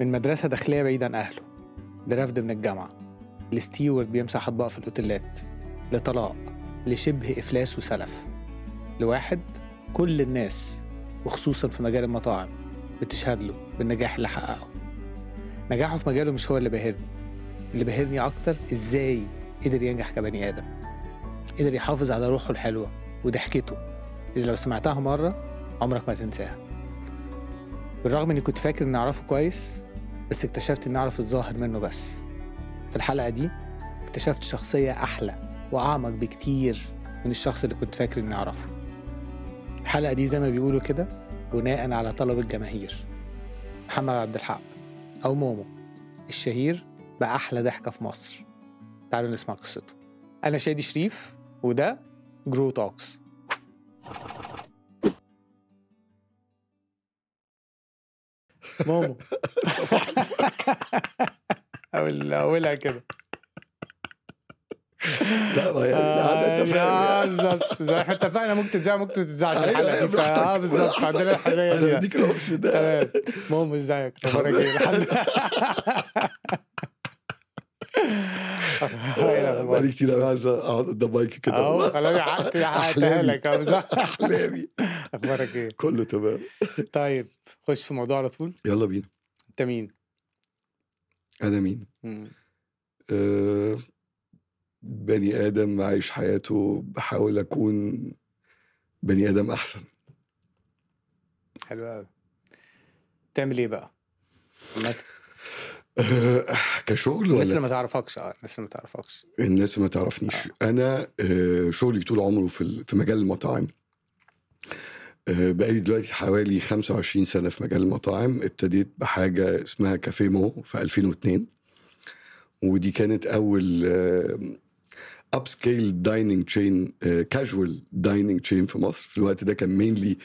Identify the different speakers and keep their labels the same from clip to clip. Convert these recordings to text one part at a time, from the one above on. Speaker 1: من مدرسة داخلية بعيد عن أهله لرفد من الجامعة لستيوارد بيمسح أطباق في الأوتيلات لطلاق لشبه إفلاس وسلف لواحد كل الناس وخصوصا في مجال المطاعم بتشهد له بالنجاح اللي حققه نجاحه في مجاله مش هو اللي بهرني اللي بهرني أكتر إزاي قدر ينجح كبني آدم قدر يحافظ على روحه الحلوة وضحكته اللي لو سمعتها مرة عمرك ما تنساها بالرغم اني كنت فاكر اني اعرفه كويس بس اكتشفت اني اعرف الظاهر منه بس في الحلقه دي اكتشفت شخصيه احلى واعمق بكتير من الشخص اللي كنت فاكر اني اعرفه الحلقه دي زي ما بيقولوا كده بناء على طلب الجماهير محمد عبد الحق او مومو الشهير باحلى ضحكه في مصر تعالوا نسمع قصته انا شادي شريف وده جرو توكس مومو أول أولها كده
Speaker 2: لا ما هي القعده انت
Speaker 1: آه،
Speaker 2: فاهم
Speaker 1: بالظبط زي- احنا اتفقنا ممكن تتذاع ممكن ما تتذاعش
Speaker 2: أيوة،
Speaker 1: الحلقة دي
Speaker 2: أيوة،
Speaker 1: فا- اه
Speaker 2: براحتك،
Speaker 1: بالظبط
Speaker 2: براحتك.
Speaker 1: عندنا الحرية
Speaker 2: انا
Speaker 1: دي
Speaker 2: بديك الاوبشن ده
Speaker 1: تمام مومو ازيك اخبارك ايه الحمد لله إيه الأخبار؟
Speaker 2: بقالي كتير أوي عايز اقعد قدام مايك أيوة، كده
Speaker 1: اهو خلاص حققت- حققتها لك أهو، بالظبط.
Speaker 2: احلامي
Speaker 1: اخبارك ايه
Speaker 2: كله تمام
Speaker 1: طيب خش في الموضوع على طول
Speaker 2: يلا بينا
Speaker 1: انت مين
Speaker 2: انا مين
Speaker 1: مم.
Speaker 2: آه، بني ادم عايش حياته بحاول اكون بني ادم احسن
Speaker 1: حلو قوي تعمل ايه بقى عامة.
Speaker 2: آه، كشغل
Speaker 1: الناس اللي
Speaker 2: ولا
Speaker 1: ما تعرفكش اه الناس اللي ما تعرفكش
Speaker 2: الناس ما تعرفنيش انا آه، شغلي طول عمره في ال- في مجال المطاعم آه، بقالي دلوقتي حوالي 25 سنه في مجال المطاعم ابتديت بحاجه اسمها كافيه مو في 2002 ودي كانت آه، اول اب سكيل دايننج تشين كاجوال دايننج تشين في مصر في الوقت ده كان مينلي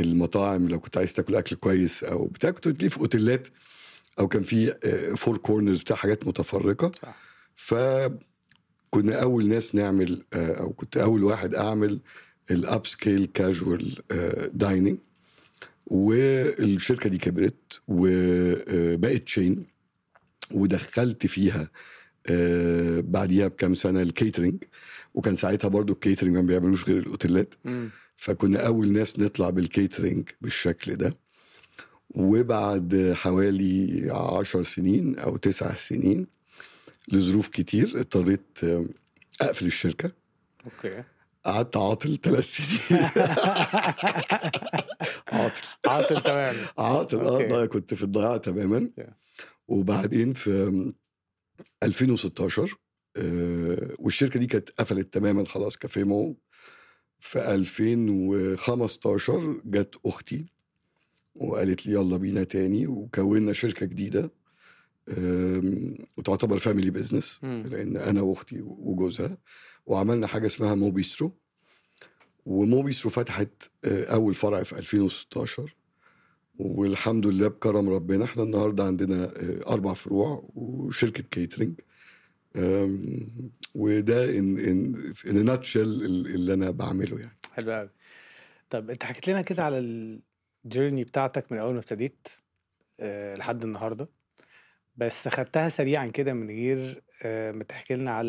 Speaker 2: المطاعم لو كنت عايز تاكل اكل كويس او بتاع كنت بتلاقيه في اوتيلات او كان في فور كورنرز بتاع حاجات متفرقه
Speaker 1: صح.
Speaker 2: فكنا اول ناس نعمل آه، او كنت اول واحد اعمل الاب سكيل كاجوال دايننج والشركه آه، دي كبرت وبقت تشين ودخلت فيها آه، بعديها بكام سنه الكيترنج وكان ساعتها برضو الكيترنج ما بيعملوش غير الاوتيلات
Speaker 1: مم.
Speaker 2: فكنا اول ناس نطلع بالكيترنج بالشكل ده وبعد حوالي عشر سنين او تسع سنين لظروف كتير اضطريت آه، اقفل الشركه
Speaker 1: اوكي
Speaker 2: قعدت عاطل ثلاث سنين عاطل
Speaker 1: عاطل تمام
Speaker 2: عاطل اه
Speaker 1: أوكي.
Speaker 2: ضايع- كنت في الضياع تماما
Speaker 1: أوكي.
Speaker 2: وبعدين في 2016 آه، والشركه دي كانت قفلت تماما خلاص كافيمو في 2015 جت اختي وقالت لي يلا بينا تاني وكونا شركه جديده آم، وتعتبر فاميلي بزنس
Speaker 1: مم.
Speaker 2: لان انا واختي وجوزها وعملنا حاجه اسمها موبيسترو وموبيسترو فتحت آه، اول فرع في 2016 والحمد لله بكرم ربنا احنا النهارده عندنا آه، اربع فروع وشركه كيترينج آم، وده ان ان ان ناتشل اللي انا بعمله يعني
Speaker 1: حلو قوي طب انت حكيت لنا كده على الجيرني بتاعتك من اول ما ابتديت آه، لحد النهارده بس خدتها سريعا كده من غير آه، ما تحكي لنا على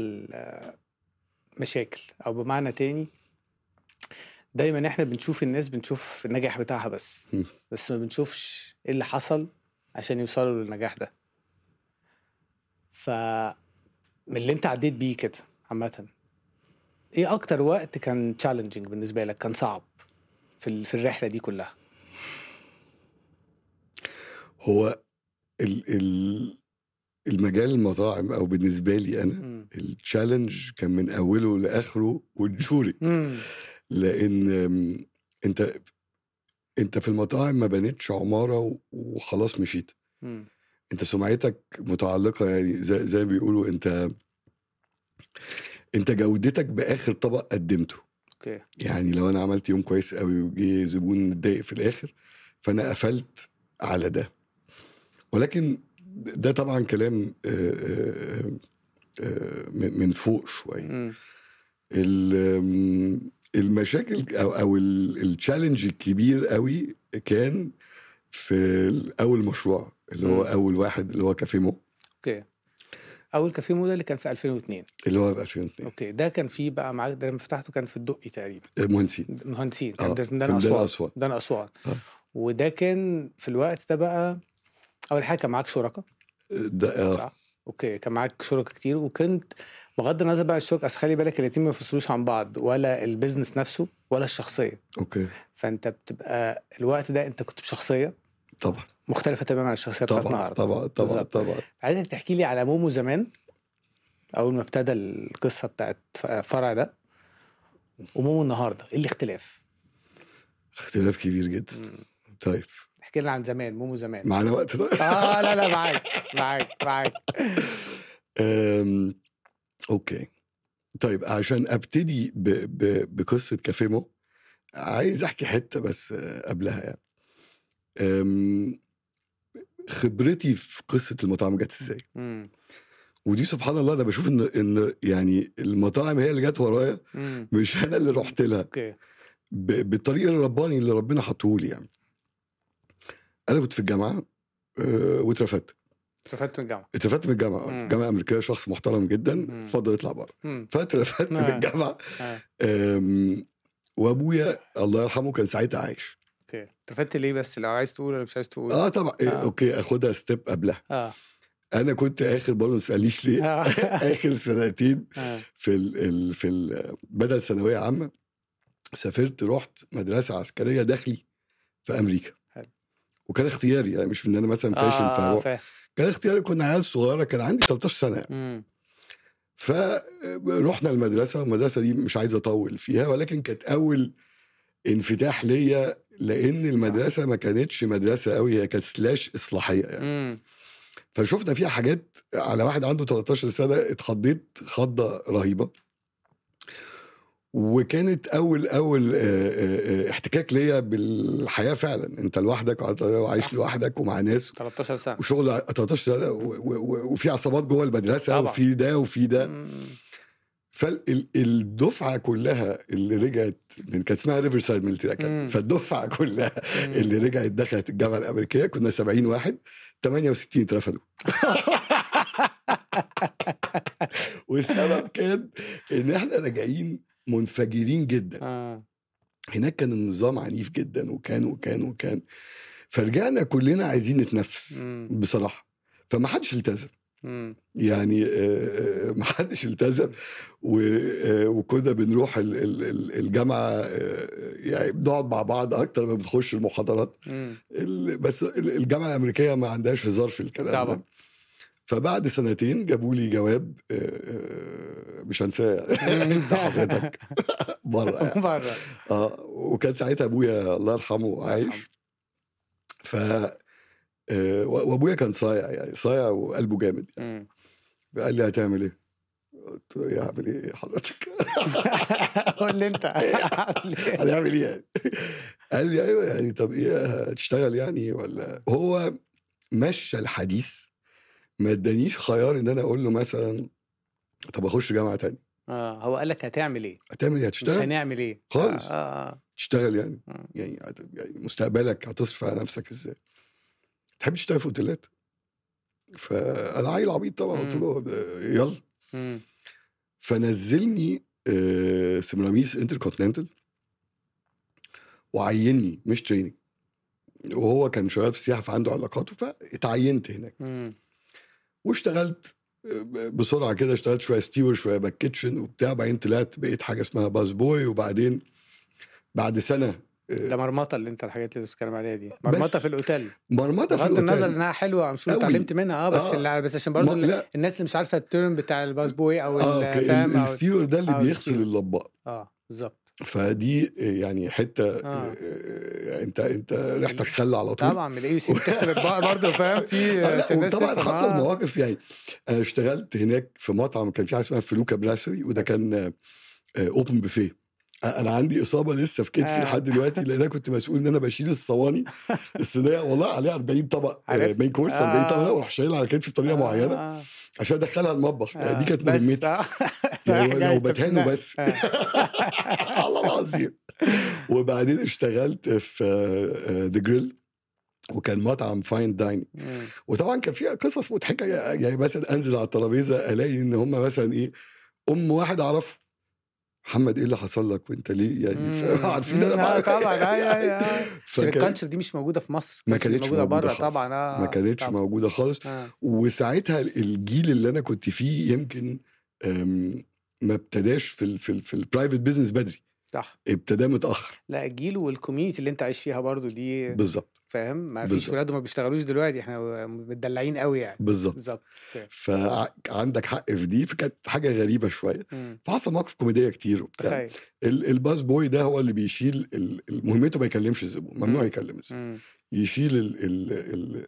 Speaker 1: المشاكل او بمعنى تاني دايما احنا بنشوف الناس بنشوف النجاح بتاعها بس
Speaker 2: مم.
Speaker 1: بس ما بنشوفش ايه اللي حصل عشان يوصلوا للنجاح ده ف من اللي انت عديت بيه كده عامه ايه اكتر وقت كان تشالنجينج بالنسبه لك كان صعب في ال- في الرحله دي كلها
Speaker 2: هو ال ال المجال المطاعم او بالنسبه لي انا
Speaker 1: امم
Speaker 2: التشالنج كان من اوله لاخره والجوري لان أم، انت انت آمم، في المطاعم ما بنيتش عماره وخلاص مشيت
Speaker 1: امم
Speaker 2: انت سمعتك متعلقه يعني زي, زي ما بيقولوا انت انت جودتك باخر طبق قدمته
Speaker 1: اوكي
Speaker 2: يعني لو انا عملت يوم كويس قوي وجه زبون متضايق في الاخر فانا قفلت على ده ولكن ده طبعا كلام آه، آه، آه، من من فوق شويه
Speaker 1: امم
Speaker 2: ال- المشاكل او او التشالنج الكبير قوي كان في اول مشروع اللي هو اول واحد اللي هو كافيمو
Speaker 1: اوكي اول كافيه مو ده اللي كان في 2002
Speaker 2: اللي هو في 2002
Speaker 1: اوكي ده كان فيه بقى معاك ده لما فتحته كان في الدقي تقريبا
Speaker 2: مهندسين
Speaker 1: مهندسين
Speaker 2: آه،
Speaker 1: كان ده
Speaker 2: في
Speaker 1: ميدان
Speaker 2: ميدان
Speaker 1: اسوان
Speaker 2: اسوان
Speaker 1: ميدان اسوان
Speaker 2: آه.
Speaker 1: وده كان في الوقت ده بقى اول حاجه كان معاك شركاء
Speaker 2: ده آه.
Speaker 1: صح اوكي كان معاك شركاء كتير وكنت بغض النظر بقى عن الشركاء اصل خلي بالك الاتنين ما يفصلوش عن بعض ولا البيزنس نفسه ولا الشخصيه
Speaker 2: اوكي
Speaker 1: فانت بتبقى الوقت ده انت كنت بشخصيه
Speaker 2: طبعا
Speaker 1: مختلفه تماما عن الشخصيه بتاعت
Speaker 2: طبعا
Speaker 1: النهارده
Speaker 2: طبعا طبعا
Speaker 1: بالظبط.
Speaker 2: طبعا
Speaker 1: عايزك تحكي لي على مومو زمان اول ما ابتدى القصه بتاعت ف- فرع ده ومومو النهارده ايه الاختلاف؟
Speaker 2: اختلاف كبير جدا
Speaker 1: مم.
Speaker 2: طيب
Speaker 1: احكي لنا عن زمان مومو زمان
Speaker 2: معانا وقت طيب؟ ده
Speaker 1: اه لا لا معاك معاك معاك
Speaker 2: أم، اوكي طيب عشان ابتدي ب... ب... بقصه كافيمو عايز احكي حته بس آه، قبلها يعني أم، خبرتي في قصه المطاعم جت ازاي
Speaker 1: مم.
Speaker 2: ودي سبحان الله انا بشوف ان ان يعني المطاعم هي اللي جت ورايا
Speaker 1: مم.
Speaker 2: مش انا اللي رحت لها
Speaker 1: اوكي
Speaker 2: ب- بالطريق الرباني اللي ربنا حطهولي يعني انا كنت في الجامعه آه، واترفدت
Speaker 1: اترفدت من الجامعه
Speaker 2: اترفدت من الجامعه
Speaker 1: مم.
Speaker 2: الجامعه الامريكيه شخص محترم جدا
Speaker 1: مم.
Speaker 2: اتفضل اطلع بره
Speaker 1: مم.
Speaker 2: فاترفدت من
Speaker 1: آه.
Speaker 2: الجامعه
Speaker 1: آه.
Speaker 2: آم، وابويا الله يرحمه كان ساعتها عايش
Speaker 1: اوكي اترفدت ليه بس لو عايز تقول ولا مش عايز تقول
Speaker 2: اه طبعا آه.
Speaker 1: آه.
Speaker 2: اوكي اخدها ستيب قبلها
Speaker 1: اه
Speaker 2: انا كنت اخر برضه ما تسالنيش ليه
Speaker 1: آه.
Speaker 2: اخر سنتين
Speaker 1: آه.
Speaker 2: في ال ال في ال بدل ثانويه عامه سافرت رحت مدرسه عسكريه داخلي في امريكا
Speaker 1: حلو.
Speaker 2: وكان اختياري يعني مش من انا مثلا فاشل
Speaker 1: آه،
Speaker 2: فهروح
Speaker 1: فاهم.
Speaker 2: كان اختياري كنا عيال صغيره كان عندي 13 سنه
Speaker 1: مم.
Speaker 2: فروحنا المدرسه والمدرسه دي مش عايز اطول فيها ولكن كانت اول انفتاح ليا لان المدرسه ما كانتش مدرسه قوي هي كانت سلاش اصلاحيه يعني
Speaker 1: مم.
Speaker 2: فشفنا فيها حاجات على واحد عنده 13 سنه اتخضيت خضه رهيبه وكانت اول اول آه، آه، آه، احتكاك ليا بالحياه فعلا انت لوحدك وع- وعايش
Speaker 1: صح.
Speaker 2: لوحدك ومع ناس
Speaker 1: 13 سنه
Speaker 2: وشغل ع- 13 سنه و- و- و- وفي عصابات جوه المدرسه
Speaker 1: طبعا.
Speaker 2: وفي ده وفي ده
Speaker 1: مم.
Speaker 2: فالدفعه كلها اللي رجعت من كان اسمها ريفر سايد ميلتري
Speaker 1: مم.
Speaker 2: اكاديمي فالدفعه كلها
Speaker 1: مم.
Speaker 2: اللي رجعت دخلت الجامعه الامريكيه كنا 70 واحد 68 اترفدوا والسبب كان ان احنا راجعين منفجرين جدا
Speaker 1: آه.
Speaker 2: هناك كان النظام عنيف جدا وكان وكان وكان فرجعنا كلنا عايزين نتنفس
Speaker 1: مم.
Speaker 2: بصراحه فما حدش التزم
Speaker 1: مم.
Speaker 2: يعني آه، آه، ما حدش التزم و- آه، وكنا بنروح ال- ال- ال- الجامعه آه، يعني بنقعد مع بعض اكتر ما بتخش المحاضرات
Speaker 1: مم.
Speaker 2: ال- بس ال- الجامعه الامريكيه ما عندهاش هزار في الكلام
Speaker 1: طبعا.
Speaker 2: ده فبعد سنتين جابوا لي جواب آه، آه، مش هنساه انت حضرتك بره يعني.
Speaker 1: بره
Speaker 2: اه وكان ساعتها ابويا الله يرحمه عايش ف آه، و- وابويا كان صايع يعني صايع وقلبه جامد
Speaker 1: مم.
Speaker 2: قال لي هتعمل ايه؟ قلت له ايه هعمل ايه حضرتك؟
Speaker 1: قول لي انت عامل إيه؟
Speaker 2: هنعمل ايه يعني؟ قال لي ايوه يعني طب ايه هتشتغل يعني ولا هو مشى الحديث ما ادانيش خيار ان انا اقول له مثلا طب اخش جامعه تاني
Speaker 1: اه هو قال لك هتعمل ايه؟
Speaker 2: هتعمل ايه
Speaker 1: مش
Speaker 2: هتشتغل؟
Speaker 1: هنعمل ايه؟
Speaker 2: خالص.
Speaker 1: آه، آه.
Speaker 2: تشتغل يعني
Speaker 1: آه.
Speaker 2: يعني هت- يعني مستقبلك هتصرف على نفسك ازاي؟ تحب تشتغل في اوتيلات؟ فانا عيل عبيط طبعا قلت له آه، يلا
Speaker 1: مم.
Speaker 2: فنزلني آه، سمراميس انتر كونتيننتال وعيني مش تريننج وهو كان شغال في السياحه فعنده علاقاته فاتعينت هناك
Speaker 1: مم.
Speaker 2: واشتغلت آه، بسرعه كده اشتغلت شويه ستيور شويه باك كيتشن وبتاع بعدين طلعت بقيت حاجه اسمها باز بوي وبعدين بعد سنه
Speaker 1: ده مرمطه اللي انت الحاجات اللي بتتكلم عليها دي مرمطه
Speaker 2: إيه. بس
Speaker 1: في الاوتيل
Speaker 2: مرمطه في
Speaker 1: بغض النظر
Speaker 2: الاوتيل
Speaker 1: انها حلوه مش
Speaker 2: أوي.
Speaker 1: اتعلمت منها اه بس
Speaker 2: آه.
Speaker 1: اللي بس عشان
Speaker 2: ما-
Speaker 1: برضه اللي-
Speaker 2: لا
Speaker 1: الناس اللي مش عارفه الترم بتاع الباص بوي او
Speaker 2: اه
Speaker 1: ال-
Speaker 2: ال-
Speaker 1: فاهم او
Speaker 2: الستيور ده اللي
Speaker 1: آه،
Speaker 2: بيغسل
Speaker 1: الستيور.
Speaker 2: الاطباق
Speaker 1: اه بالظبط
Speaker 2: فدي آه، يعني حته آه.
Speaker 1: آه.
Speaker 2: آه، انت انت ريحتك خل على طول
Speaker 1: طبعا من الاي سي بتغسل اطباق برضه فاهم في
Speaker 2: آه،
Speaker 1: عشان
Speaker 2: لا
Speaker 1: الناس
Speaker 2: وطبعا
Speaker 1: تفهم.
Speaker 2: حصل
Speaker 1: آه.
Speaker 2: مواقف يعني انا اشتغلت هناك في مطعم كان في حاجه اسمها فلوكا براسري وده كان آه، اوبن بوفيه انا آه، عندي اصابه لسه في كتفي
Speaker 1: آه.
Speaker 2: لحد دلوقتي لان انا كنت مسؤول ان انا بشيل الصواني الصينيه والله عليها 40 طبق آه،
Speaker 1: عارف.
Speaker 2: مين كورس
Speaker 1: آه.
Speaker 2: 40 طبق واروح شايلها على كتفي بطريقه
Speaker 1: آه،
Speaker 2: معينه
Speaker 1: آه.
Speaker 2: عشان ادخلها المطبخ يعني دي
Speaker 1: آه.
Speaker 2: كانت
Speaker 1: بس،
Speaker 2: مهمتي
Speaker 1: آه.
Speaker 2: يعني
Speaker 1: رايح
Speaker 2: لو
Speaker 1: جاي، طب
Speaker 2: بتهانوا
Speaker 1: لا.
Speaker 2: بس
Speaker 1: آه.
Speaker 2: الله العظيم وبعدين اشتغلت في ذا جريل آه، وكان مطعم فاين دايننج وطبعا كان فيها قصص مضحكه يعني مثلا انزل على الترابيزه الاقي ان هم مثلا ايه ام واحد اعرفه محمد ايه اللي حصل لك وانت ليه يعني فاهم؟ عارفين انا
Speaker 1: انا
Speaker 2: بقى-
Speaker 1: طبعا ايوه
Speaker 2: يعني
Speaker 1: ايوه بس
Speaker 2: فكان-
Speaker 1: الكالتشر دي مش موجوده في مصر
Speaker 2: ما كانتش
Speaker 1: موجوده
Speaker 2: موجودة
Speaker 1: بره
Speaker 2: خالص.
Speaker 1: طبعا آه،
Speaker 2: ما كانتش
Speaker 1: طبعاً.
Speaker 2: موجوده خالص
Speaker 1: آه.
Speaker 2: وساعتها الجيل اللي انا كنت فيه يمكن أم، ما ابتداش في ال في ال في البرايفت بيزنس بدري
Speaker 1: صح
Speaker 2: ابتداه متاخر
Speaker 1: لا الجيل والكوميونتي اللي انت عايش فيها برضو دي
Speaker 2: بالظبط
Speaker 1: فاهم ما فيش
Speaker 2: بالظبط.
Speaker 1: ولاد وما بيشتغلوش دلوقتي احنا متدلعين قوي يعني
Speaker 2: بالظبط
Speaker 1: بالظبط
Speaker 2: فعندك حق في دي فكانت حاجه غريبه شويه
Speaker 1: مم.
Speaker 2: فحصل مواقف كوميديه كتير وبتاع
Speaker 1: تخيل
Speaker 2: ال- الباس بوي ده هو اللي بيشيل ال- ال- مهمته ما يكلمش الزبون ممنوع
Speaker 1: مم.
Speaker 2: يكلم الزبون
Speaker 1: مم.
Speaker 2: يشيل ال ال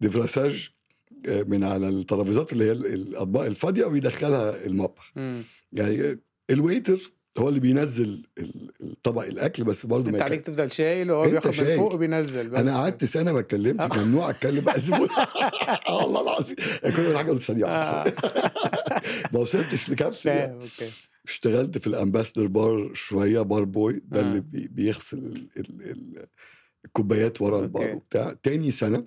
Speaker 2: الديفراساج آه، من على الترابيزات اللي هي ال- الاطباق الفاضيه ويدخلها المطبخ
Speaker 1: مم.
Speaker 2: يعني الويتر هو اللي بينزل ال- طبق الاكل بس برضه ما
Speaker 1: انت
Speaker 2: يكلم-
Speaker 1: عليك تفضل شايل وهو
Speaker 2: انت
Speaker 1: بياخد من
Speaker 2: شايل.
Speaker 1: فوق وبينزل بس آه.
Speaker 2: انا قعدت سنه ما اتكلمتش ممنوع اتكلم بقى زبون والله العظيم كل يوم حاجه قلت سريعه
Speaker 1: آه.
Speaker 2: ما وصلتش لكابتن يعني.
Speaker 1: فاهم اوكي
Speaker 2: اشتغلت في الامباسدر بار شويه بار بوي ده
Speaker 1: آه.
Speaker 2: اللي بي- بيغسل ال- ال- ال- الكوبايات ورا البار
Speaker 1: أوكي.
Speaker 2: وبتاع تاني سنه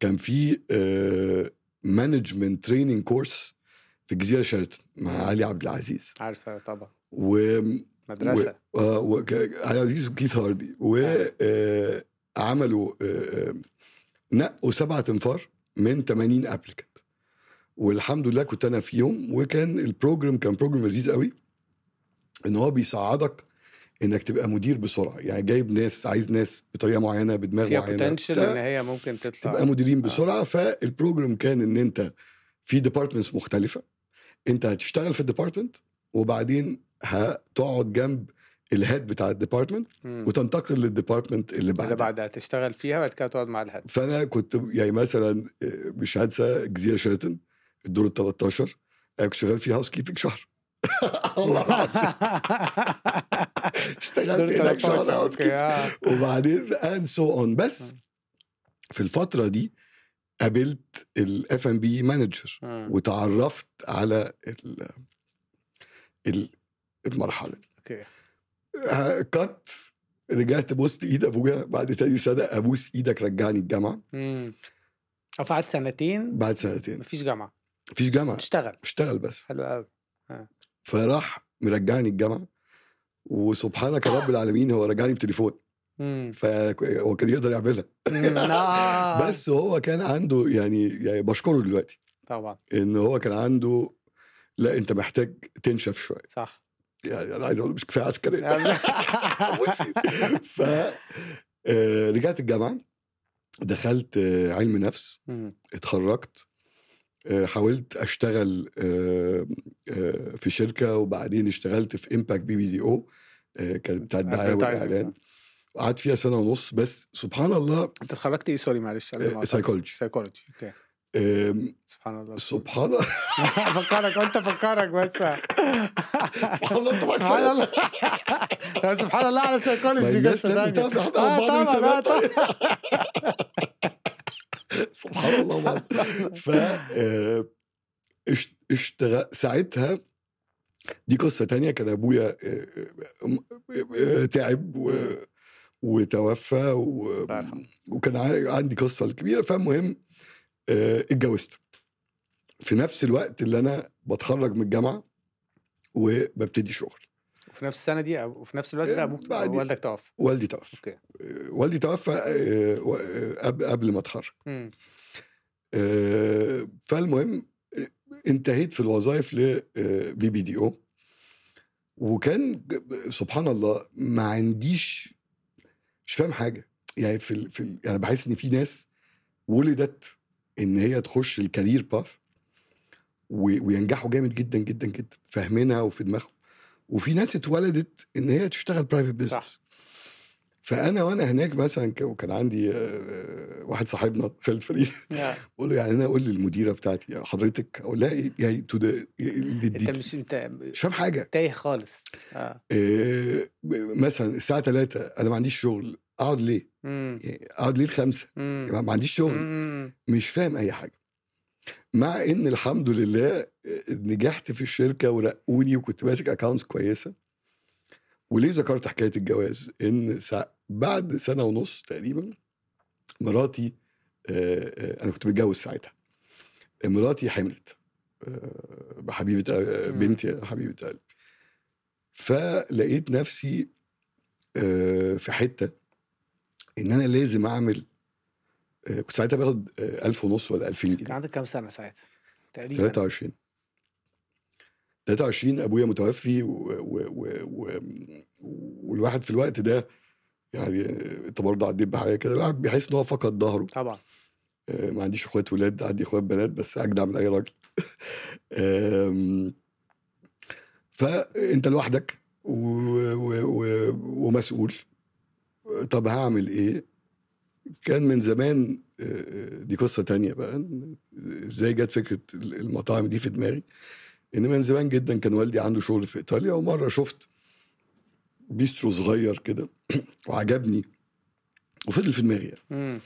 Speaker 2: كان في آه، مانجمنت تريننج كورس في الجزيره شيراتون مع
Speaker 1: آه.
Speaker 2: علي عبد العزيز
Speaker 1: عارفه طبعا
Speaker 2: و
Speaker 1: مدرسه
Speaker 2: آه، وك- علي عبد العزيز وكيث هاردي
Speaker 1: آه.
Speaker 2: وعملوا آه، نقوا سبعة انفار من 80 ابلكنت والحمد لله كنت انا فيهم وكان البروجرام كان بروجرام لذيذ قوي ان هو بيساعدك انك تبقى مدير بسرعه يعني جايب ناس عايز ناس بطريقه معينه بدماغ
Speaker 1: فيها
Speaker 2: معينه
Speaker 1: بوتنشال
Speaker 2: بتاع.
Speaker 1: ان هي ممكن تطلع
Speaker 2: تبقى مديرين بسرعه فالبروجرام كان ان انت في ديبارتمنتس مختلفه انت هتشتغل في الديبارتمنت وبعدين هتقعد جنب الهيد بتاع الديبارتمنت
Speaker 1: مم.
Speaker 2: وتنتقل للديبارتمنت اللي
Speaker 1: اللي
Speaker 2: بعدها
Speaker 1: بعدها تشتغل فيها وبعد كده تقعد مع الهد
Speaker 2: فانا كنت يعني مثلا آه، مش هنسى جزيره شيراتون الدور ال 13 انا كنت شغال فيه هاوس كيبنج شهر والله العظيم اشتغلت هناك شهر هاوس كيبنج
Speaker 1: آه.
Speaker 2: وبعدين اند سو اون بس في الفتره دي قابلت الاف ام بي مانجر
Speaker 1: آه،
Speaker 2: وتعرفت على ال ال المرحله دي
Speaker 1: اوكي
Speaker 2: آه، كات رجعت بوست ايد ابويا بعد تاني سنه ابوس ايدك رجعني الجامعه
Speaker 1: مم. او قعدت سنتين
Speaker 2: بعد سنتين
Speaker 1: مفيش جامعه
Speaker 2: مفيش جامعه
Speaker 1: تشتغل
Speaker 2: اشتغل بس
Speaker 1: حلو قوي
Speaker 2: فراح مرجعني الجامعه وسبحانك يا رب العالمين هو رجعني بتليفون
Speaker 1: مم.
Speaker 2: فهو كان يقدر يعملها
Speaker 1: مم. آه.
Speaker 2: بس هو كان عنده يعني, يعني بشكره دلوقتي
Speaker 1: طبعا
Speaker 2: ان هو كان عنده لا انت محتاج تنشف شويه
Speaker 1: صح
Speaker 2: يعني انا عايز اقول مش كفايه عسكريه بصي ف آه، رجعت الجامعه دخلت آه، علم نفس
Speaker 1: مم.
Speaker 2: اتخرجت آه، حاولت اشتغل آه، آه، في شركه وبعدين اشتغلت في امباكت بي بي دي او آه، كانت بتاعت دعايه واعلان قعدت فيها سنه ونص بس سبحان الله
Speaker 1: انت اتخرجت ايه سوري معلش
Speaker 2: سايكولوجي
Speaker 1: سايكولوجي اوكي سبحان الله
Speaker 2: سبحان الله
Speaker 1: افكرك قلت افكرك بس
Speaker 2: سبحان الله انت معاك
Speaker 1: سبحان
Speaker 2: سؤال.
Speaker 1: الله لا، سبحان الله على
Speaker 2: ما
Speaker 1: سايكولوجي
Speaker 2: الناس لازم
Speaker 1: تانية.
Speaker 2: تعرف
Speaker 1: آه،
Speaker 2: يحضروا بعض
Speaker 1: طبعاً،
Speaker 2: من
Speaker 1: آه،
Speaker 2: زمان سبحان الله بعض ف آه، اش- اشتغل ساعتها دي قصه تانية كان ابويا آه، آه، آه، تعب و... وتوفى و...
Speaker 1: الله يرحمه.
Speaker 2: وكان ع- عندي قصه الكبيره فالمهم آه، اتجوزت في نفس الوقت اللي انا بتخرج من الجامعه وببتدي شغل
Speaker 1: وفي نفس السنه دي أبو- وفي نفس الوقت
Speaker 2: إيه،
Speaker 1: ده ابوك
Speaker 2: بعد-
Speaker 1: والدك توفى
Speaker 2: والدي توفى
Speaker 1: أوكي.
Speaker 2: آه، والدي توفى آه، و- آه، قبل- قبل ما اتخرج
Speaker 1: مم.
Speaker 2: آه، فالمهم آه، انتهيت في الوظائف ل آه، بي بي دي او وكان ج- سبحان الله ما عنديش مش فاهم حاجه يعني في ال... في ال... يعني بحس ان في ناس ولدت ان هي تخش الكارير باث و... وينجحوا جامد جدا جدا جدا فاهمينها وفي دماغهم وفي ناس اتولدت ان هي تشتغل برايفت بزنس
Speaker 1: صح.
Speaker 2: فانا وانا هناك مثلا ك- وكان عندي آه، آه، واحد صاحبنا خالد فريد
Speaker 1: يا.
Speaker 2: بقول له يعني انا اقول للمديره بتاعتي يا حضرتك اقول لها إيه؟ يعني تو ده- دي- دي-
Speaker 1: انت مش انت
Speaker 2: مش فاهم حاجه
Speaker 1: تايه خالص اه
Speaker 2: إيه مثلا الساعه 3 انا ما عنديش شغل اقعد ليه؟
Speaker 1: مم.
Speaker 2: يعني اقعد ليه الخمسه؟
Speaker 1: مم.
Speaker 2: يعني ما عنديش شغل
Speaker 1: مم.
Speaker 2: مش فاهم اي حاجه مع ان الحمد لله آه، نجحت في الشركه ورقوني وكنت ماسك اكونتس كويسه وليه ذكرت حكايه الجواز ان سا- بعد سنه ونص تقريبا مراتي آه، آه، انا كنت متجوز ساعتها مراتي حملت آه، بحبيبه آه،
Speaker 1: مم.
Speaker 2: بنتي حبيبه قلبي فلقيت نفسي آه، في حته ان انا لازم اعمل آه، كنت ساعتها باخد آه، 1000 ونص ولا 2000
Speaker 1: كان
Speaker 2: جنيه
Speaker 1: عندك كام سنه ساعتها؟ تقريبا
Speaker 2: 23 23 ابويا متوفي و... و... و... و... والواحد في الوقت ده يعني انت برضه عديت بحاجه كده الواحد بيحس ان هو فقد ظهره
Speaker 1: طبعا
Speaker 2: آه، ما عنديش اخوات ولاد عندي اخوات بنات بس اجدع من اي راجل آم، فانت لوحدك و... و... و... ومسؤول طب هعمل ايه كان من زمان آه، دي قصه تانية بقى إن ازاي جت فكره المطاعم دي في دماغي ان من زمان جدا كان والدي عنده شغل في ايطاليا ومره شفت بيسترو صغير كده وعجبني وفضل في دماغي يعني.
Speaker 1: امم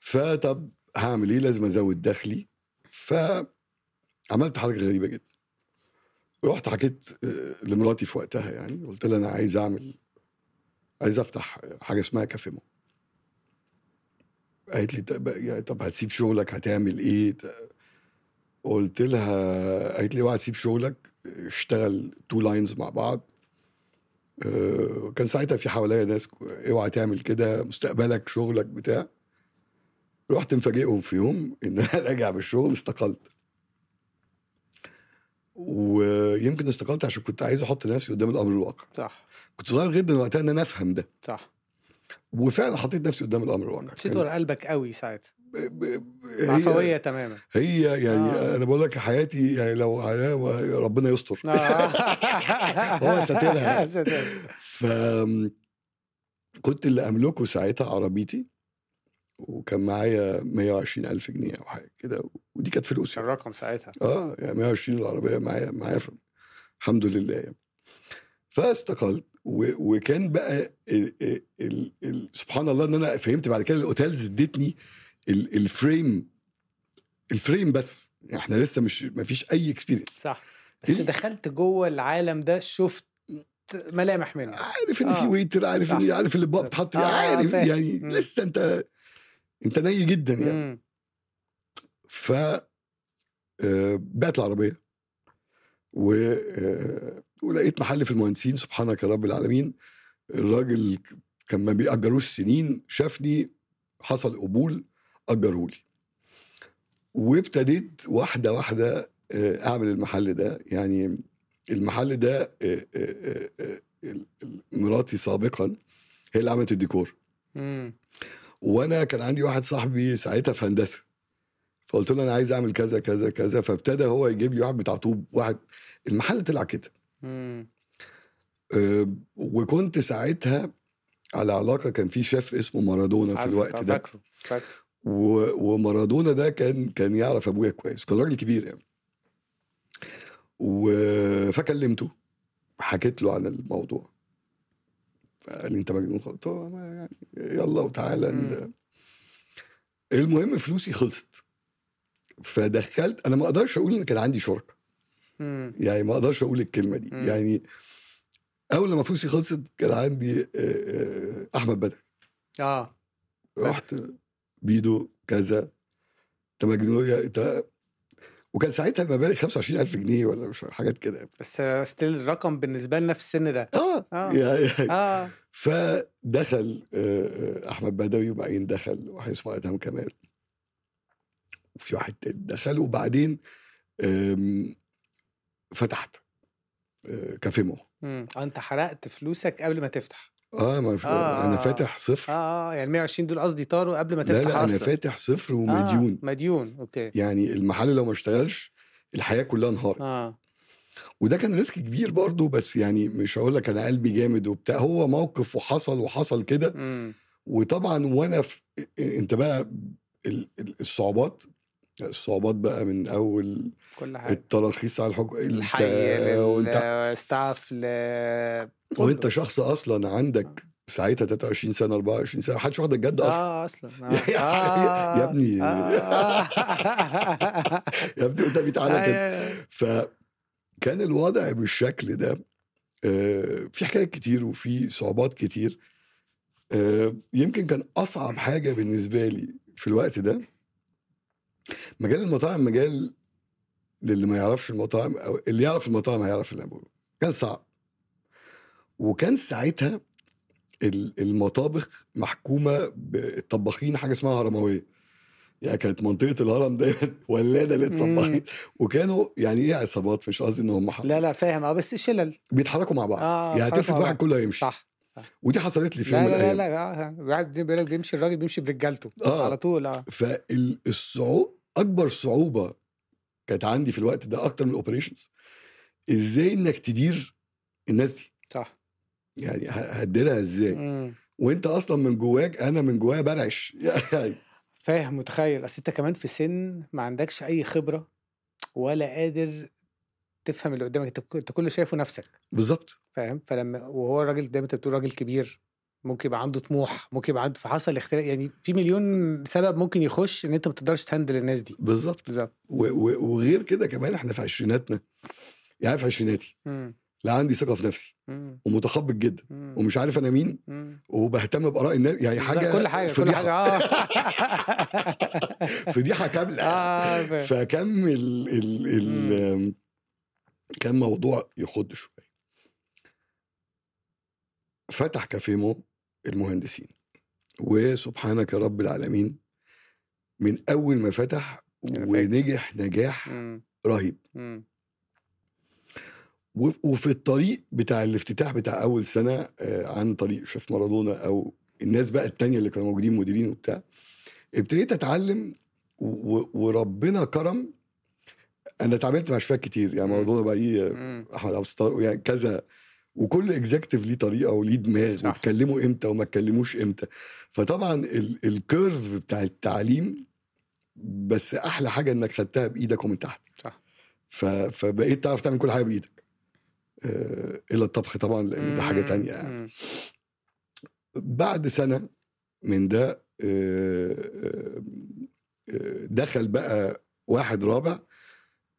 Speaker 2: فطب هعمل ايه لازم ازود دخلي فعملت حركه غريبه جدا رحت حكيت آه، لمراتي في وقتها يعني قلت لها انا عايز اعمل عايز افتح حاجه اسمها كافيمو قالت لي طب, يعني طب هتسيب شغلك هتعمل ايه قلت لها قالت لي اوعى تسيب شغلك اشتغل تو لاينز مع بعض آه، كان ساعتها في حواليا ناس اوعى تعمل كده مستقبلك شغلك بتاع رحت مفاجئهم في يوم ان انا راجع بالشغل استقلت ويمكن استقلت عشان كنت عايز احط نفسي قدام الامر الواقع
Speaker 1: صح
Speaker 2: كنت صغير جدا وقتها ان انا افهم ده
Speaker 1: صح
Speaker 2: وفعلا حطيت نفسي قدام الامر الواقع
Speaker 1: مشيت
Speaker 2: كان-
Speaker 1: ورا قلبك قوي ساعتها
Speaker 2: ب- ب-
Speaker 1: عفويه تماما
Speaker 2: هي يعني
Speaker 1: آه.
Speaker 2: آه. انا بقول لك حياتي يعني لو عليها ربنا يستر
Speaker 1: آه. هو
Speaker 2: هو ساترها.
Speaker 1: ساترها
Speaker 2: ف كنت اللي املكه ساعتها عربيتي وكان معايا 120 الف جنيه او حاجه كده ودي كانت فلوسي
Speaker 1: كان رقم ساعتها
Speaker 2: اه يعني 120 العربيه معايا معايا ف- الحمد لله يعني فاستقلت و- وكان بقى ال ال ال ال سبحان الله ان انا فهمت بعد كده الاوتيلز ادتني ال- الفريم الفريم بس احنا لسه مش ما فيش اي اكسبيرينس
Speaker 1: صح بس
Speaker 2: إيه؟
Speaker 1: دخلت جوه العالم ده شفت ملامح منه
Speaker 2: عارف ان
Speaker 1: آه.
Speaker 2: في ويتر عارف ان
Speaker 1: صح.
Speaker 2: عارف اللي بقى بتحط
Speaker 1: آه،
Speaker 2: دي،
Speaker 1: آه،
Speaker 2: عارف
Speaker 1: فاهم.
Speaker 2: يعني
Speaker 1: مم.
Speaker 2: لسه انت انت ني جدا يعني
Speaker 1: مم.
Speaker 2: ف آه، بعت العربيه و آه، ولقيت محل في المهندسين سبحانك يا رب العالمين الراجل كان ما بيأجروش سنين شافني حصل قبول أجرهولي وابتديت واحدة واحدة آه، أعمل المحل ده يعني المحل ده آه، آه، آه، آه، ال- ال- مراتي سابقا هي اللي عملت الديكور
Speaker 1: مم.
Speaker 2: وانا كان عندي واحد صاحبي ساعتها في هندسه فقلت له انا عايز اعمل كذا كذا كذا فابتدى هو يجيب لي واحد بتاع طوب واحد المحل طلع كده
Speaker 1: مم.
Speaker 2: أه، وكنت ساعتها على علاقه كان في شيف اسمه مارادونا في
Speaker 1: عارفه،
Speaker 2: الوقت
Speaker 1: طب
Speaker 2: ده
Speaker 1: فاكره فاكره
Speaker 2: و- ومارادونا ده كان كان يعرف ابويا كويس كان راجل كبير يعني و- فكلمته حكيت له عن الموضوع قال لي انت مجنون خالص قلت له ما يعني يلا وتعالى ن- المهم فلوسي خلصت فدخلت انا ما اقدرش اقول ان كان عندي شركه
Speaker 1: مم.
Speaker 2: يعني ما اقدرش اقول الكلمه دي
Speaker 1: مم.
Speaker 2: يعني اول لما فلوسي خلصت كان عندي آه، آه، احمد بدر
Speaker 1: اه
Speaker 2: رحت بيدو كذا انت مجنون يا- انت وكان ساعتها المبالغ 25000 جنيه ولا مش عارف، حاجات كده يعني.
Speaker 1: بس ستيل الرقم بالنسبه لنا في السن ده
Speaker 2: اه,
Speaker 1: آه.
Speaker 2: آه. يعني
Speaker 1: اه
Speaker 2: فدخل آه، آه، احمد بدوي وبعدين دخل واحد اسمه ادهم كمال وفي واحد تالت دخل وبعدين آم، فتحت آه، كافيمو
Speaker 1: مم. آه، انت حرقت فلوسك قبل ما تفتح
Speaker 2: اه ما في
Speaker 1: آه،
Speaker 2: انا
Speaker 1: آه،
Speaker 2: فاتح صفر
Speaker 1: اه اه يعني 120 دول قصدي طاروا قبل ما
Speaker 2: لا
Speaker 1: تفتح
Speaker 2: لا
Speaker 1: اصلا
Speaker 2: انا فاتح صفر
Speaker 1: آه،
Speaker 2: ومديون
Speaker 1: مديون اوكي
Speaker 2: يعني المحل لو ما اشتغلش الحياه كلها انهارت
Speaker 1: اه
Speaker 2: وده كان ريسك كبير برضه بس يعني مش هقول لك انا قلبي جامد وبتاع هو موقف وحصل وحصل كده
Speaker 1: امم
Speaker 2: وطبعا وانا في انت بقى ال- ال- الصعوبات الصعوبات بقى من اول
Speaker 1: كل حاجه
Speaker 2: التراخيص على الحكم انت-
Speaker 1: الحي
Speaker 2: وانت
Speaker 1: للستاف ل آه، كله.
Speaker 2: وانت شخص اصلا عندك ساعتها 23 سنه 24 سنه محدش واخدك جد اصلا
Speaker 1: اه اصلا آه.
Speaker 2: يا-
Speaker 1: آه.
Speaker 2: يا ابني.
Speaker 1: آه.
Speaker 2: يا ابني انت بيتعالى كده
Speaker 1: أيوة.
Speaker 2: فكان الوضع بالشكل ده آه، في حكايات كتير وفي صعوبات كتير آه، يمكن كان اصعب حاجه بالنسبه لي في الوقت ده مجال المطاعم مجال للي ما يعرفش المطاعم او اللي يعرف المطاعم هيعرف اللي انا بقوله كان صعب وكان ساعتها ال- المطابخ محكومه بالطباخين حاجه اسمها هرمويه يعني كانت منطقه الهرم دايما ولاده للطباخين وكانوا يعني ايه عصابات مش قصدي ان هم
Speaker 1: لا لا فاهم اه بس شلل
Speaker 2: بيتحركوا مع بعض
Speaker 1: اه
Speaker 2: يعني
Speaker 1: بيتحركوا
Speaker 2: تفرد
Speaker 1: مع
Speaker 2: واحد
Speaker 1: بعض.
Speaker 2: كله هيمشي
Speaker 1: صح
Speaker 2: ودي حصلت لي في يوم
Speaker 1: لا
Speaker 2: من
Speaker 1: لا لا لا
Speaker 2: الايام
Speaker 1: آه، واحد بيقول لك بيمشي الراجل بيمشي برجالته
Speaker 2: آه.
Speaker 1: على طول اه
Speaker 2: فالصعوبة اكبر صعوبه كانت عندي في الوقت ده اكتر من الاوبريشنز ازاي انك تدير الناس دي
Speaker 1: صح
Speaker 2: يعني ه- هتديرها ازاي
Speaker 1: مم.
Speaker 2: وانت اصلا من جواك انا من جوايا برعش يعني
Speaker 1: فاهم متخيل اصل انت كمان في سن ما عندكش اي خبره ولا قادر تفهم اللي قدامك انت انت كل اللي شايفه نفسك
Speaker 2: بالظبط
Speaker 1: فاهم فلما وهو الراجل زي ما انت بتقول راجل كبير ممكن يبقى عنده طموح ممكن يبقى عنده فحصل اختلاف يعني في مليون سبب ممكن يخش ان انت ما تقدرش تهندل الناس دي
Speaker 2: بالظبط
Speaker 1: بالظبط
Speaker 2: و- و- وغير كده كمان احنا في عشريناتنا يعني في عشريناتي
Speaker 1: مم.
Speaker 2: لا عندي ثقه في نفسي
Speaker 1: مم.
Speaker 2: ومتخبط جدا
Speaker 1: مم.
Speaker 2: ومش عارف انا مين
Speaker 1: مم.
Speaker 2: وبهتم باراء الناس يعني حاجه
Speaker 1: كل حاجه كل
Speaker 2: فضيحة-
Speaker 1: حاجه اه
Speaker 2: فضيحه كامله
Speaker 1: اه فاهم.
Speaker 2: فكم ال ال ال كان موضوع يخض شويه فتح كافيمو المهندسين وسبحانك يا رب العالمين من اول ما فتح
Speaker 1: فاكر.
Speaker 2: ونجح نجاح
Speaker 1: مم.
Speaker 2: رهيب
Speaker 1: مم.
Speaker 2: و- وفي الطريق بتاع الافتتاح بتاع اول سنه آه، عن طريق شيف مارادونا او الناس بقى التانية اللي كانوا موجودين مديرين وبتاع ابتديت اتعلم و- و- وربنا كرم انا اتعاملت مع شفاك كتير يعني
Speaker 1: مم.
Speaker 2: مارادونا بقى ايه
Speaker 1: مم.
Speaker 2: احمد عبد الستار يعني كذا وكل اكزيكتيف ليه طريقه وليه دماغ
Speaker 1: صح.
Speaker 2: وتكلموا امتى وما تكلموش امتى فطبعا ال- الكيرف بتاع التعليم بس احلى حاجه انك خدتها بايدك ومن تحت
Speaker 1: صح.
Speaker 2: ف... فبقيت تعرف تعمل كل حاجه بايدك آه، الا الطبخ طبعا لان ده حاجه
Speaker 1: مم.
Speaker 2: تانية يعني.
Speaker 1: مم.
Speaker 2: بعد سنه من ده آه، آه، آه، دخل بقى واحد رابع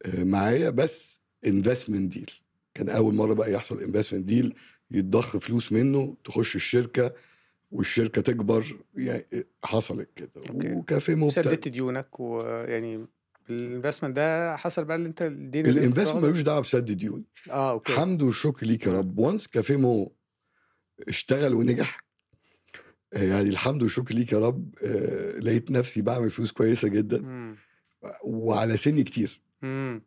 Speaker 2: آه، معايا بس انفستمنت ديل كان اول مره بقى يحصل انفستمنت ديل يتضخ فلوس منه تخش الشركه والشركه تكبر يعني حصلت كده
Speaker 1: أوكي.
Speaker 2: وكافيه مبتدئ
Speaker 1: سددت ديونك ويعني الانفستمنت ده حصل بقى اللي انت الدين اللي انت
Speaker 2: الانفستمنت
Speaker 1: كنت
Speaker 2: ملوش دعوه بسد ديون
Speaker 1: واخده؟ اه اوكي
Speaker 2: حمد والشكر ليك يا رب وانس كافيه مو اشتغل ونجح آه، يعني الحمد والشكر ليك يا رب آه، لقيت نفسي بعمل فلوس كويسه جدا
Speaker 1: مم.
Speaker 2: وعلى سني كتير
Speaker 1: مم.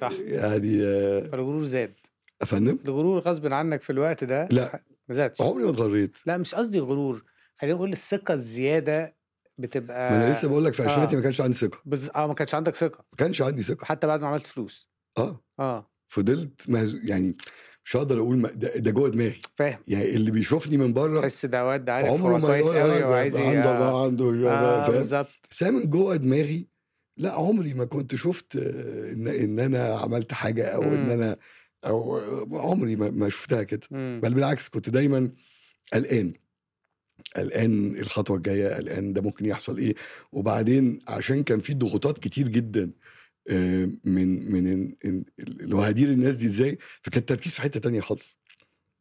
Speaker 1: صح
Speaker 2: يعني آه،
Speaker 1: فالغرور زاد
Speaker 2: افندم
Speaker 1: الغرور غصب عنك في الوقت ده
Speaker 2: لا.
Speaker 1: ما زادش
Speaker 2: عمري ما اتغريت
Speaker 1: لا مش قصدي غرور خلينا نقول الثقه الزياده بتبقى
Speaker 2: ما انا لسه بقول لك في
Speaker 1: آه.
Speaker 2: عشريناتي ما كانش عندي ثقه
Speaker 1: بز... اه ما كانش عندك ثقه
Speaker 2: ما كانش عندي ثقه
Speaker 1: حتى بعد ما عملت فلوس
Speaker 2: اه
Speaker 1: اه
Speaker 2: فضلت مهزو يعني مش هقدر اقول ما ده, ده جوه دماغي
Speaker 1: فاهم
Speaker 2: يعني اللي بيشوفني من بره
Speaker 1: تحس ده واد عارف
Speaker 2: عمره
Speaker 1: هو
Speaker 2: ما
Speaker 1: كويس
Speaker 2: يقول
Speaker 1: قوي
Speaker 2: آه،
Speaker 1: وعايز
Speaker 2: ده
Speaker 1: ايه
Speaker 2: عنده
Speaker 1: آه.
Speaker 2: ده عنده ده،
Speaker 1: آه
Speaker 2: فاهم
Speaker 1: بالظبط
Speaker 2: بس أنا من جوه دماغي لا عمري ما كنت شفت آه، ان ان انا عملت حاجه او ان
Speaker 1: مم.
Speaker 2: انا او آه، عمري ما, ما شفتها كده
Speaker 1: مم.
Speaker 2: بل بالعكس كنت دايما قلقان قلقان الخطوه الجايه قلقان ده ممكن يحصل ايه وبعدين عشان كان في ضغوطات كتير جدا آه، من من إن- إن- اللي هو هدير الناس دي ازاي فكان التركيز في حته تانية خالص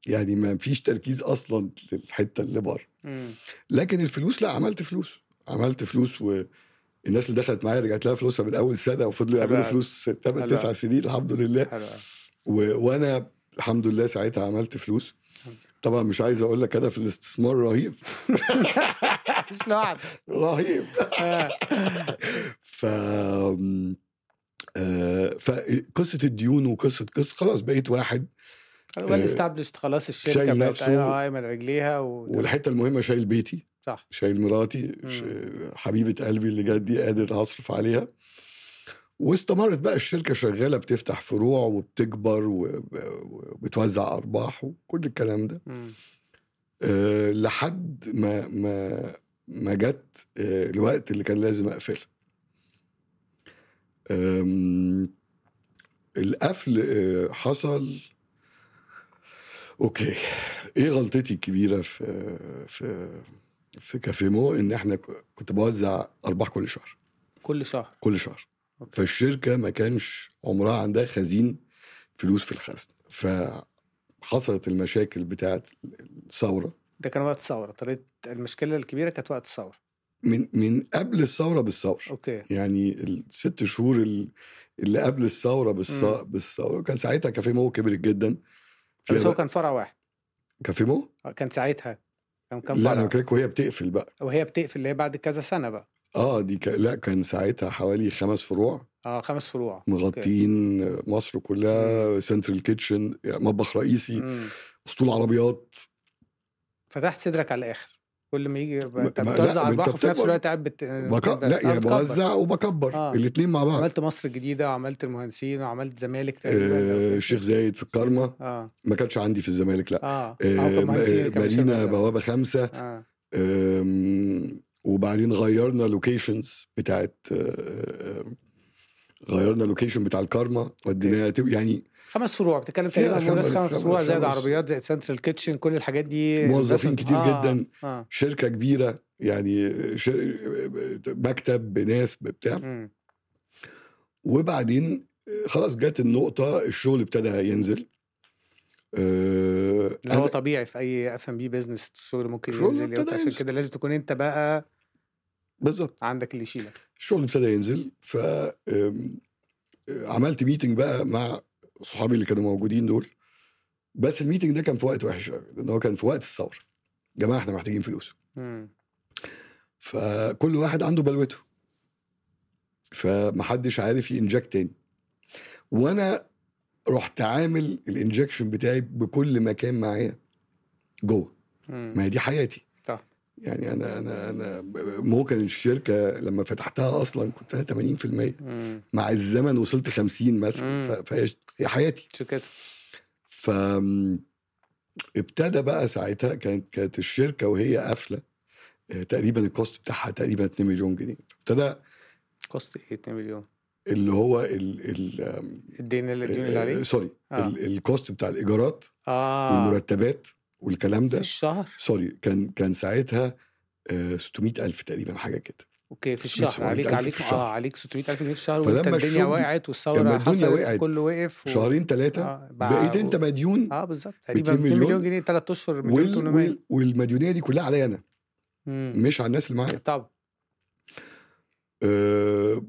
Speaker 2: يعني ما فيش تركيز اصلا للحته اللي بره
Speaker 1: مم.
Speaker 2: لكن الفلوس لا عملت فلوس عملت فلوس والناس اللي دخلت معايا رجعت لها فلوسها من اول سنه وفضلوا يعملوا
Speaker 1: حلو.
Speaker 2: فلوس 8
Speaker 1: حلو.
Speaker 2: 9 سنين الحمد لله
Speaker 1: حلو أوي.
Speaker 2: و... وانا الحمد لله ساعتها عملت فلوس طبعا مش عايز اقول لك انا في الاستثمار رهيب
Speaker 1: مش لوحدك
Speaker 2: رهيب
Speaker 1: آه.
Speaker 2: ف آه، فقصه الديون وقصه قصه خلاص بقيت واحد
Speaker 1: ويل
Speaker 2: آه،
Speaker 1: استابلشت خلاص الشركه
Speaker 2: شايل
Speaker 1: بقت
Speaker 2: نفسه.
Speaker 1: ايوه ايوه من رجليها و...
Speaker 2: والحته المهمه شايل بيتي
Speaker 1: صح
Speaker 2: شايل مراتي ش- حبيبه قلبي اللي جت دي قادر اصرف عليها واستمرت بقى الشركه شغاله بتفتح فروع وبتكبر وب- وبتوزع ارباح وكل الكلام ده
Speaker 1: مم.
Speaker 2: أه لحد ما ما ما جت أه الوقت اللي كان لازم اقفلها أم، القفل أه حصل اوكي ايه غلطتي الكبيره في في في كافيمو ان احنا ك- كنت بوزع ارباح كل شهر
Speaker 1: كل شهر
Speaker 2: كل شهر
Speaker 1: أوكي.
Speaker 2: فالشركه ما كانش عمرها عندها خزين فلوس في الخزن فحصلت المشاكل بتاعت الثوره
Speaker 1: ده كان وقت الثوره طريقه المشكله الكبيره كانت وقت الثوره
Speaker 2: من من قبل الثوره بالثوره
Speaker 1: اوكي
Speaker 2: يعني الست شهور ال- اللي قبل الثوره بالث-
Speaker 1: مم.
Speaker 2: بالثوره كان ساعتها كافيه مو كبرت جدا فيها
Speaker 1: بس هو
Speaker 2: بقى-
Speaker 1: إمم. كان فرع واحد
Speaker 2: كافيه مو؟
Speaker 1: آه، كان ساعتها كان كان
Speaker 2: لا انا
Speaker 1: فرع
Speaker 2: بكلمك وهي بتقفل بقى
Speaker 1: وهي بتقفل اللي هي بعد كذا سنه بقى
Speaker 2: اه دي ك... لا كان ساعتها حوالي خمس فروع
Speaker 1: اه خمس فروع
Speaker 2: مغطين مصر
Speaker 1: إمم.
Speaker 2: كلها سنترال كيتشن يعني مطبخ رئيسي
Speaker 1: مم.
Speaker 2: اسطول عربيات
Speaker 1: فتحت صدرك على الاخر كل ما يجي ب-
Speaker 2: ما-
Speaker 1: انت
Speaker 2: ما- لا،
Speaker 1: بتوزع على
Speaker 2: انت
Speaker 1: البحر وفي نفس
Speaker 2: بتكبر.
Speaker 1: الوقت قاعد بت...
Speaker 2: بك...
Speaker 1: بت-
Speaker 2: لا يعني
Speaker 1: بتكبر.
Speaker 2: بوزع وبكبر
Speaker 1: آه.
Speaker 2: آه. الاثنين مع بعض
Speaker 1: عملت مصر الجديده وعملت المهندسين وعملت زمالك
Speaker 2: آه
Speaker 1: أو كده.
Speaker 2: الشيخ زايد في الكرمه
Speaker 1: اه
Speaker 2: ما كانش عندي في الزمالك لا
Speaker 1: اه
Speaker 2: آه
Speaker 1: آه،
Speaker 2: م-
Speaker 1: مهندسين
Speaker 2: آه،
Speaker 1: اللي كانوا
Speaker 2: مارينا
Speaker 1: شغالين.
Speaker 2: بوابه خمسه
Speaker 1: اه
Speaker 2: آم، وبعدين غيرنا لوكيشنز بتاعت آه، آه، غيرنا لوكيشن بتاع الكارما وديناها تب- يعني
Speaker 1: خمس فروع بتتكلم تقريبا
Speaker 2: فيها خم-
Speaker 1: خمس, خمس
Speaker 2: خم-
Speaker 1: فروع زائد
Speaker 2: خمس-
Speaker 1: عربيات زائد سنترال كيتشن كل الحاجات دي
Speaker 2: موظفين
Speaker 1: investment.
Speaker 2: كتير
Speaker 1: آه.
Speaker 2: جدا
Speaker 1: اه
Speaker 2: شركه كبيره يعني شر... مكتب بناس بتاع
Speaker 1: مم.
Speaker 2: وبعدين آه، خلاص جت النقطه الشغل ابتدى ينزل آه،
Speaker 1: اللي هو
Speaker 2: أنا
Speaker 1: طبيعي في اي اف ام بي بيزنس الشغل ممكن
Speaker 2: الشغل
Speaker 1: ينزل
Speaker 2: ابتدى
Speaker 1: يقل. عشان
Speaker 2: ينزل.
Speaker 1: كده لازم تكون انت بقى
Speaker 2: بالظبط
Speaker 1: عندك اللي يشيلك
Speaker 2: الشغل ابتدى ينزل ف آم، آه، عملت ميتنج بقى مع صحابي اللي كانوا موجودين دول بس الميتنج ده كان في وقت وحش قوي، لان هو كان في وقت الثوره يا جماعه احنا محتاجين فلوس
Speaker 1: مم.
Speaker 2: فكل واحد عنده بلوته فمحدش عارف ينجكت تاني وانا رحت عامل الانجكشن بتاعي بكل مكان معايا جوه
Speaker 1: مم.
Speaker 2: ما هي دي حياتي
Speaker 1: صح.
Speaker 2: يعني انا انا انا ممكن الشركه لما فتحتها اصلا كنت انا 80%
Speaker 1: مم.
Speaker 2: مع الزمن وصلت 50 مثلا
Speaker 1: مم.
Speaker 2: ف- فهي هي حياتي
Speaker 1: عشان كده
Speaker 2: ف ابتدى بقى ساعتها كانت كانت الشركه وهي قافله آه، تقريبا الكوست بتاعها تقريبا 2 مليون جنيه فابتدى
Speaker 1: كوست ايه 2 مليون
Speaker 2: اللي هو ال ال آم،
Speaker 1: الدين اللي الدين اللي عليك
Speaker 2: آه، سوري
Speaker 1: آه.
Speaker 2: آه. الكوست بتاع الايجارات آه.
Speaker 1: اه
Speaker 2: والمرتبات والكلام
Speaker 1: في
Speaker 2: ده
Speaker 1: الشهر
Speaker 2: سوري كان كان ساعتها آه، 600 الف تقريبا حاجه كده
Speaker 1: اوكي في
Speaker 2: 600
Speaker 1: الشهر عليك
Speaker 2: 700,000
Speaker 1: عليك
Speaker 2: في الشهر.
Speaker 1: اه عليك 600000 جنيه في الشهر
Speaker 2: فلما
Speaker 1: وانت الدنيا
Speaker 2: الشغل-
Speaker 1: وقعت والثوره
Speaker 2: لما الدنيا
Speaker 1: حصلت
Speaker 2: وقعت
Speaker 1: كله وقف و...
Speaker 2: شهرين ثلاثه آه.
Speaker 1: آه بقى-
Speaker 2: بقيت انت مديون
Speaker 1: اه بالظبط تقريبا 2
Speaker 2: مليون.
Speaker 1: مليون, جنيه ثلاث اشهر مليون
Speaker 2: وال
Speaker 1: و800
Speaker 2: وال والمديونيه دي كلها عليا انا
Speaker 1: مم.
Speaker 2: مش على الناس اللي معايا
Speaker 1: طب
Speaker 2: أه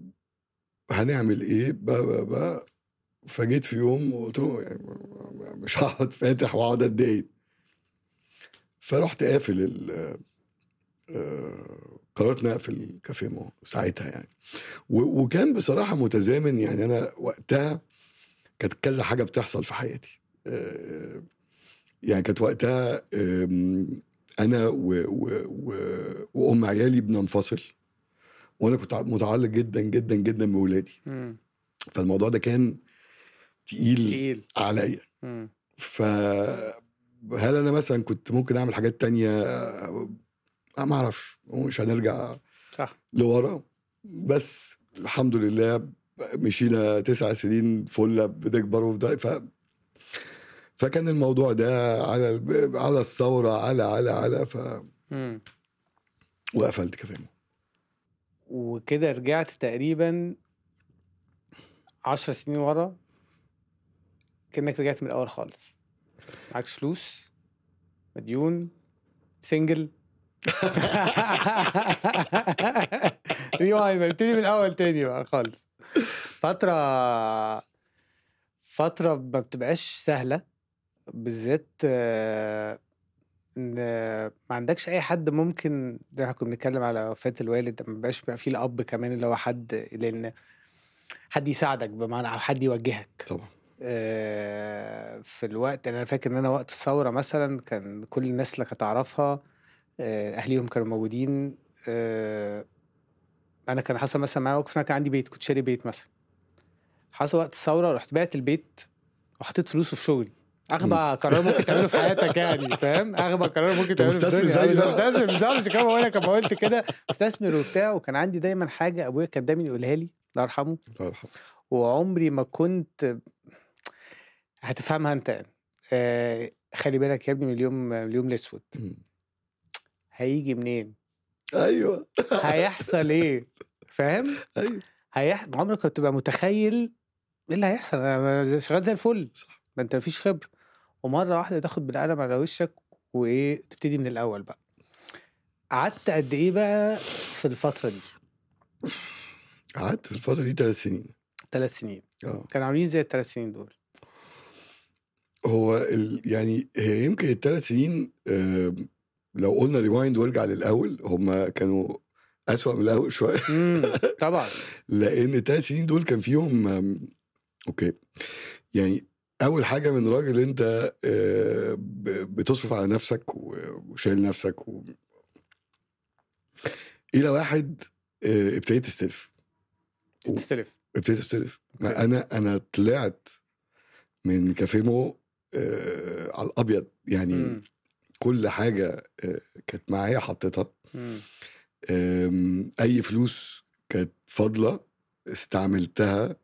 Speaker 2: هنعمل ايه بقى بقى, بقى فجيت في يوم وقلت له يعني مش هقعد فاتح واقعد اتضايق فرحت قافل ال- آه، قررت نقفل الكافيه مو ساعتها يعني و- وكان بصراحه متزامن يعني انا وقتها كانت كذا حاجه بتحصل في حياتي آه، يعني كانت وقتها آم، انا و و و وام عيالي بننفصل وانا كنت متعلق جدا جدا جدا باولادي
Speaker 1: مم.
Speaker 2: فالموضوع ده كان تقيل
Speaker 1: تقيل
Speaker 2: عليا
Speaker 1: مم.
Speaker 2: ف هل انا مثلا كنت ممكن اعمل حاجات تانية أنا ما اعرفش مش هنرجع
Speaker 1: صح
Speaker 2: لورا بس الحمد لله مشينا تسع سنين فله بنكبر وبدا ف فكان الموضوع ده على الب- على الثوره على على على ف
Speaker 1: مم.
Speaker 2: وقفلت كمان
Speaker 1: وكده رجعت تقريبا 10 سنين ورا كانك رجعت من الاول خالص معكش فلوس مديون سنجل ريوايند نبتدي من الاول تاني بقى خالص فتره فتره ما بتبقاش سهله بالذات آه، ان ما عندكش اي حد ممكن ده احنا كنا بنتكلم على وفاه الوالد ما بيبقاش بقى فيه الاب كمان اللي هو حد لان حد يساعدك بمعنى او حد يوجهك
Speaker 2: طبعا
Speaker 1: آه، في الوقت يعني انا فاكر ان انا وقت الثوره مثلا كان كل الناس اللي كانت اعرفها آه، اهليهم كانوا موجودين آه، انا كان حصل مثلا معايا موقف إن انا كان عندي بيت كنت شاري بيت مثلا حصل وقت الثوره رحت بعت البيت وحطيت فلوسه في شغلي اغبى قرار ممكن تعمله في حياتك يعني فاهم اغبى قرار ممكن تعمله في
Speaker 2: مستثمر
Speaker 1: الدنيا
Speaker 2: زي
Speaker 1: أنا
Speaker 2: ده.
Speaker 1: مستثمر بالظبط مش كده بقول لك أما قلت كده مستثمر وبتاع وكان عندي دايما حاجه ابويا كان دايما يقولها لي الله يرحمه
Speaker 2: الله يرحمه
Speaker 1: وعمري ما كنت هتفهمها انت يعني. آه خلي بالك يا ابني من اليوم من اليوم الاسود
Speaker 2: مم.
Speaker 1: هيجي منين
Speaker 2: ايوه
Speaker 1: هيحصل ايه فاهم
Speaker 2: ايوه
Speaker 1: هيح... عمرك ما تبقى متخيل ايه اللي هيحصل انا شغال زي الفل
Speaker 2: صح.
Speaker 1: ما انت مفيش خبره ومره واحده تاخد بالقلم على وشك وايه تبتدي من الاول بقى قعدت قد ايه بقى في الفتره دي
Speaker 2: قعدت في الفتره دي ثلاث سنين
Speaker 1: ثلاث سنين
Speaker 2: اه
Speaker 1: كانوا عاملين زي الثلاث سنين دول
Speaker 2: هو ال... يعني هي يمكن الثلاث سنين آه، لو قلنا ريوايند وارجع للاول هم كانوا اسوأ من الاول شويه
Speaker 1: امم طبعا
Speaker 2: لان الثلاث سنين دول كان فيهم آم، اوكي يعني اول حاجه من راجل انت آه، ب- بتصرف على نفسك و- وشايل نفسك و... الى واحد آه، ابتديت استلف
Speaker 1: تستلف
Speaker 2: ابتديت استلف ما
Speaker 1: أوكي.
Speaker 2: انا انا طلعت من كافيمو آه على الابيض يعني
Speaker 1: مم.
Speaker 2: كل حاجه آه كانت معايا حطيتها
Speaker 1: مم.
Speaker 2: آم، اي فلوس كانت فاضله استعملتها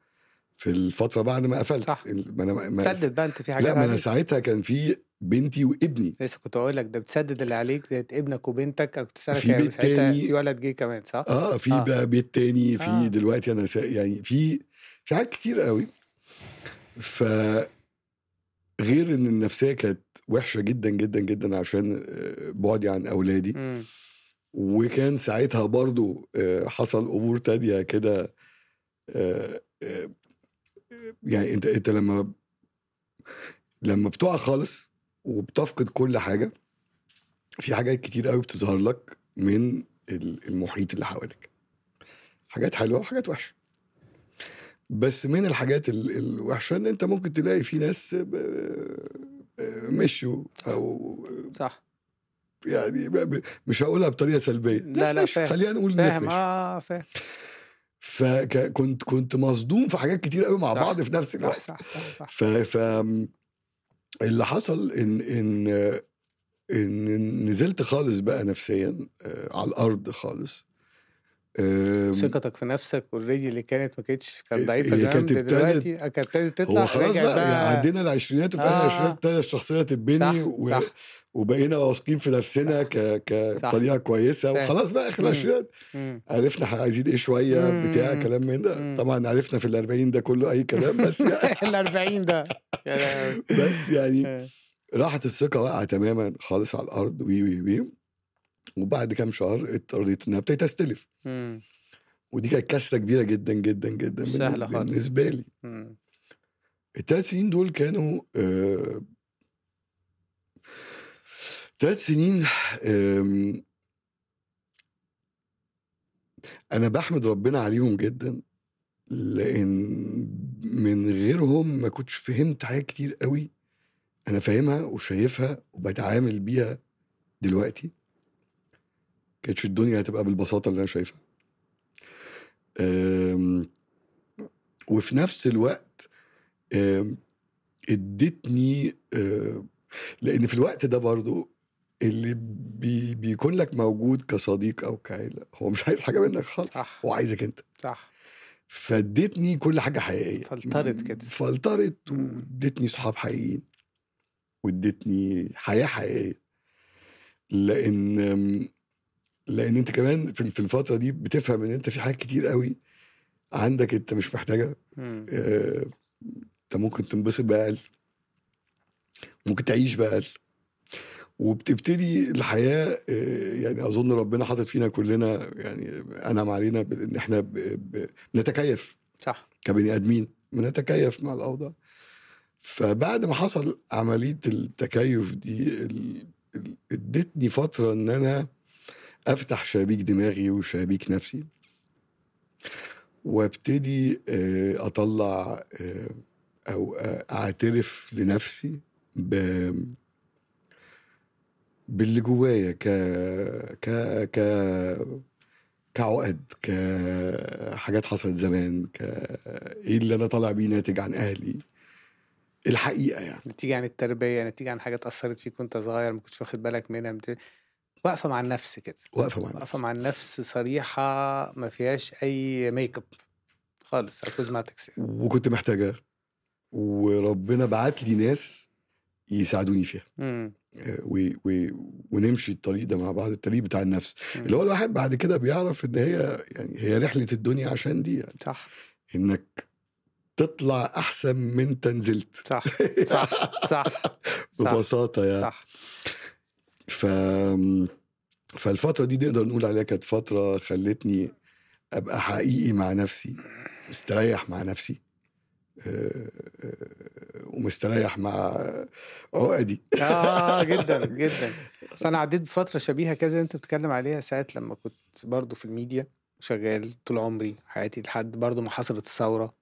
Speaker 2: في الفتره بعد ما قفلت
Speaker 1: صح.
Speaker 2: ما انا ما ما-
Speaker 1: تسدد بقى انت في حاجات
Speaker 2: لا ما انا
Speaker 1: عليك.
Speaker 2: ساعتها كان في بنتي وابني
Speaker 1: لسه كنت هقول لك ده بتسدد اللي عليك زي ابنك وبنتك انا كنت اسالك
Speaker 2: في
Speaker 1: يعني
Speaker 2: بيت
Speaker 1: ساعتها
Speaker 2: تاني.
Speaker 1: في ولد جه كمان صح؟
Speaker 2: اه في
Speaker 1: آه.
Speaker 2: بقى بيت تاني في
Speaker 1: آه.
Speaker 2: دلوقتي انا سا... يعني في في حاجات كتير قوي ف غير ان النفسيه كانت وحشه جدا جدا جدا عشان آه، بعدي عن اولادي
Speaker 1: مم.
Speaker 2: وكان ساعتها برضو آه، حصل امور تانية كده آه، آه، يعني انت انت لما لما بتقع خالص وبتفقد كل حاجه في حاجات كتير قوي بتظهر لك من ال- المحيط اللي حواليك حاجات حلوه وحاجات وحشه بس من الحاجات ال- الوحشه ان انت ممكن تلاقي في ناس ب- آه، مشوا او
Speaker 1: صح
Speaker 2: يعني ب- ب- مش هقولها بطريقه سلبيه
Speaker 1: لا،
Speaker 2: ناس
Speaker 1: لا،
Speaker 2: مشوا.
Speaker 1: فاهم.
Speaker 2: خلينا نقول ناس
Speaker 1: فاهم
Speaker 2: مشوا
Speaker 1: اه فاهم
Speaker 2: فكنت كنت مصدوم في حاجات كتير قوي مع
Speaker 1: صح.
Speaker 2: بعض في نفس
Speaker 1: صح
Speaker 2: الوقت
Speaker 1: صح صح صح
Speaker 2: ف, ف اللي حصل ان ان ان نزلت خالص بقى نفسيا آه، على الارض خالص آم،
Speaker 1: ثقتك في نفسك اوريدي اللي كانت ما كانتش كانت ضعيفه
Speaker 2: هي
Speaker 1: زمان
Speaker 2: إيه، كانت
Speaker 1: ده دلوقتي آه، كانت ابتدت تطلع
Speaker 2: هو خلاص
Speaker 1: رجعت
Speaker 2: بقى, يعني عدينا العشرينات وفي اخر
Speaker 1: آه.
Speaker 2: العشرينات ابتدى الشخصيه تتبني
Speaker 1: صح
Speaker 2: و...
Speaker 1: صح
Speaker 2: وبقينا واثقين في نفسنا
Speaker 1: صح.
Speaker 2: ك... ك-
Speaker 1: صح.
Speaker 2: بطريقه كويسه
Speaker 1: فاهم.
Speaker 2: وخلاص بقى اخر
Speaker 1: مم.
Speaker 2: العشرينات
Speaker 1: مم.
Speaker 2: عرفنا احنا عايزين ايه شويه
Speaker 1: مم.
Speaker 2: بتاع كلام من
Speaker 1: مم.
Speaker 2: ده طبعا عرفنا في الأربعين ده كله اي كلام بس يعني
Speaker 1: ال 40 ده يا لهوي.
Speaker 2: بس يعني
Speaker 1: آه.
Speaker 2: راحت الثقه واقعه تماما خالص على الارض وي وي وي وبعد كام شهر اضطريت ان أنا ابتديت استلف
Speaker 1: مم.
Speaker 2: ودي كانت كسره كبيره جدا جدا جدا
Speaker 1: مش
Speaker 2: بالن-
Speaker 1: سهلة خالص.
Speaker 2: بالنسبه لي
Speaker 1: مم.
Speaker 2: الثلاث سنين دول كانوا آه، ثلاث سنين آم، انا بحمد ربنا عليهم جدا لان من غيرهم ما كنتش فهمت حاجات كتير قوي انا فاهمها وشايفها وبتعامل بيها دلوقتي كانتش الدنيا هتبقى بالبساطه اللي انا شايفها أم، وفي نفس الوقت أم، ادتني أم، لان في الوقت ده برضو اللي بي بيكون لك موجود كصديق او كعيله هو مش عايز حاجه منك خالص
Speaker 1: صح.
Speaker 2: هو عايزك انت
Speaker 1: صح
Speaker 2: فادتني كل حاجه حقيقيه
Speaker 1: فلترت كده.
Speaker 2: فلترت
Speaker 1: مم.
Speaker 2: وادتني صحاب حقيقيين وادتني حياه حقيقيه لان لان انت كمان في في الفتره دي بتفهم ان انت في حاجات كتير قوي عندك انت مش محتاجها
Speaker 1: مم.
Speaker 2: آه، انت ممكن تنبسط باقل ممكن تعيش باقل وبتبتدي الحياه آه، يعني اظن ربنا حاطط فينا كلنا يعني انعم علينا بان احنا ب- ب- بنتكيف
Speaker 1: صح
Speaker 2: كبني ادمين بنتكيف مع الاوضاع فبعد ما حصل عمليه التكيف دي ال- ال- ادتني فتره ان انا افتح شبابيك دماغي وشبابيك نفسي وابتدي آه، اطلع آه، او آه، اعترف لنفسي ب باللي جوايا ك ك ك كعقد كحاجات حصلت زمان ك ايه اللي انا طالع بيه ناتج عن اهلي الحقيقه يعني
Speaker 1: نتيجة عن التربية نتيجة عن حاجات أثرت فيك وأنت صغير ما كنتش واخد بالك منها بت... واقفة مع النفس كده
Speaker 2: واقفه مع
Speaker 1: واقفة
Speaker 2: نفسي
Speaker 1: مع النفس صريحة ما فيهاش أي ميك اب خالص أو كوزماتكس يعني.
Speaker 2: وكنت محتاجها وربنا بعت لي ناس يساعدوني فيها
Speaker 1: مم.
Speaker 2: آه، و... و... ونمشي الطريق ده مع بعض الطريق بتاع النفس
Speaker 1: مم.
Speaker 2: اللي هو الواحد بعد كده بيعرف ان هي يعني هي رحله الدنيا عشان دي يعني
Speaker 1: صح
Speaker 2: انك تطلع احسن من تنزلت
Speaker 1: صح صح صح صح
Speaker 2: ببساطه يعني
Speaker 1: صح
Speaker 2: ف فالفترة دي نقدر نقول عليها كانت فترة خلتني أبقى حقيقي مع نفسي مستريح مع نفسي آه، آه، ومستريح مع عقدي آه،
Speaker 1: اه جدا جدا بس انا عديت بفتره شبيهه كذا اللي انت بتتكلم عليها ساعه لما كنت برضو في الميديا شغال طول عمري حياتي لحد برضو ما حصلت الثوره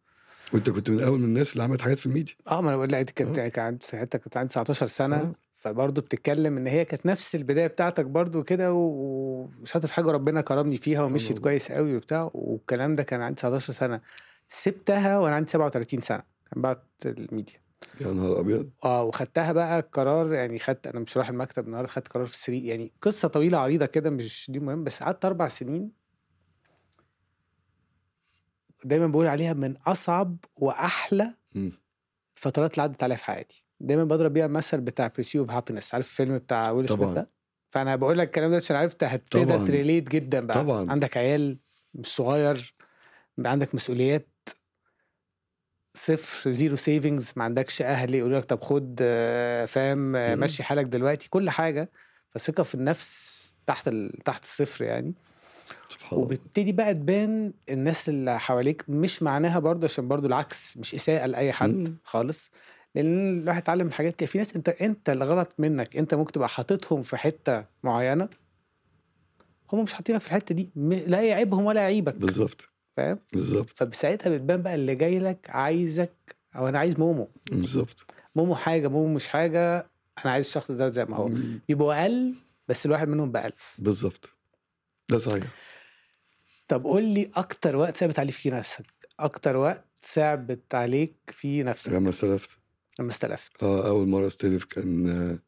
Speaker 2: وانت كنت من اول من الناس اللي عملت حاجات في الميديا
Speaker 1: اه ما انا بقول لك كانت
Speaker 2: آه.
Speaker 1: كان عندي ساعتها كنت عندي 19 سنه
Speaker 2: آه.
Speaker 1: فبرضه بتتكلم ان هي كانت نفس البدايه بتاعتك برضه كده و- وشاطر في حاجه ربنا كرمني فيها ومشيت
Speaker 2: والله.
Speaker 1: كويس قوي وبتاع والكلام ده كان عندي 19 سنه سبتها وانا عندي 37 سنه كان بعد الميديا
Speaker 2: يا نهار ابيض
Speaker 1: اه وخدتها بقى قرار يعني خدت انا مش رايح المكتب النهارده خدت قرار في السرير يعني قصه طويله عريضه كده مش دي مهم بس قعدت اربع سنين دايما بقول عليها من اصعب واحلى
Speaker 2: مم.
Speaker 1: الفترات اللي عدت عليها في حياتي دايما بضرب بيها المثل بتاع بريسيو اوف هابينس عارف الفيلم بتاع ويل سميث
Speaker 2: طبعاً.
Speaker 1: ده فانا بقول لك الكلام ده عشان عرفت هتقدر
Speaker 2: طبعاً.
Speaker 1: تريليت جدا بقى
Speaker 2: طبعاً.
Speaker 1: عندك عيال مش صغير عندك مسؤوليات صفر زيرو سيفنجز ما عندكش اهل يقولوا لك طب خد آه، فاهم آه،
Speaker 2: مم.
Speaker 1: مشي حالك دلوقتي كل حاجه فثقه في النفس تحت ال... تحت الصفر يعني
Speaker 2: سبحان الله
Speaker 1: وبتبتدي بقى تبان الناس اللي حواليك مش معناها برضه عشان برضه العكس مش اساءه لاي حد
Speaker 2: مم.
Speaker 1: خالص لان الواحد اتعلم من حاجات كده في ناس انت انت اللي غلط منك انت ممكن تبقى حاططهم في حته معينه هم مش حاطينك في الحته دي م- لا يعيبهم ولا يعيبك
Speaker 2: بالظبط
Speaker 1: فاهم
Speaker 2: بالظبط
Speaker 1: فبساعتها بتبان بقى اللي جاي لك عايزك او انا عايز مومو
Speaker 2: بالظبط
Speaker 1: مومو حاجه مومو مش حاجه انا عايز الشخص ده زي ما هو يبقوا اقل بس الواحد منهم بألف
Speaker 2: بالظبط ده صحيح
Speaker 1: طب قول لي اكتر وقت ثابت عليه فيه نفسك اكتر وقت ثابت عليك في نفسك
Speaker 2: لما استلفت
Speaker 1: لما استلفت
Speaker 2: اه اول مره استلف كان آه،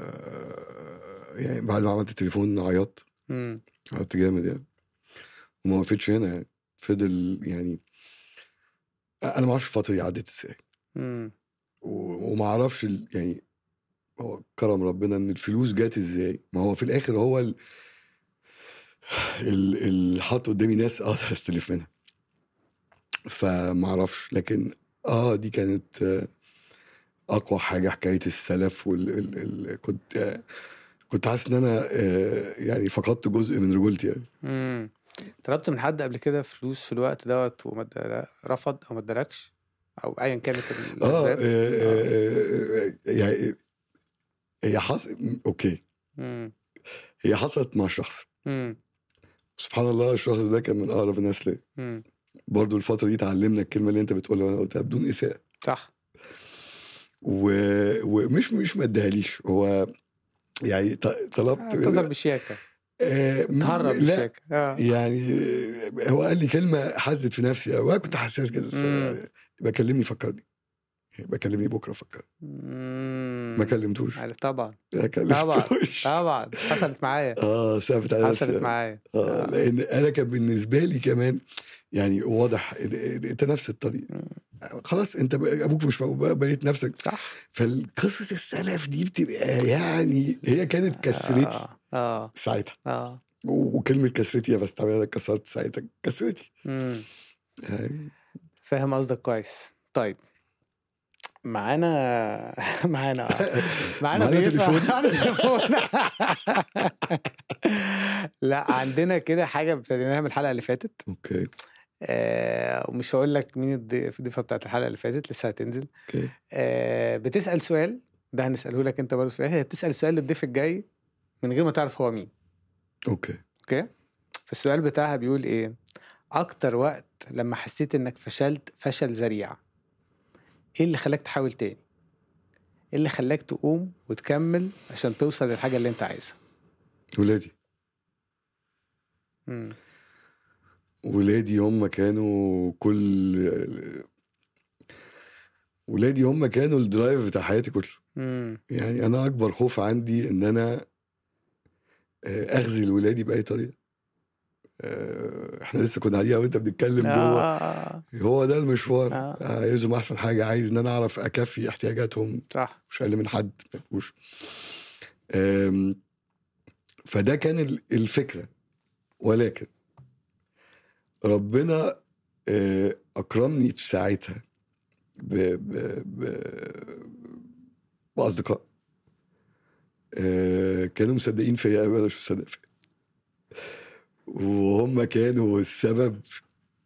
Speaker 2: آه، يعني بعد ما عملت التليفون عيطت
Speaker 1: امم
Speaker 2: عيطت جامد يعني وما وقفتش هنا يعني فضل يعني انا ما اعرفش الفتره دي عدت ازاي
Speaker 1: امم
Speaker 2: و- وما اعرفش ال- يعني هو كرم ربنا ان الفلوس جت ازاي ما هو في الاخر هو ال- ال- اللي حط قدامي ناس اقدر استلف منها فما اعرفش لكن اه دي كانت آه، اقوى حاجه حكايه السلف وال ال ال كنت آه، كنت حاسس ان انا آه، يعني فقدت جزء من رجولتي يعني
Speaker 1: امم طلبت من حد قبل كده فلوس في الوقت دوت وما ادالا- رفض او ما ادالكش او ايا كانت
Speaker 2: اه, آه,
Speaker 1: الاسباب
Speaker 2: آه, آه يعني هي حص... اوكي
Speaker 1: امم
Speaker 2: هي حصلت مع شخص
Speaker 1: امم
Speaker 2: سبحان الله الشخص ده كان من اقرب الناس ليا
Speaker 1: امم
Speaker 2: برضو الفترة دي اتعلمنا الكلمة اللي انت بتقولها وانا قلتها بدون إساءة
Speaker 1: صح
Speaker 2: و... ومش مش ما ادهاليش هو يعني ط... طلبت
Speaker 1: اعتذر بشياكه
Speaker 2: آه... م-
Speaker 1: آه، تهرب
Speaker 2: لا
Speaker 1: بشياكه اه
Speaker 2: يعني هو قال لي كلمة حزت في نفسي أوي، وانا كنت حساس كده
Speaker 1: مم.
Speaker 2: يعني يبقى كلمني فكرني يبقى كلمني بكرة فكرني
Speaker 1: مم.
Speaker 2: ما كلمتوش
Speaker 1: عارف، طبعا
Speaker 2: ما كلمتوش
Speaker 1: طبعا حصلت معايا
Speaker 2: اه ثابت على نفسي
Speaker 1: حصلت معايا
Speaker 2: اه لان انا كان بالنسبه لي كمان يعني واضح انت نفس الطريق
Speaker 1: مم.
Speaker 2: خلاص انت بقى- ابوك مش موجود، بنيت نفسك
Speaker 1: صح
Speaker 2: فالقصص السلف دي بتبقى يعني هي كانت كسرتي
Speaker 1: اه اه
Speaker 2: ساعتها
Speaker 1: اه
Speaker 2: و- وكلمه كسرتي يا بستعملها كسرت ساعتها كسرتي
Speaker 1: امم
Speaker 2: يعني
Speaker 1: فاهم قصدك كويس طيب معانا معانا أه، معانا
Speaker 2: معانا
Speaker 1: ضيف-
Speaker 2: تليفون؟
Speaker 1: معانا تليفون لا عندنا كده حاجه ابتديناها من الحلقه اللي فاتت
Speaker 2: اوكي
Speaker 1: آه ومش هقول لك مين الضيف الضيفه بتاعت الحلقه اللي فاتت لسه هتنزل
Speaker 2: اوكي
Speaker 1: آه بتسال سؤال ده هنساله لك انت برضه في الاخر هي بتسال سؤال للضيف الجاي من غير ما تعرف هو مين
Speaker 2: اوكي
Speaker 1: اوكي فالسؤال بتاعها بيقول ايه اكتر وقت لما حسيت انك فشلت فشل ذريع ايه اللي خلاك تحاول تاني ايه اللي خلاك تقوم وتكمل عشان توصل للحاجه اللي انت عايزها
Speaker 2: ولادي
Speaker 1: مم.
Speaker 2: ولادي هم كانوا كل ولادي هم كانوا الدرايف بتاع حياتي كله
Speaker 1: مم.
Speaker 2: يعني انا اكبر خوف عندي ان انا آه، اخذل ولادي باي طريقه آه، احنا لسه كنا قاعدين أنا وانت بنتكلم جوه
Speaker 1: آه، آه، آه،
Speaker 2: هو ده المشوار
Speaker 1: آه.
Speaker 2: عايزهم احسن حاجه عايز ان انا اعرف اكفي احتياجاتهم
Speaker 1: صح
Speaker 2: مش اقل من حد ما يبقوش. آم، فده كان ال- الفكره ولكن ربنا آه، اكرمني في ساعتها ب... ب... ب... باصدقاء آه، كانوا مصدقين فيا قوي انا مش مصدق فيا وهم كانوا السبب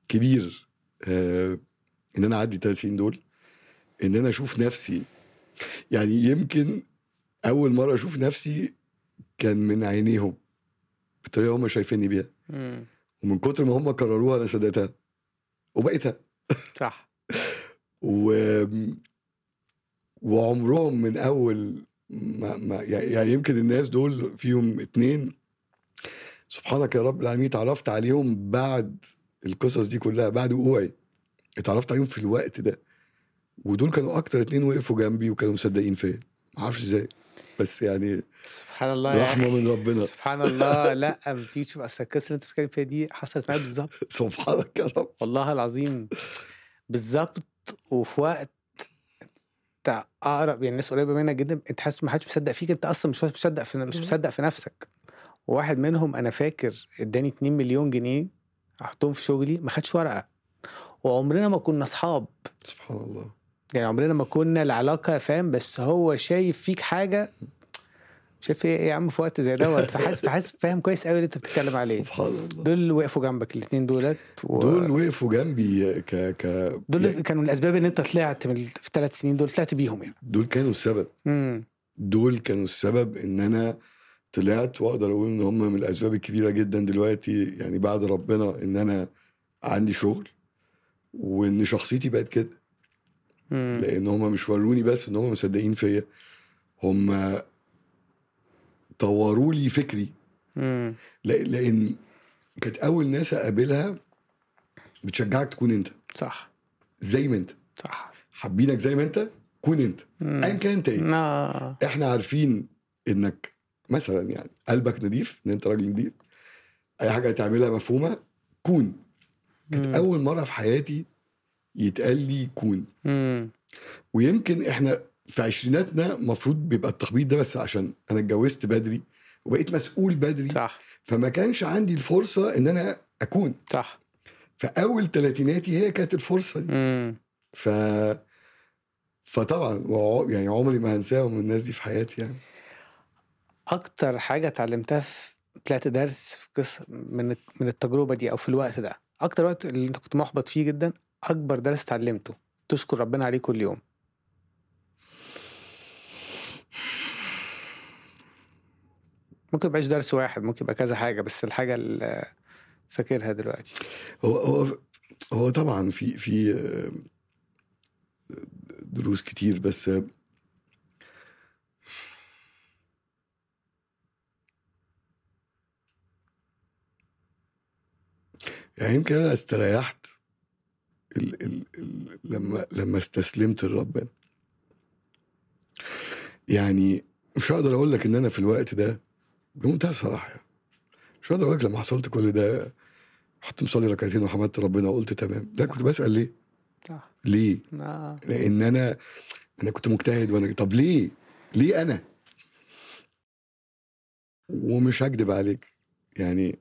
Speaker 2: كبير آه، ان انا اعدي الثلاث سنين دول ان انا اشوف نفسي يعني يمكن اول مره اشوف نفسي كان من عينيهم بالطريقه هم شايفيني بيها
Speaker 1: مم.
Speaker 2: ومن كتر ما هم قرروها انا صدقتها وبقيتها
Speaker 1: صح
Speaker 2: و... وعمرهم من اول ما... ما... يعني يمكن الناس دول فيهم اتنين سبحانك يا رب العالمين اتعرفت عليهم بعد القصص دي كلها بعد وقوعي اتعرفت عليهم في الوقت ده ودول كانوا اكتر اتنين وقفوا جنبي وكانوا مصدقين فيا معرفش ازاي بس يعني
Speaker 1: سبحان الله يا
Speaker 2: رحمه
Speaker 1: أخي.
Speaker 2: من ربنا
Speaker 1: سبحان الله لا ما تيجي اصل القصه اللي انت بتتكلم فيها دي حصلت معايا بالظبط
Speaker 2: سبحانك يا رب
Speaker 1: والله العظيم بالظبط وفي وقت انت اقرب يعني الناس قريبه منك جدا انت حاسس ما حدش مصدق فيك انت اصلا مش مصدق في مش
Speaker 2: مم.
Speaker 1: مصدق في نفسك واحد منهم انا فاكر اداني 2 مليون جنيه احطهم في شغلي ما خدش ورقه وعمرنا ما كنا اصحاب
Speaker 2: سبحان الله
Speaker 1: يعني عمرنا ما كنا العلاقه فاهم بس هو شايف فيك حاجه شايف ايه إيه يا عم في وقت زي دوت فحاسس فحاسس فاهم كويس قوي اللي انت بتتكلم عليه
Speaker 2: سبحان الله
Speaker 1: دول وقفوا جنبك الاثنين دولت و...
Speaker 2: دول وقفوا جنبي ك ك
Speaker 1: دول كانوا من الاسباب ان انت طلعت من ال- في الثلاث سنين دول طلعت بيهم يعني
Speaker 2: دول كانوا السبب
Speaker 1: امم
Speaker 2: دول كانوا السبب ان انا طلعت واقدر اقول ان هم من الاسباب الكبيره جدا دلوقتي يعني بعد ربنا ان انا عندي شغل وان شخصيتي بقت كده لان هم مش وروني بس ان هم مصدقين فيا هم طوروا لي فكري
Speaker 1: امم
Speaker 2: لأ- لان كانت اول ناس اقابلها بتشجعك تكون انت
Speaker 1: صح
Speaker 2: زي ما انت
Speaker 1: صح
Speaker 2: حابينك زي ما انت كون انت ايا كان انت ايه
Speaker 1: آه.
Speaker 2: احنا عارفين انك مثلا يعني قلبك نضيف ان انت راجل نضيف اي حاجه هتعملها مفهومه كون كانت اول مره في حياتي يتقال لي كون
Speaker 1: امم
Speaker 2: ويمكن احنا في عشريناتنا المفروض بيبقى التخبيط ده بس عشان انا اتجوزت بدري وبقيت مسؤول بدري
Speaker 1: صح
Speaker 2: فما كانش عندي الفرصه ان انا اكون
Speaker 1: صح
Speaker 2: فاول ثلاثيناتي هي كانت الفرصه دي
Speaker 1: امم
Speaker 2: ف فطبعا وع- يعني عمري ما هنساهم الناس دي في حياتي يعني
Speaker 1: اكتر حاجه اتعلمتها في طلعت درس في قصه من من التجربه دي او في الوقت ده اكتر وقت اللي انت كنت محبط فيه جدا اكبر درس اتعلمته تشكر ربنا عليه كل يوم ممكن يبقاش درس واحد ممكن يبقى كذا حاجه بس الحاجه اللي فاكرها دلوقتي
Speaker 2: هو هو هو طبعا في في آه، دروس كتير بس آه، يعني يمكن انا استريحت ال ال ال لما لما استسلمت لربنا يعني مش هقدر اقول لك ان انا في الوقت ده بمنتهى الصراحه يعني مش هقدر اقول لك لما حصلت كل ده حط مصلي ركعتين وحمدت ربنا وقلت تمام لا كنت بسال ليه؟
Speaker 1: صح
Speaker 2: ليه؟
Speaker 1: آه.
Speaker 2: لان انا انا كنت مجتهد وانا طب ليه ليه انا ومش هكدب عليك يعني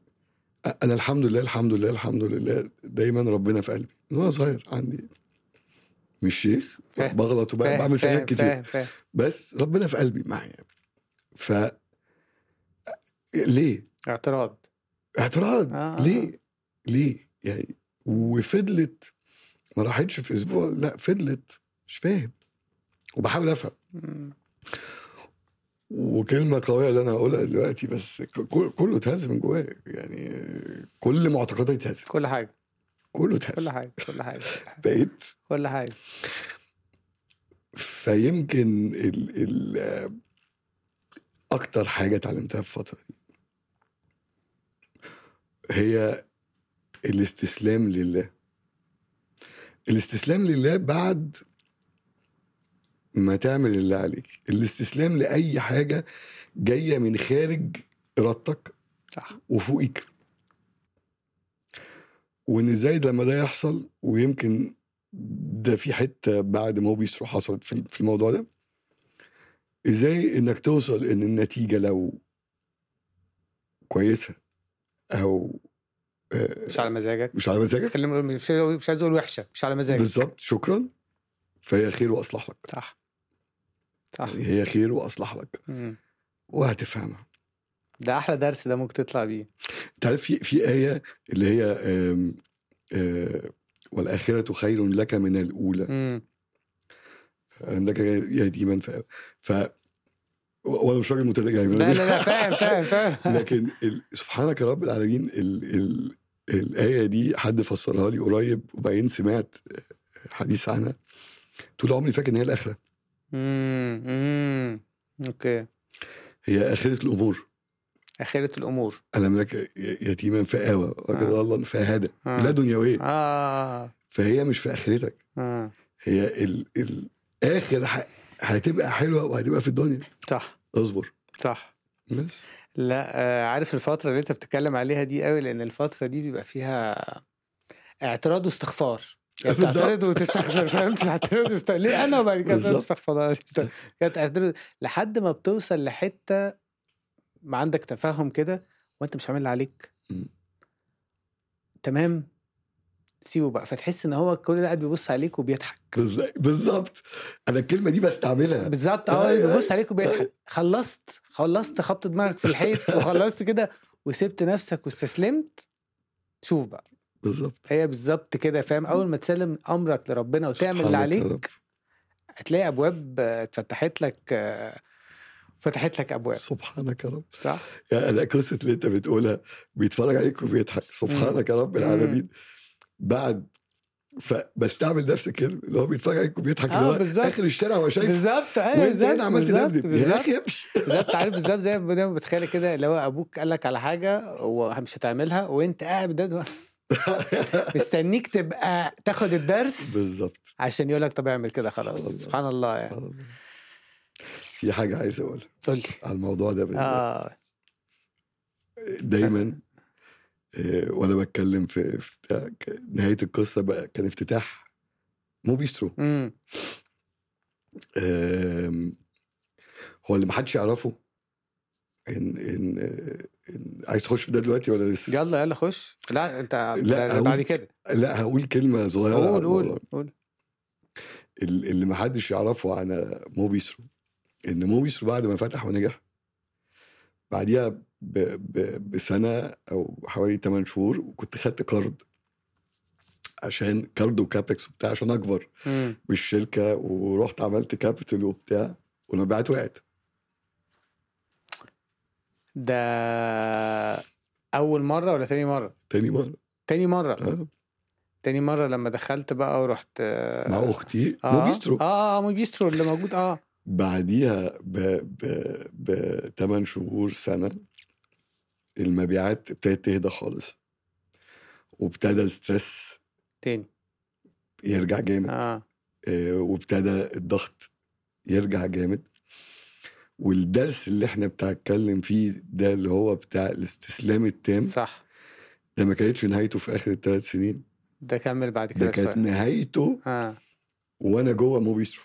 Speaker 2: أ- انا الحمد لله الحمد لله الحمد لله دايما ربنا في قلبي من وانا صغير عندي مش شيخ
Speaker 1: فاهم.
Speaker 2: بغلط وبعمل بعمل سيئات كتير
Speaker 1: فاهم فاهم
Speaker 2: بس ربنا في قلبي معايا ف ليه
Speaker 1: اعتراض
Speaker 2: اعتراض
Speaker 1: آه.
Speaker 2: ليه ليه يعني وفضلت ما راحتش في اسبوع لا فضلت مش فاهم وبحاول افهم
Speaker 1: مم.
Speaker 2: وكلمة قوية اللي أنا هقولها دلوقتي بس ك- كل- كله اتهز من جوايا يعني كل معتقداتي اتهزت
Speaker 1: كل حاجه
Speaker 2: كله
Speaker 1: كل
Speaker 2: اتهز
Speaker 1: حاجه كل حاجه كل حاجة،
Speaker 2: بقيت
Speaker 1: كل حاجه
Speaker 2: فيمكن ال ال أكتر حاجة اتعلمتها في الفترة دي هي الاستسلام لله الاستسلام لله بعد ما تعمل اللي عليك الاستسلام لأي حاجة جاية من خارج إرادتك
Speaker 1: صح
Speaker 2: وفوقيك وان ازاي لما ده يحصل ويمكن ده في حته بعد موبيس روح حصلت في في الموضوع ده ازاي انك توصل ان النتيجه لو كويسه او آه،
Speaker 1: مش على مزاجك
Speaker 2: مش على مزاجك
Speaker 1: خلينا نقول- مش عايز- مش عايز اقول وحشه مش على مزاجك
Speaker 2: بالظبط شكرا فهي خير واصلح لك
Speaker 1: صح صح
Speaker 2: يعني هي خير واصلح لك
Speaker 1: مم.
Speaker 2: وهتفهمها
Speaker 1: ده احلى درس ده ممكن تطلع بيه
Speaker 2: انت عارف في في ايه اللي هي آم، آه، والاخره خير لك من الاولى
Speaker 1: امم
Speaker 2: انك يتيما ف... ف وانا مش راجل متدين يعني
Speaker 1: لا لا لا فاهم فاهم فاهم
Speaker 2: لكن ال... سبحانك يا رب العالمين ال... ال... الايه دي حد فسرها لي قريب وبعدين سمعت حديث عنها طول عمري فاكر ان هي الاخره
Speaker 1: امم امم اوكي
Speaker 2: هي اخره الامور
Speaker 1: اخره الامور
Speaker 2: الم لك ي- يتيما فاوى وكذا
Speaker 1: آه.
Speaker 2: الله فهدى
Speaker 1: آه.
Speaker 2: لا دنيويه
Speaker 1: اه
Speaker 2: فهي مش في اخرتك
Speaker 1: اه
Speaker 2: هي ال... ال... اخر ح... هتبقى حلوه وهتبقى في الدنيا
Speaker 1: صح
Speaker 2: اصبر
Speaker 1: صح
Speaker 2: بس
Speaker 1: لا آه، عارف الفترة اللي انت بتتكلم عليها دي قوي لان الفترة دي بيبقى فيها اعتراض واستغفار يعني
Speaker 2: بالظبط.
Speaker 1: بتعترض وتستغفر فاهم بتعترض وتستغفر ليه انا وبعد كده
Speaker 2: بالظبط.
Speaker 1: استغفر كانت اعتراض لحد ما بتوصل لحتة ما عندك تفهم كده وانت مش عامل اللي عليك
Speaker 2: مم.
Speaker 1: تمام سيبه بقى فتحس ان هو كل ده قاعد بيبص عليك وبيضحك
Speaker 2: بالز- بالظبط انا الكلمه دي بستعملها
Speaker 1: بالظبط
Speaker 2: أيوة،
Speaker 1: اه
Speaker 2: أيوة.
Speaker 1: بيبص عليك وبيضحك خلصت خلصت خبط دماغك في الحيط وخلصت كده وسبت نفسك واستسلمت شوف بقى
Speaker 2: بالظبط
Speaker 1: هي بالظبط كده فاهم اول ما تسلم امرك لربنا وتعمل اللي
Speaker 2: سبحانك يا رب.
Speaker 1: عليك هتلاقي ابواب آه، اتفتحت لك آه، فتحت لك ابواب
Speaker 2: سبحانك يا رب
Speaker 1: صح
Speaker 2: يا انا قصه اللي انت بتقولها بيتفرج عليك وبيضحك سبحانك يا رب
Speaker 1: مم.
Speaker 2: العالمين بعد فبستعمل نفس الكلمه اللي هو بيتفرج عليك وبيضحك
Speaker 1: آه،
Speaker 2: اللي هو
Speaker 1: بالظبط.
Speaker 2: اخر الشارع هو شايف
Speaker 1: بالظبط ايوه
Speaker 2: وانت
Speaker 1: بالظبط
Speaker 2: انا عملت
Speaker 1: بالظبط
Speaker 2: دبدب يا
Speaker 1: بالظبط
Speaker 2: اخي امشي
Speaker 1: بالظبط عارف بالظبط زي ما دايما بتخيل كده اللي هو ابوك قال لك على حاجه ومش هتعملها وانت قاعد ده مستنيك تبقى تاخد الدرس
Speaker 2: بالظبط
Speaker 1: عشان يقول لك طب اعمل كده
Speaker 2: سبحان
Speaker 1: خلاص
Speaker 2: الله.
Speaker 1: سبحان الله يعني
Speaker 2: سبحان الله. في حاجه عايز اقولها
Speaker 1: قول لي
Speaker 2: على الموضوع ده بالذات
Speaker 1: اه
Speaker 2: دايما آه، وانا بتكلم في في بتاع، ك- نهايه القصه بقى كان افتتاح مو بيسترو
Speaker 1: امم
Speaker 2: آم، هو اللي محدش يعرفه ان ان ان عايز تخش في ده دلوقتي ولا لسه؟
Speaker 1: يلا يلا خش لا انت
Speaker 2: لا، آه،
Speaker 1: لا بعد
Speaker 2: هقول-
Speaker 1: كده
Speaker 2: لا هقول كلمه صغيره على
Speaker 1: قول
Speaker 2: الموضوع.
Speaker 1: قول قول
Speaker 2: ال- اللي محدش يعرفه عن مو بيسرو ان مو بيسرو بعد ما فتح ونجح بعديها ب... ب... بسنه او حوالي 8 شهور وكنت خدت قرض عشان كارد وكابكس وبتاع عشان اكبر
Speaker 1: امم
Speaker 2: بالشركه ورحت عملت كابيتال وبتاع والمبيعات وقعت
Speaker 1: ده اول مره ولا تاني مره
Speaker 2: تاني مره
Speaker 1: تاني مره
Speaker 2: آه.
Speaker 1: تاني مره لما دخلت بقى ورحت آه،
Speaker 2: مع اختي
Speaker 1: اه
Speaker 2: مو بيسترو
Speaker 1: اه اه مو بيسترو اللي موجود اه
Speaker 2: بعديها ب ب ب 8 شهور سنه المبيعات ابتدت تهدى خالص وابتدى الستريس
Speaker 1: تاني
Speaker 2: يرجع جامد
Speaker 1: اه
Speaker 2: آه، وابتدى الضغط يرجع جامد والدرس اللي احنا بنتكلم فيه ده اللي هو بتاع الاستسلام التام
Speaker 1: صح
Speaker 2: ده ما كانتش نهايته في اخر الثلاث سنين
Speaker 1: ده كمل بعد
Speaker 2: ده
Speaker 1: كده
Speaker 2: كانت
Speaker 1: شويه
Speaker 2: نهايته
Speaker 1: اه
Speaker 2: وانا جوه موبيسترو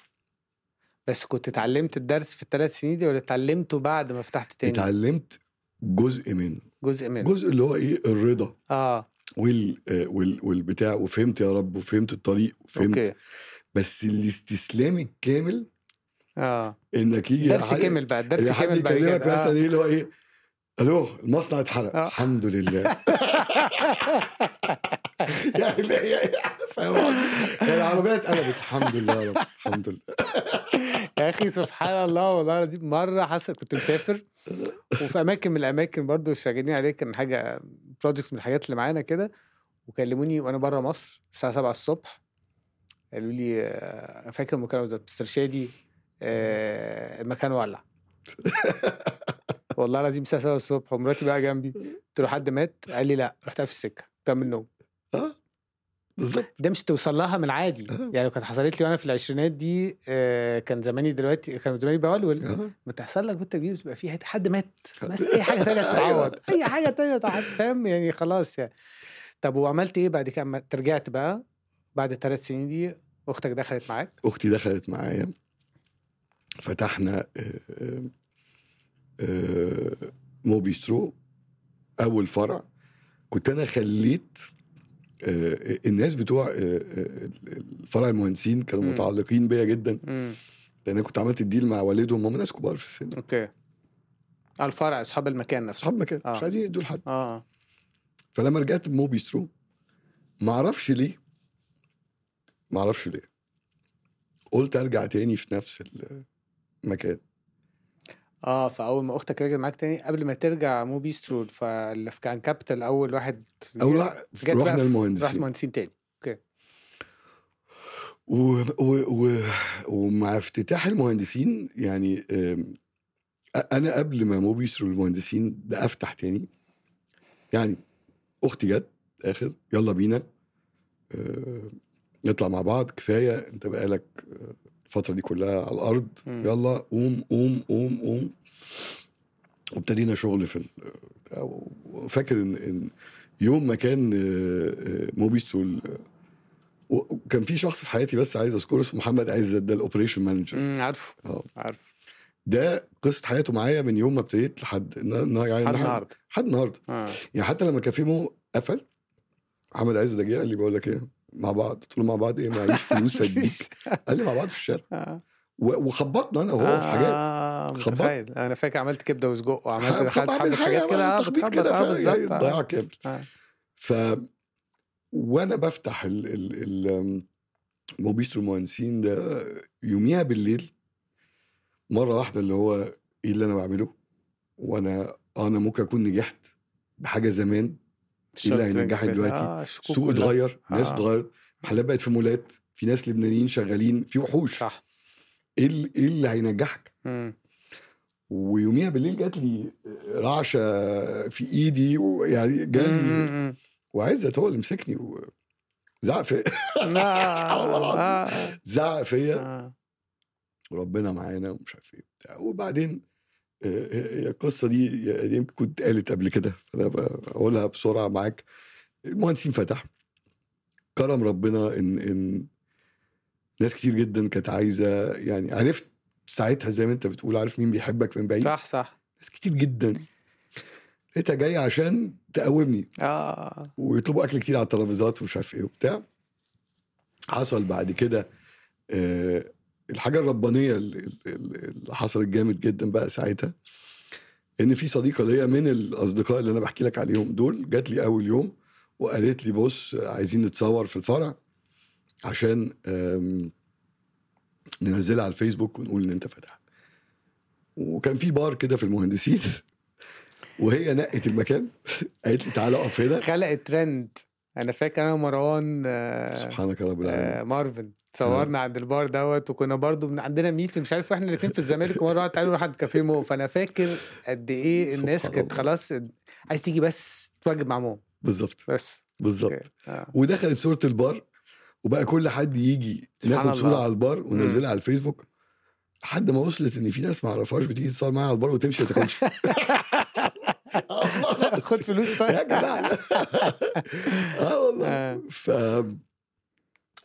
Speaker 1: بس كنت اتعلمت الدرس في الثلاث سنين دي ولا اتعلمته بعد ما فتحت تاني
Speaker 2: اتعلمت جزء منه
Speaker 1: جزء منه
Speaker 2: جزء اللي هو ايه الرضا
Speaker 1: اه
Speaker 2: وال آه، وال والبتاع وفهمت يا رب وفهمت الطريق وفهمت
Speaker 1: اوكي
Speaker 2: بس الاستسلام الكامل
Speaker 1: اه
Speaker 2: انك يجي
Speaker 1: درس
Speaker 2: حد-
Speaker 1: كامل بقى
Speaker 2: اللي
Speaker 1: الدرس
Speaker 2: حد
Speaker 1: كامل بعد
Speaker 2: يكلمك
Speaker 1: كده
Speaker 2: مثلا
Speaker 1: آه.
Speaker 2: ايه اللي هو ايه الو المصنع اتحرق
Speaker 1: آه.
Speaker 2: الحمد لله يعني لا- يعني فاهم قصدي؟ يعني العربيه اتقلبت الحمد لله يا رب الحمد لله
Speaker 1: يا اخي سبحان الله والله العظيم مره حصل كنت مسافر وفي اماكن من الاماكن برضو شغالين عليه كان حاجه بروجكت من الحاجات اللي معانا كده وكلموني وانا بره مصر الساعه 7 الصبح قالوا لي آه، أنا فاكر المكالمه بالظبط مستر شادي آه، المكان ولع والله العظيم الساعه 7 الصبح ومراتي بقى جنبي قلت له حد مات قال لي لا رحت قافل السكه كمل نوم
Speaker 2: اه بالظبط
Speaker 1: ده مش توصل لها من عادي يعني لو كانت حصلت لي وانا في العشرينات دي آه، كان زماني دلوقتي كان زماني بولول
Speaker 2: آه.
Speaker 1: ما تحصل لك بنت كبير بتبقى فيها حد مات بس اي حاجه تانية تتعوض اي حاجه تانية تتعوض فاهم يعني خلاص يعني طب وعملت ايه بعد كده اما ترجعت بقى بعد الثلاث سنين دي اختك دخلت معاك
Speaker 2: اختي دخلت معايا فتحنا آه، آه، آه، موبيسترو اول فرع كنت انا خليت آه، الناس بتوع آه، آه، الفرع المهندسين كانوا
Speaker 1: مم.
Speaker 2: متعلقين بيا جدا
Speaker 1: امم
Speaker 2: لان انا كنت عملت الديل مع والدهم هم ناس كبار في السن
Speaker 1: اوكي الفرع اصحاب المكان نفسه
Speaker 2: اصحاب مكان
Speaker 1: آه.
Speaker 2: مش عايزين يدوا لحد
Speaker 1: اه
Speaker 2: فلما رجعت مو بيسترو ما اعرفش ليه ما اعرفش ليه قلت ارجع تاني في نفس المكان
Speaker 1: اه فاول ما اختك رجعت معاك تاني قبل ما ترجع مو بيسترول فاللي في- كان كابيتال اول واحد
Speaker 2: او
Speaker 1: جه،
Speaker 2: لا
Speaker 1: جت بقى
Speaker 2: رحنا
Speaker 1: في- راح
Speaker 2: المهندسين
Speaker 1: مهندسين تاني
Speaker 2: و... و... و... ومع افتتاح المهندسين يعني أم، أ- انا قبل ما مو بيسروا المهندسين ده افتح تاني يعني اختي جت اخر يلا بينا أم، نطلع مع بعض كفايه انت بقالك أه، الفتره دي كلها على الارض
Speaker 1: مم.
Speaker 2: يلا قوم قوم قوم قوم وابتدينا شغل في ال... أو- فاكر ان ان يوم ما كان أه، أه، موبيسول وكان في شخص في حياتي بس عايز اذكره اسمه محمد عزت ده الاوبريشن مانجر
Speaker 1: امم عارفه
Speaker 2: اه
Speaker 1: عارفه
Speaker 2: ده قصه حياته معايا من يوم ما ابتديت لحد ن- ن- يعني
Speaker 1: لحد
Speaker 2: لحد-
Speaker 1: النهارده
Speaker 2: لحد النهارده
Speaker 1: اه
Speaker 2: يعني حتى لما كان في مو قفل محمد عزت ده جه قال لي بقول لك ايه مع بعض قلت له مع بعض ايه معيش فلوس هديك قال لي مع بعض في الشارع
Speaker 1: آه.
Speaker 2: و- وخبطنا انا وهو في حاجات
Speaker 1: اه
Speaker 2: خبط.
Speaker 1: متخيل انا فاكر عملت كبده وسجق وعملت
Speaker 2: خبط-
Speaker 1: دخلت
Speaker 2: عامل
Speaker 1: حبه حاجات كده
Speaker 2: بقى،
Speaker 1: آه،
Speaker 2: تخبيط
Speaker 1: بتخبط،
Speaker 2: كده
Speaker 1: اه
Speaker 2: فاهم
Speaker 1: بالظبط آه.
Speaker 2: ضياع كامل
Speaker 1: آه.
Speaker 2: ف وانا بفتح ال ال ال موبيسترو المهندسين ده يوميها بالليل مره واحده اللي هو ايه اللي انا بعمله وانا انا ممكن اكون نجحت بحاجه زمان إيه اللي هينجحك
Speaker 1: شغل
Speaker 2: دلوقتي؟
Speaker 1: آه، الشكوك
Speaker 2: سوق
Speaker 1: كلها.
Speaker 2: اتغير ناس
Speaker 1: آه.
Speaker 2: اتغيرت محلات بقت في مولات في ناس لبنانيين شغالين في وحوش
Speaker 1: صح
Speaker 2: ايه ال- إيه اللي هينجحك
Speaker 1: مم.
Speaker 2: ويوميها بالليل جات لي رعشه في ايدي ويعني
Speaker 1: مم،
Speaker 2: جالي
Speaker 1: مم،
Speaker 2: وعزت هو اللي مسكني وزعق في
Speaker 1: مم. آه،
Speaker 2: والله العظيم.
Speaker 1: آه،
Speaker 2: زعق فيا
Speaker 1: آه.
Speaker 2: وربنا معانا ومش عارف ايه وبتاع وبعدين آه، هي القصه دي يعني يمكن كنت قالت قبل كده فانا بقولها بسرعه معاك المهندسين فتح كرم ربنا ان ان ناس كتير جدا كانت عايزه يعني عرفت ساعتها زي ما انت بتقول عارف مين بيحبك من بعيد
Speaker 1: صح صح
Speaker 2: ناس كتير جدا لقيتها جايه عشان تقومني
Speaker 1: اه
Speaker 2: ويطلبوا اكل كتير على الترابيزات ومش عارف ايه وبتاع حصل بعد كده آه، الحاجه الربانيه اللي اللي- اللي حصلت جامد جدا بقى ساعتها ان في صديقه ليا من الاصدقاء اللي انا بحكي لك عليهم دول جات لي اول يوم وقالت لي بص عايزين نتصور في الفرع عشان آم، ننزلها على الفيسبوك ونقول ان انت فاتح وكان في بار كده في المهندسين وهي نقت المكان قالت لي تعالى اقف هنا
Speaker 1: خلقت ترند انا فاكر انا ومروان آه،
Speaker 2: سبحانك يا رب العالمين
Speaker 1: آه، مارفن صورنا عند البار دوت وكنا برضو من عندنا ميت مش عارف احنا الاثنين في الزمالك مره واحد تعالوا نروح عند كافيه مو فانا فاكر قد ايه الناس
Speaker 2: سبحان
Speaker 1: كانت
Speaker 2: الله.
Speaker 1: خلاص عايز تيجي بس تواجب مع مو
Speaker 2: بالظبط
Speaker 1: بس
Speaker 2: بالظبط
Speaker 1: أوكي. آه.
Speaker 2: ودخلت صوره البار وبقى كل حد يجي
Speaker 1: سبحان
Speaker 2: ناخد
Speaker 1: الله.
Speaker 2: صوره على البار وننزلها على الفيسبوك لحد ما وصلت ان في ناس ما اعرفهاش بتيجي تتصور معايا على البار وتمشي ما تاكلش الله
Speaker 1: خد فلوس
Speaker 2: يا
Speaker 1: طيب
Speaker 2: جدعان اه
Speaker 1: آه.
Speaker 2: والله ف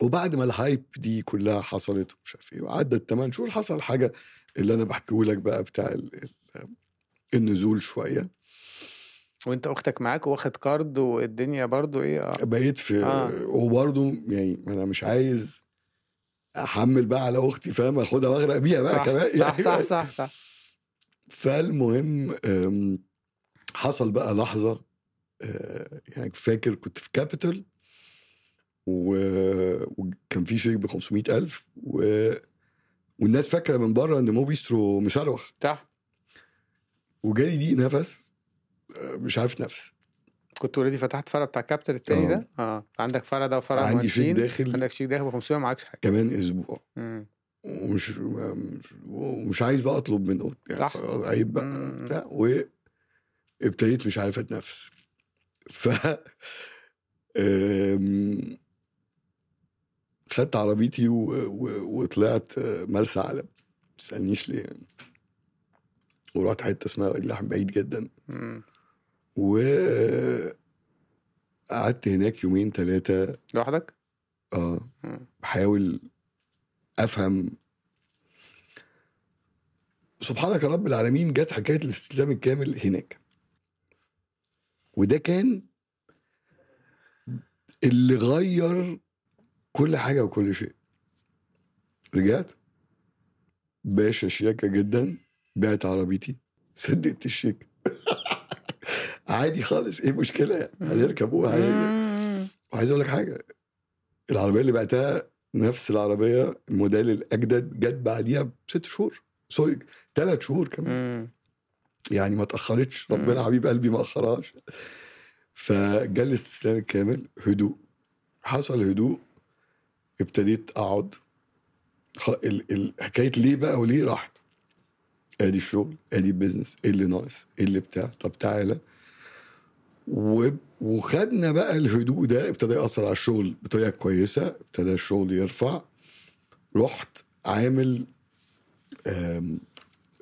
Speaker 2: وبعد ما الهايب دي كلها حصلت ومش عارف ايه وعدت 8 شهور حصل حاجه اللي انا بحكيه لك بقى بتاع ال... ال- النزول شويه
Speaker 1: وانت اختك معاك واخد كارد والدنيا برضو ايه اه
Speaker 2: بقيت في
Speaker 1: آه.
Speaker 2: آه. وبرضه يعني ما انا مش عايز احمل بقى على اختي فاهم اخدها واغرق بيها بقى
Speaker 1: صح
Speaker 2: كمان أيوه.
Speaker 1: صح صح صح, صح.
Speaker 2: فالمهم أم، حصل بقى لحظه أه، يعني فاكر كنت في كابيتال و- وكان في شيك ب 500000 و... والناس فاكره من بره ان مو بيسترو مشروخ
Speaker 1: صح.
Speaker 2: وجالي دي نفس أه، مش عارف نفس
Speaker 1: كنت اوريدي فتحت فرع بتاع كابتل التاني ده اه عندك فرع ده وفرع
Speaker 2: آه. عندي شيك
Speaker 1: مهندسين.
Speaker 2: داخل.
Speaker 1: عندك شيك داخل ب 500 معاكش حاجه
Speaker 2: كمان اسبوع
Speaker 1: مم.
Speaker 2: ومش مش- ومش عايز بقى اطلب من قط يعني
Speaker 1: صح.
Speaker 2: خلاص، عيب بقى
Speaker 1: مم.
Speaker 2: بتاع وابتديت مش عارف اتنفس ف أم، خدت عربيتي و... و... وطلعت مرسى علم ما تسالنيش ليه يعني. ورحت حته اسمها وادي لحم بعيد جدا
Speaker 1: مم.
Speaker 2: و قعدت هناك يومين ثلاثه
Speaker 1: لوحدك
Speaker 2: اه
Speaker 1: مم.
Speaker 2: بحاول افهم سبحانك يا رب العالمين جت حكايه الاستسلام الكامل هناك وده كان اللي غير كل حاجه وكل شيء رجعت باشا شياكه جدا بعت عربيتي صدقت الشيك عادي خالص ايه المشكله هنركب عادي وعايز اقول لك حاجه العربيه اللي بعتها نفس العربيه الموديل الاجدد جت بعديها بست شهور سوري ثلاث شهور كمان
Speaker 1: مم.
Speaker 2: يعني ما اتاخرتش
Speaker 1: مم.
Speaker 2: ربنا حبيب قلبي ما اخرهاش فجال الاستسلام الكامل هدوء حصل هدوء ابتديت اقعد خ- ال- ال- حكايه ليه بقى وليه راحت ادي الشغل ادي البيزنس ايه اللي ناقص ايه اللي بتاع طب تعالى و- وخدنا بقى الهدوء ده ابتدى ياثر على الشغل بطريقه كويسه ابتدى الشغل يرفع رحت عامل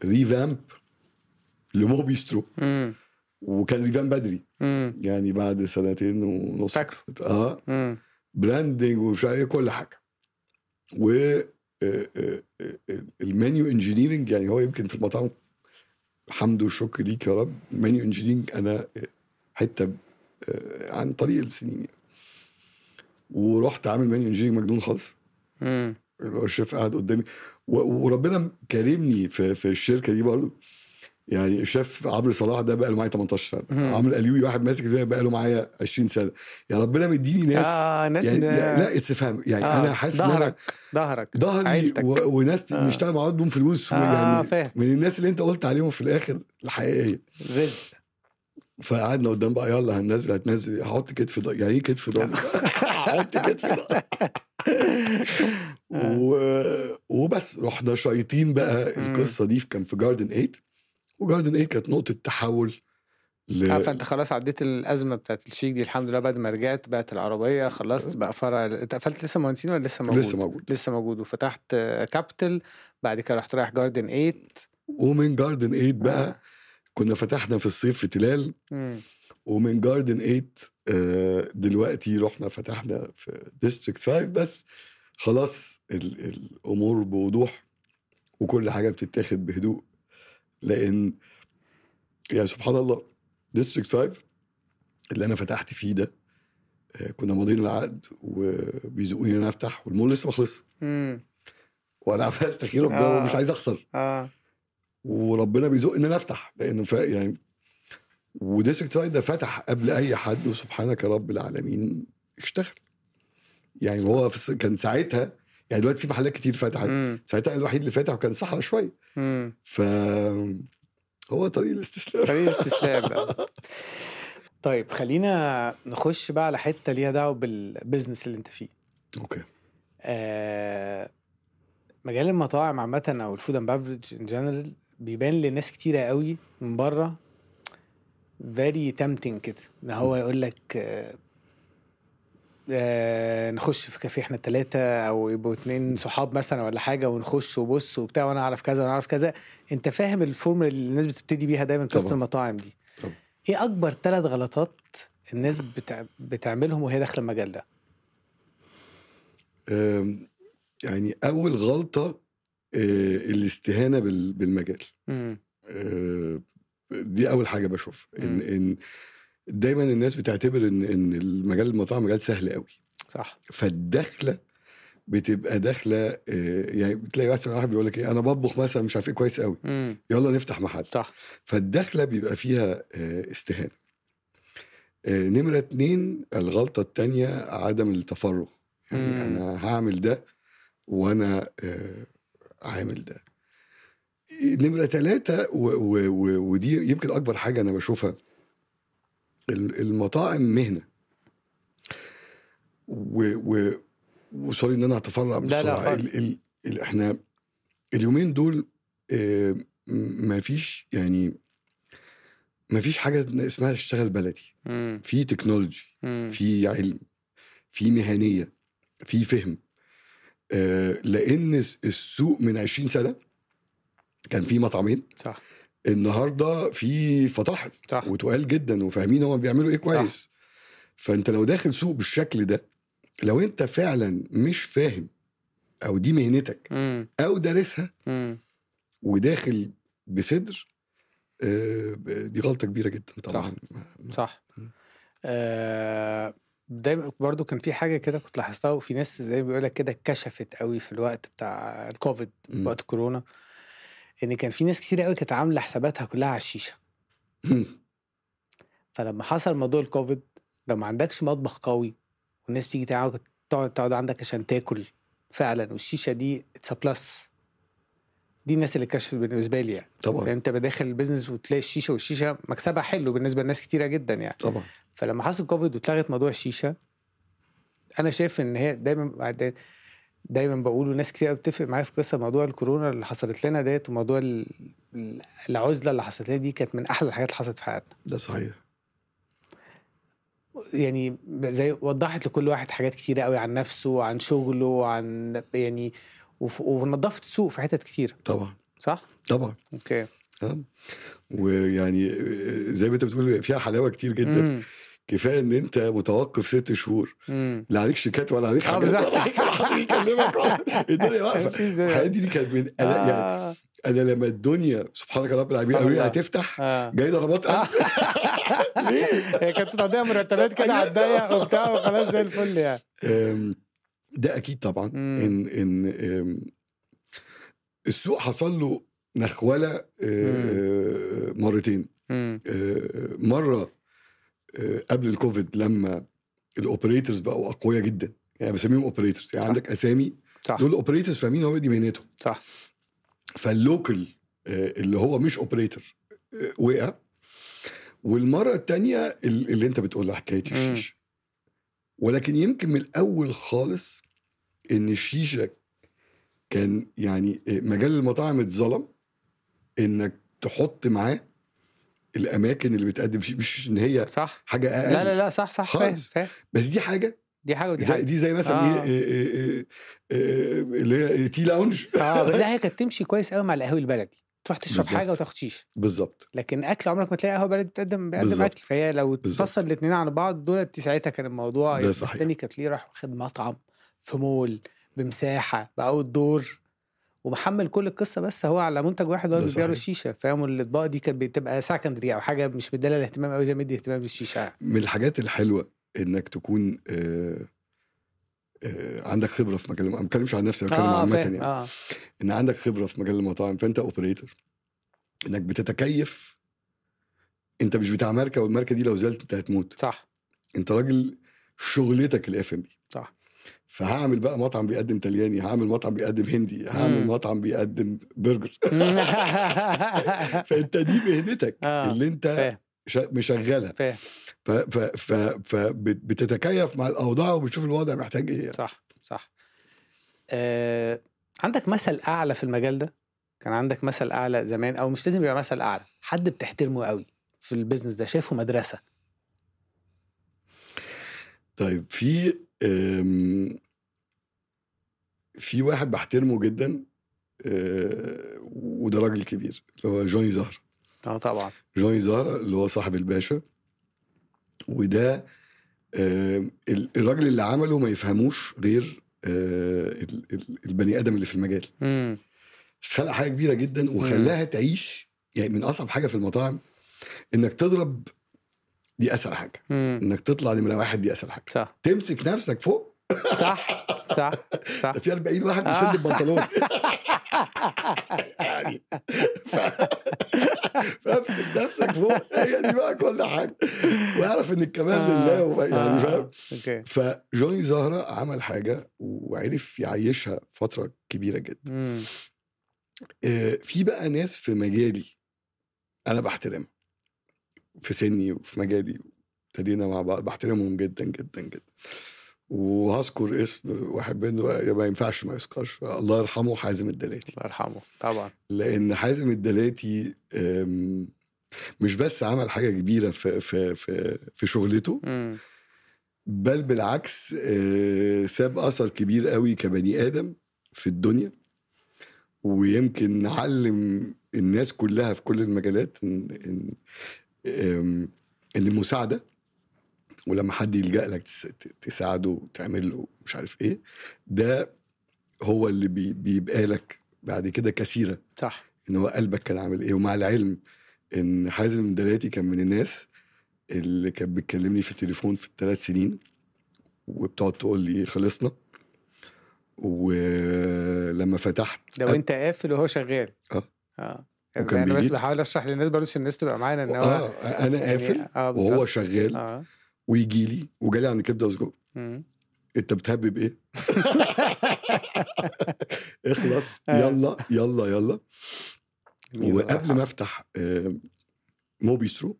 Speaker 2: ريفامب لموبيسترو
Speaker 1: مم.
Speaker 2: وكان ريفان بدري
Speaker 1: مم.
Speaker 2: يعني بعد سنتين ونص
Speaker 1: فاكره.
Speaker 2: اه
Speaker 1: مم.
Speaker 2: براندنج ومش عارف إيه، كل حاجه و آه، آه، آه، المنيو انجينيرنج يعني هو يمكن في المطعم حمد والشكر ليك يا رب المنيو انجينيرنج انا آه، حته آه، عن طريق السنين يعني ورحت عامل منيو انجينيرنج مجنون خالص
Speaker 1: مم.
Speaker 2: اللي هو الشيف قاعد قدامي و- وربنا كرمني في, في الشركه دي برضه يعني الشيف عمرو صلاح ده بقى له معايا 18
Speaker 1: مم.
Speaker 2: سنه عمرو القليوي واحد ماسك ده بقى له معايا 20 سنه يا ربنا مديني ناس
Speaker 1: اه ناس
Speaker 2: يعني لا,
Speaker 1: آه،
Speaker 2: لا استفهام يعني انا حاسس ان انا
Speaker 1: ظهرك ظهرك
Speaker 2: ظهري
Speaker 1: عيلتك.
Speaker 2: و- وناس
Speaker 1: آه.
Speaker 2: نشتغل مع بعض بدون فلوس
Speaker 1: آه،
Speaker 2: يعني
Speaker 1: فاهم.
Speaker 2: من الناس اللي انت قلت عليهم في الاخر الحقيقيه
Speaker 1: رزق
Speaker 2: فقعدنا قدام بقى يلا هننزل هتنزل هحط كتف ضهري يعني ايه كتف ضهري؟ هحط كتف ضهري و... وبس رحنا شايطين بقى
Speaker 1: آه. مم.
Speaker 2: القصه دي كان في جاردن 8 وجاردن 8 كانت نقطه تحول
Speaker 1: عارف
Speaker 2: ل...
Speaker 1: انت آه، خلاص عديت الازمه بتاعت الشيك دي الحمد لله بعد ما رجعت بعت العربيه خلصت بقى فرع انت قفلت لسه مهندسين ولا لسه موجود؟
Speaker 2: لسه موجود
Speaker 1: لسه موجود وفتحت آه، كابيتال بعد كده رحت رايح جاردن 8
Speaker 2: ومن جاردن 8 بقى
Speaker 1: آه.
Speaker 2: كنا فتحنا في الصيف في تلال
Speaker 1: مم.
Speaker 2: ومن جاردن 8 آه، دلوقتي رحنا فتحنا في ديستريكت 5 بس خلاص ال- الامور بوضوح وكل حاجه بتتاخد بهدوء لان يعني سبحان الله ديستريكت 5 اللي انا فتحت فيه ده آه، كنا ماضيين العقد وبيزقوني ان انا افتح والمول لسه ما خلصش
Speaker 1: مم.
Speaker 2: وانا عمال استخير ربنا
Speaker 1: آه.
Speaker 2: ومش عايز اخسر
Speaker 1: اه
Speaker 2: وربنا بيزق ان انا افتح لان ف... يعني وديستريكت فايد ده فتح قبل اي حد وسبحانك يا رب العالمين اشتغل يعني هو في... الس- كان ساعتها يعني دلوقتي في محلات كتير فتحت
Speaker 1: مم.
Speaker 2: ساعتها أنا الوحيد اللي فاتح وكان صحراء شويه
Speaker 1: مم.
Speaker 2: ف هو طريق الاستسلام
Speaker 1: طريق الاستسلام بقى طيب خلينا نخش بقى على حته ليها دعوه بالبيزنس اللي انت فيه
Speaker 2: اوكي
Speaker 1: آه، مجال المطاعم عامة أو الفود أند بافرج إن جنرال بيبان لناس كتيرة قوي من بره فيري tempting كده إن هو يقول لك آه، آه، نخش في كافيه احنا التلاتة أو يبقوا اتنين صحاب مثلا ولا حاجة ونخش وبص وبتاع وأنا أعرف كذا وأنا أعرف كذا أنت فاهم الفورمولا اللي الناس بتبتدي بيها دايما قصة
Speaker 2: طبعاً.
Speaker 1: المطاعم دي
Speaker 2: طبعاً.
Speaker 1: إيه أكبر ثلاث غلطات الناس بتع... بتعملهم وهي داخلة المجال ده؟
Speaker 2: أم... يعني اول غلطه أه، الاستهانه بال... بالمجال
Speaker 1: مم.
Speaker 2: آه، دي اول حاجه بشوف
Speaker 1: مم.
Speaker 2: ان ان دايما الناس بتعتبر ان ان المجال المطاعم مجال سهل قوي
Speaker 1: صح
Speaker 2: فالدخله بتبقى داخله آه، يعني بتلاقي مثلا واحد بيقول لك ايه انا بطبخ مثلا مش عارف ايه كويس قوي
Speaker 1: مم.
Speaker 2: يلا نفتح محل
Speaker 1: صح
Speaker 2: فالدخله بيبقى فيها آه، استهانه آه، نمره اتنين الغلطه التانيه عدم التفرغ يعني
Speaker 1: مم.
Speaker 2: انا هعمل ده وانا آه، عامل ده نمرة ثلاثة و و و ودي يمكن أكبر حاجة أنا بشوفها ال- المطاعم مهنة و و وسوري إن أنا هتفرع
Speaker 1: لا، لا،
Speaker 2: بسرعة
Speaker 1: خالص.
Speaker 2: ال ال ال إحنا اليومين دول آه، م- مفيش يعني مفيش حاجة اسمها تشتغل بلدي
Speaker 1: مم.
Speaker 2: في تكنولوجي
Speaker 1: مم.
Speaker 2: في علم في مهنيه في فهم آه، لان الس- السوق من 20 سنه كان في مطعمين
Speaker 1: صح
Speaker 2: النهارده في فطاحل
Speaker 1: صح
Speaker 2: وتقال جدا وفاهمين هم بيعملوا ايه كويس فانت لو داخل سوق بالشكل ده لو انت فعلا مش فاهم او دي مهنتك
Speaker 1: مم.
Speaker 2: او دارسها
Speaker 1: مم.
Speaker 2: وداخل بصدر آه، دي غلطه كبيره جدا طبعا
Speaker 1: صح آه دايما برضو كان في حاجه كده كنت لاحظتها وفي ناس زي ما بيقول لك كده كشفت قوي في الوقت بتاع الكوفيد
Speaker 2: مم.
Speaker 1: وقت كورونا ان كان في ناس كتير قوي كانت عامله حساباتها كلها على الشيشه فلما حصل موضوع الكوفيد لو ما عندكش مطبخ قوي والناس بتيجي تقعد تقعد تقعد عندك عشان تاكل فعلا والشيشه دي اتس بلس دي الناس اللي كشفت بالنسبه لي يعني
Speaker 2: طبعا
Speaker 1: انت داخل البيزنس وتلاقي الشيشه والشيشه مكسبها حلو بالنسبه لناس كتيره جدا يعني
Speaker 2: طبعا
Speaker 1: فلما حصل كوفيد واتلغت موضوع الشيشه انا شايف ان هي دايما دايما بقوله ناس كتير قوي بتتفق معايا في قصه موضوع الكورونا اللي حصلت لنا ديت وموضوع ال- ال- العزله اللي حصلت لنا دي كانت من احلى الحاجات اللي حصلت في حياتنا
Speaker 2: ده صحيح
Speaker 1: يعني زي وضحت لكل واحد حاجات كتيره قوي عن نفسه وعن شغله وعن يعني وف- ونظفت السوق في حتت كتير
Speaker 2: طبعا
Speaker 1: صح؟
Speaker 2: طبعا
Speaker 1: اوكي
Speaker 2: ها؟ ويعني آه، زي ما انت بتقول فيها حلاوه كتير جدا
Speaker 1: مم.
Speaker 2: كفايه ان انت متوقف ست شهور
Speaker 1: مم.
Speaker 2: لا عليك شيكات ولا عليك
Speaker 1: اه
Speaker 2: حاجات
Speaker 1: بالظبط.
Speaker 2: ولا عليك حد بيكلمك ولا- الدنيا واقفه
Speaker 1: مفيش زي-
Speaker 2: حياتي دي كانت من انا يعني
Speaker 1: إيه آه.
Speaker 2: انا لما الدنيا سبحانك يا رب العالمين قالوا لي
Speaker 1: الله.
Speaker 2: هتفتح
Speaker 1: آه.
Speaker 2: جاي ضربات قلب. ليه؟
Speaker 1: هي كانت بتقضيها مرتبات كده على الضيق وبتاع وخلاص زي الفل يعني
Speaker 2: أم، ده اكيد طبعا
Speaker 1: مم.
Speaker 2: ان ان أم، السوق حصل له نخوله أه،
Speaker 1: مم.
Speaker 2: مرتين
Speaker 1: مم.
Speaker 2: أه، مره أه، قبل الكوفيد لما الاوبريتورز بقوا اقوياء جدا يعني بسميهم اوبريتورز يعني
Speaker 1: صح.
Speaker 2: عندك اسامي
Speaker 1: صح
Speaker 2: دول اوبريتورز فاهمين هو دي مهنتهم
Speaker 1: صح
Speaker 2: فاللوكل آه، اللي هو مش اوبريتور وقع والمره الثانيه اللي انت بتقولها حكايه
Speaker 1: مم.
Speaker 2: الشيشه ولكن يمكن من الاول خالص ان الشيشه كان يعني آه، مجال المطاعم اتظلم انك تحط معاه الاماكن اللي بتقدم فيه مش ان هي
Speaker 1: صح
Speaker 2: حاجه اقل
Speaker 1: لا لا لا صح صح فاهم
Speaker 2: خالص.
Speaker 1: فاهم
Speaker 2: بس دي حاجه
Speaker 1: دي حاجه ودي
Speaker 2: زي
Speaker 1: حاجه
Speaker 2: دي زي مثلا
Speaker 1: آه.
Speaker 2: ايه آه، آه، آه، آه، اللي هي تي لاونج
Speaker 1: اه بس لا هي كانت تمشي كويس قوي مع القهوه البلدي تروح تشرب
Speaker 2: بالظبط.
Speaker 1: حاجه وتاخد شيشه
Speaker 2: بالظبط
Speaker 1: لكن اكل عمرك ما تلاقي قهوه بلدي بتقدم بيقدم
Speaker 2: بالظبط.
Speaker 1: اكل فهي لو
Speaker 2: بالظبط.
Speaker 1: تفصل الاثنين عن بعض دول ساعتها كان الموضوع
Speaker 2: ده
Speaker 1: يعني
Speaker 2: صحيح.
Speaker 1: مستني كانت ليه راح واخد مطعم في مول بمساحه باوت دور ومحمل كل القصه بس هو على منتج واحد هو
Speaker 2: ده
Speaker 1: اللي بيبيع له
Speaker 2: صحيح.
Speaker 1: الشيشه فاهم الاطباق دي كانت بتبقى سكندري او حاجه مش مديله الاهتمام قوي زي ما ادي اهتمام للشيشه
Speaker 2: من الحاجات الحلوه انك تكون آه، آه، عندك خبره في مجال ما بتكلمش عن نفسي أنا بتكلم عامه
Speaker 1: فاهم
Speaker 2: يعني
Speaker 1: اه
Speaker 2: ان عندك خبره في مجال المطاعم فانت اوبريتور انك بتتكيف انت مش بتاع ماركه والماركه دي لو زالت انت هتموت
Speaker 1: صح
Speaker 2: انت راجل شغلتك الاف ام بي
Speaker 1: صح.
Speaker 2: فهعمل بقى مطعم بيقدم تلياني هعمل مطعم بيقدم هندي هعمل
Speaker 1: مم.
Speaker 2: مطعم بيقدم برجر فانت دي مهنتك
Speaker 1: آه،
Speaker 2: اللي انت
Speaker 1: فاهم
Speaker 2: شا- مشغلها
Speaker 1: فاهم
Speaker 2: ف ف ف فبتتكيف مع الاوضاع وبتشوف الوضع محتاج ايه يعني.
Speaker 1: صح صح آه، عندك مثل اعلى في المجال ده كان عندك مثل اعلى زمان او مش لازم يبقى مثل اعلى حد بتحترمه قوي في البيزنس ده شايفه مدرسه
Speaker 2: طيب في أم، في واحد بحترمه جدا أه، وده راجل كبير اللي هو جوني زهر آه،
Speaker 1: اه طبعا
Speaker 2: جوني زهر اللي هو صاحب الباشا وده أم، ال- الراجل اللي عمله ما يفهموش غير أه، ال- ال- البني ادم اللي في المجال
Speaker 1: امم
Speaker 2: خلق حاجه كبيره جدا وخلاها تعيش يعني من اصعب حاجه في المطاعم انك تضرب دي اسهل حاجه
Speaker 1: امم
Speaker 2: انك تطلع نمره واحد دي اسهل حاجه
Speaker 1: صح
Speaker 2: تمسك نفسك فوق
Speaker 1: صح صح صح
Speaker 2: ده في 40 واحد
Speaker 1: آه.
Speaker 2: بيشد البنطلون يعني ف... فامسك نفسك فوق هي دي بقى كل حاجه واعرف ان الكمال
Speaker 1: آه،
Speaker 2: لله وب- يعني فاهم
Speaker 1: اوكي
Speaker 2: فجوني زهره عمل حاجه وعرف يعيشها فتره كبيره جدا
Speaker 1: امم
Speaker 2: آه، في بقى ناس في مجالي انا بحترمها في سني وفي مجالي ابتدينا مع بعض بحترمهم جدا جدا جدا وهذكر اسم واحد منه ما ينفعش ما يذكرش الله يرحمه حازم الدلاتي
Speaker 1: الله يرحمه طبعا
Speaker 2: لان حازم الدلاتي آم، مش بس عمل حاجه كبيره في في في, في شغلته
Speaker 1: امم
Speaker 2: بل بالعكس آه، ساب اثر كبير قوي كبني ادم في الدنيا ويمكن نعلم الناس كلها في كل المجالات ان ان آم، ان المساعده ولما حد يلجا لك تس- ت- تساعده وتعمل له مش عارف ايه ده هو اللي بي- بيبقى لك بعد كده كثيره
Speaker 1: صح
Speaker 2: ان هو قلبك كان عامل ايه ومع العلم ان حازم دلاتي كان من الناس اللي كانت بتكلمني في التليفون في الثلاث سنين وبتقعد تقول لي خلصنا ولما فتحت
Speaker 1: لو انت قافل وهو شغال
Speaker 2: آه.
Speaker 1: اه
Speaker 2: وكان
Speaker 1: انا بس
Speaker 2: بيجيب-
Speaker 1: بحاول اشرح للناس برضه عشان الناس تبقى معانا ان هو
Speaker 2: اه انا
Speaker 1: يعني-
Speaker 2: قافل
Speaker 1: اه
Speaker 2: وهو
Speaker 1: بالظبط.
Speaker 2: شغال
Speaker 1: اه
Speaker 2: ويجي لي وجالي عند كبده وسجق
Speaker 1: مم.
Speaker 2: انت بتهبب ايه؟ اخلص
Speaker 1: آه.
Speaker 2: يلا يلا يلا
Speaker 1: مين
Speaker 2: وقبل
Speaker 1: الله
Speaker 2: ما افتح آه، موبيسترو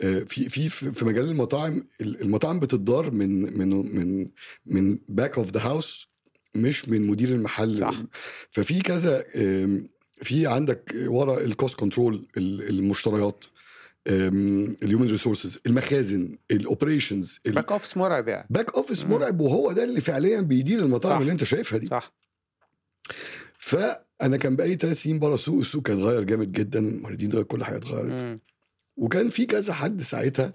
Speaker 2: آه، في في في مجال المطاعم المطاعم بتتدار من من من من باك اوف ذا هاوس مش من مدير المحل
Speaker 1: صح.
Speaker 2: ففي كذا آم، في عندك ورا الكوست كنترول المشتريات الهيومن ريسورسز المخازن الاوبريشنز
Speaker 1: باك اوفيس مرعب يعني
Speaker 2: باك اوفيس
Speaker 1: مم.
Speaker 2: مرعب وهو ده اللي فعليا بيدير المطاعم
Speaker 1: صح.
Speaker 2: اللي انت شايفها دي
Speaker 1: صح
Speaker 2: فانا كان بقالي ثلاث سنين بره السوق السوق كان اتغير جامد جدا الموردين اتغير كل حاجه اتغيرت
Speaker 1: مم.
Speaker 2: وكان في كذا حد ساعتها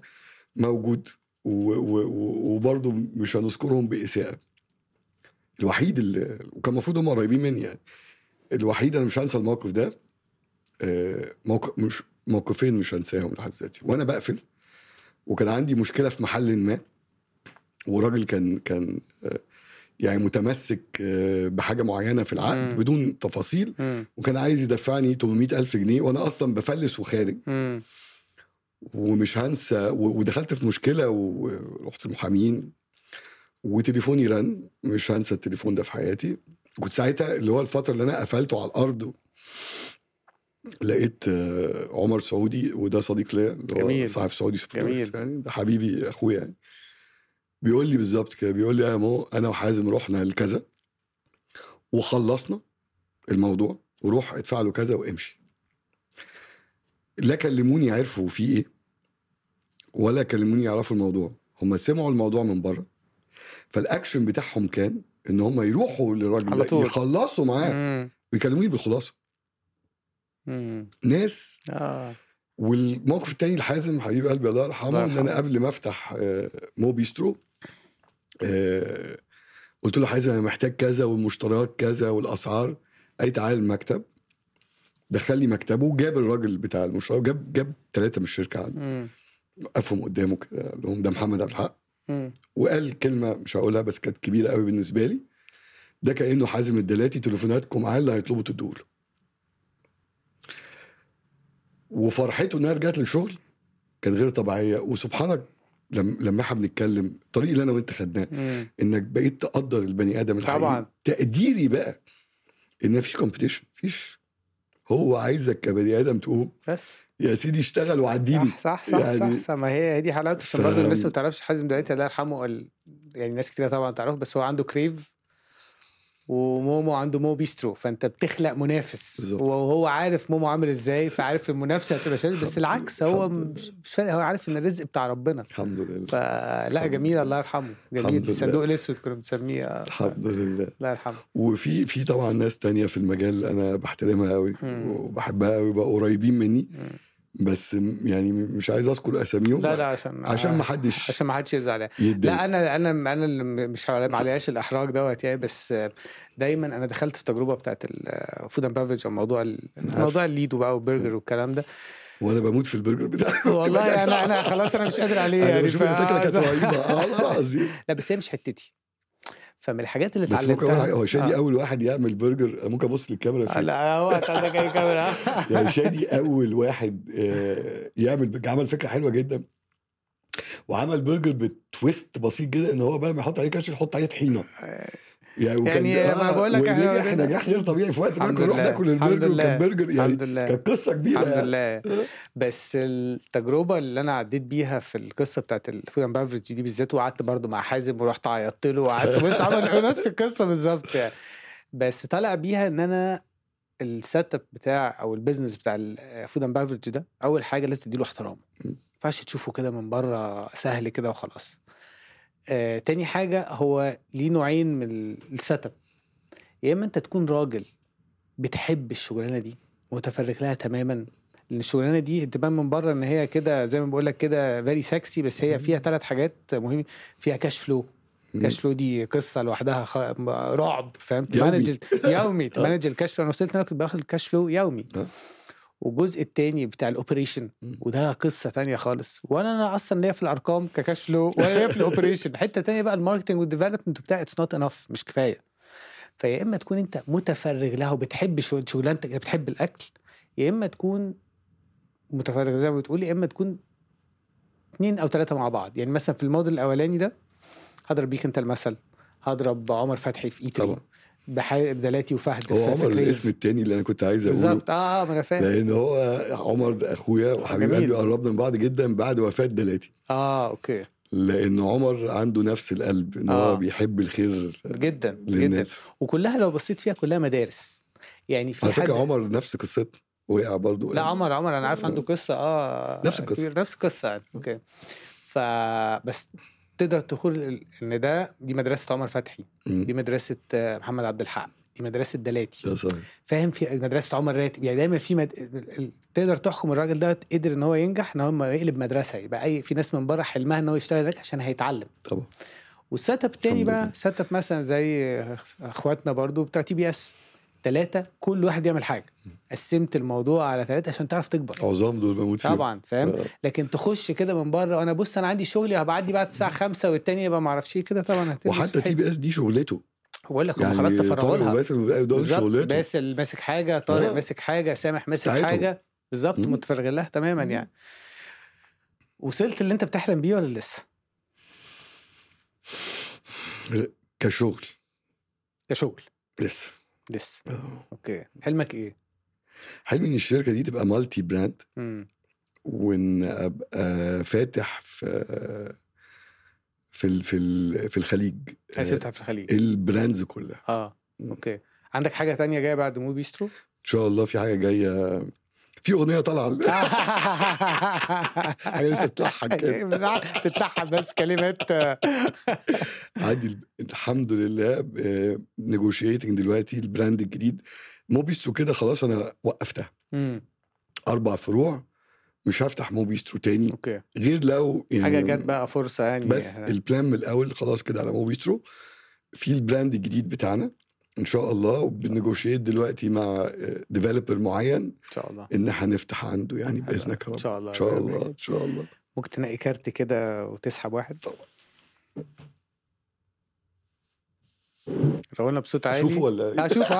Speaker 2: موجود و- و- و- وبرضه مش هنذكرهم بإساءة الوحيد اللي وكان المفروض هم قريبين مني يعني الوحيد انا مش هنسى الموقف ده آه، موقف مش موقفين مش هنساهم لحد دلوقتي وانا بقفل وكان عندي مشكله في محل ما وراجل كان كان آه، يعني متمسك آه، بحاجه معينه في العقد
Speaker 1: مم.
Speaker 2: بدون تفاصيل
Speaker 1: مم.
Speaker 2: وكان عايز يدفعني 800 ألف جنيه وانا اصلا بفلس وخارج
Speaker 1: مم.
Speaker 2: ومش هنسى و- ودخلت في مشكله ورحت المحامين وتليفوني رن مش هنسى التليفون ده في حياتي كنت ساعتها اللي هو الفتره اللي انا قفلته على الارض لقيت آه، عمر سعودي وده صديق ليا اللي هو
Speaker 1: جميل.
Speaker 2: صاحب سعودي سوبر
Speaker 1: جميل.
Speaker 2: يعني ده حبيبي اخويا يعني بيقول لي بالظبط كده بيقول لي يا مو انا وحازم رحنا لكذا وخلصنا الموضوع وروح ادفع له كذا وامشي لا كلموني عرفوا في ايه ولا كلموني يعرفوا الموضوع هم سمعوا الموضوع من بره فالاكشن بتاعهم كان ان هم يروحوا
Speaker 1: على
Speaker 2: للراجل ده
Speaker 1: طول.
Speaker 2: يخلصوا معاه
Speaker 1: مم.
Speaker 2: ويكلموني بالخلاصه
Speaker 1: مم.
Speaker 2: ناس
Speaker 1: اه
Speaker 2: والموقف التاني لحازم حبيب قلبي الله يرحمه
Speaker 1: الله
Speaker 2: ان انا قبل ما افتح آه، مو بيسترو آه، قلت له حازم انا محتاج كذا والمشتريات كذا والاسعار اي تعالى المكتب دخل لي مكتبه جاب الراجل بتاع المشتريات جاب جاب ثلاثه من الشركه عنده
Speaker 1: مم.
Speaker 2: وقفهم قدامه كده قال لهم ده محمد عبد الحق
Speaker 1: مم.
Speaker 2: وقال كلمه مش هقولها بس كانت كبيره قوي بالنسبه لي ده كانه حازم الدلاتي تليفوناتكم معاه اللي هيطلبوا تدوا له وفرحته انها رجعت للشغل كانت غير طبيعيه وسبحانك لما لما احنا بنتكلم الطريق اللي انا وانت خدناه
Speaker 1: مم.
Speaker 2: انك بقيت تقدر البني ادم الحقيقي
Speaker 1: طبعاً.
Speaker 2: تقديري بقى ان مفيش كومبيتيشن مفيش هو عايزك كبني ادم تقوم
Speaker 1: بس
Speaker 2: يا سيدي اشتغل وعديني
Speaker 1: صح صح صح,
Speaker 2: يعني-
Speaker 1: يعني صح, صح ما هي هي دي حلاوته عشان
Speaker 2: ف-
Speaker 1: برضه الناس ما تعرفش حازم دلوقتي الله يرحمه ال... يعني ناس كتير طبعا تعرفه بس هو عنده كريف ومومو عنده مو بيسترو فانت بتخلق منافس
Speaker 2: بالظبط.
Speaker 1: وهو عارف مومو عامل ازاي فعارف المنافسه هتبقى شديدة بس
Speaker 2: الحمد
Speaker 1: العكس
Speaker 2: لله،
Speaker 1: هو
Speaker 2: الحمد لله.
Speaker 1: مش مش فارق هو عارف ان الرزق بتاع ربنا
Speaker 2: الحمد لله
Speaker 1: فلا
Speaker 2: الحمد
Speaker 1: جميل
Speaker 2: لله.
Speaker 1: الله يرحمه
Speaker 2: الحمد
Speaker 1: جميل
Speaker 2: لله.
Speaker 1: الصندوق الاسود كنا بنسميه آه،
Speaker 2: الحمد لله
Speaker 1: الله يرحمه
Speaker 2: وفي في طبعا ناس تانية في المجال انا بحترمها قوي
Speaker 1: مم.
Speaker 2: وبحبها قوي بقى قريبين مني
Speaker 1: مم.
Speaker 2: بس م- يعني مش عايز اذكر اساميهم
Speaker 1: لا لا عشان
Speaker 2: عشان ما حدش
Speaker 1: عشان ما حدش يزعل يعني.
Speaker 2: يتضايق
Speaker 1: لا انا انا انا اللي مش على- ما عليهاش الاحراج دوت يعني بس دايما انا دخلت في تجربه بتاعت الفود اند بافج او موضوع ال-
Speaker 2: عارف.
Speaker 1: موضوع الليدو بقى والبرجر والكلام ده
Speaker 2: وانا بموت في البرجر بتاعك
Speaker 1: والله انا انا خلاص انا مش قادر عليه
Speaker 2: انا
Speaker 1: يعني
Speaker 2: بشوف الفكره كانت
Speaker 1: فعايز-
Speaker 2: رهيبه اه والله العظيم
Speaker 1: لا بس هي مش حتتي فمن الحاجات اللي
Speaker 2: بس ممكن اقول حاجه
Speaker 1: اتعلمتها
Speaker 2: هو شادي
Speaker 1: آه.
Speaker 2: اول واحد يعمل برجر أنا ممكن ابص للكاميرا
Speaker 1: آه،
Speaker 2: فيه
Speaker 1: لا هو أنت عندك اي كاميرا
Speaker 2: يعني شادي اول واحد آه، يعمل عمل فكره حلوه جدا وعمل برجر بتويست بسيط كده ان هو بقى ما يحط عليه كاتشب يحط عليه طحينه يعني وكان
Speaker 1: يعني ما بقول لك إحنا-
Speaker 2: ونجح نجاح غير طبيعي في وقت ما
Speaker 1: الحمد
Speaker 2: كنا نروح
Speaker 1: لله،
Speaker 2: ناكل
Speaker 1: الحمد
Speaker 2: البرجر وكان
Speaker 1: لله،
Speaker 2: برجر يعني
Speaker 1: الحمد لله
Speaker 2: كانت قصه كبيره
Speaker 1: الحمد
Speaker 2: يعني
Speaker 1: لله بس التجربه اللي انا عديت بيها في القصه بتاعت الفود اند بافرج دي بالذات وقعدت برضو مع حازم ورحت عيطت له وقعدت بص عمل نفس القصه بالظبط يعني بس طلع بيها ان انا السيت اب بتاع او البيزنس بتاع الفود اند بافرج ده اول حاجه لازم تديله احترام ما ينفعش تشوفه كده من بره سهل كده وخلاص آه، تاني حاجة هو ليه نوعين من السيت اب يا إما أنت تكون راجل بتحب الشغلانة دي متفرغ لها تماما لأن الشغلانة دي تبان من بره إن هي كده زي ما بقول لك كده فيري سكسي بس هي فيها ثلاث حاجات مهمة فيها كاش فلو كاش فلو دي قصة لوحدها خ... رعب فاهم
Speaker 2: يومي.
Speaker 1: تمانج ال- يومي تمانج الكاش فلو أنا وصلت إن أنا كنت باخد الكاش فلو يومي
Speaker 2: آه.
Speaker 1: والجزء التاني بتاع الاوبريشن
Speaker 2: مم.
Speaker 1: وده قصه تانية خالص وانا انا اصلا ليا في الارقام ككاش فلو ولا ليا في الاوبريشن حته تانية بقى الماركتنج والديفلوبمنت بتاع اتس نوت انف مش كفايه فيا اما تكون انت متفرغ لها وبتحب شغل- شغلانتك بتحب الاكل يا اما تكون متفرغه زي ما بتقول يا اما تكون اتنين او ثلاثه مع بعض يعني مثلا في الموديل الاولاني ده هضرب بيك انت المثل هضرب عمر فتحي في ايتري
Speaker 2: طبعا
Speaker 1: بحي... بدلاتي وفهد
Speaker 2: هو
Speaker 1: في
Speaker 2: عمر
Speaker 1: فكرية.
Speaker 2: الاسم التاني اللي انا كنت عايز اقوله
Speaker 1: بالظبط اه آه، ما انا فاهم
Speaker 2: لان هو عمر ده اخويا وحبيب
Speaker 1: جميل.
Speaker 2: قلبي قربنا من بعض جدا بعد وفاه دلاتي
Speaker 1: اه اوكي
Speaker 2: لان عمر عنده نفس القلب ان
Speaker 1: آه.
Speaker 2: هو بيحب الخير
Speaker 1: جدا جدا
Speaker 2: للناس
Speaker 1: وكلها لو بصيت فيها كلها مدارس يعني في
Speaker 2: على
Speaker 1: حد
Speaker 2: فكره عمر نفس قصتنا وقع برضه
Speaker 1: لا عمر عمر انا عارف عنده قصه اه
Speaker 2: نفس القصة.
Speaker 1: كبير نفس القصه يعني اوكي فبس تقدر تقول ال- ان ده دي مدرسه عمر فتحي دي مدرسه آه، محمد عبد الحق دي مدرسه دلاتي
Speaker 2: ده صحيح
Speaker 1: فاهم في مدرسه عمر راتب يعني دايما في مد... ال- ال- تقدر تحكم الراجل ده قدر ان هو ينجح ان هو ما يقلب مدرسه يبقى اي في ناس من بره حلمها ان هو يشتغل هناك عشان هيتعلم
Speaker 2: طبعا
Speaker 1: والسيت اب التاني
Speaker 2: الحمد
Speaker 1: بقى
Speaker 2: لله.
Speaker 1: سيت اب مثلا زي اخواتنا برضو بتاع تي بي اس ثلاثه كل واحد يعمل حاجه قسمت الموضوع على ثلاثه عشان تعرف تكبر
Speaker 2: عظام دول بموت فيهم
Speaker 1: طبعا فاهم
Speaker 2: آه.
Speaker 1: لكن تخش كده من بره وانا بص انا عندي شغلي هبعدي بعد الساعه 5 والتاني يبقى ما اعرفش ايه كده طبعا هتلبس
Speaker 2: وحتى تي بي اس دي شغلته
Speaker 1: بقول لك هم
Speaker 2: يعني
Speaker 1: خلاص تفرغوا
Speaker 2: طارق
Speaker 1: لها
Speaker 2: وباسل وبقى دول
Speaker 1: بالظبط
Speaker 2: شغلته
Speaker 1: باسل ماسك حاجه طارق
Speaker 2: آه.
Speaker 1: ماسك حاجه سامح ماسك
Speaker 2: بتاعتهم.
Speaker 1: حاجه بالظبط
Speaker 2: مم.
Speaker 1: متفرغ لها تماما يعني وصلت اللي انت بتحلم بيه ولا لسه؟
Speaker 2: كشغل
Speaker 1: كشغل
Speaker 2: لسه
Speaker 1: لسه
Speaker 2: آه.
Speaker 1: اوكي حلمك ايه؟
Speaker 2: حلمي ان الشركه دي تبقى مالتي براند
Speaker 1: امم
Speaker 2: وان ابقى فاتح في في ال- في ال- في الخليج آه،
Speaker 1: في الخليج
Speaker 2: البراندز كلها
Speaker 1: اه
Speaker 2: مم.
Speaker 1: اوكي عندك حاجه تانية جايه بعد مو بيسترو
Speaker 2: ان شاء الله في حاجه جايه في اغنيه طالعه حاجه لسه بتضحك كده.
Speaker 1: تتلحم بس كلمات آه،
Speaker 2: عندي الب- الحمد لله نيجوشيتنج دلوقتي البراند الجديد موبيسترو كده خلاص انا وقفتها
Speaker 1: مم،
Speaker 2: اربع فروع مش هفتح موبيسترو تاني
Speaker 1: اوكي
Speaker 2: غير لو يعني
Speaker 1: حاجه جت بقى فرصه يعني
Speaker 2: بس البلان من الاول خلاص كده على موبيسترو في البراند الجديد بتاعنا ان شاء الله وبنيجوشيت دلوقتي مع ديفلوبر معين
Speaker 1: ان شاء الله
Speaker 2: ان هنفتح عنده يعني باذنك يا
Speaker 1: ان
Speaker 2: رب
Speaker 1: شاء الله
Speaker 2: ان شاء الله ان شاء الله
Speaker 1: ممكن تنقي كارت كده وتسحب واحد رونا بصوت عالي
Speaker 2: شوفوا ولا إيه؟
Speaker 1: اشوف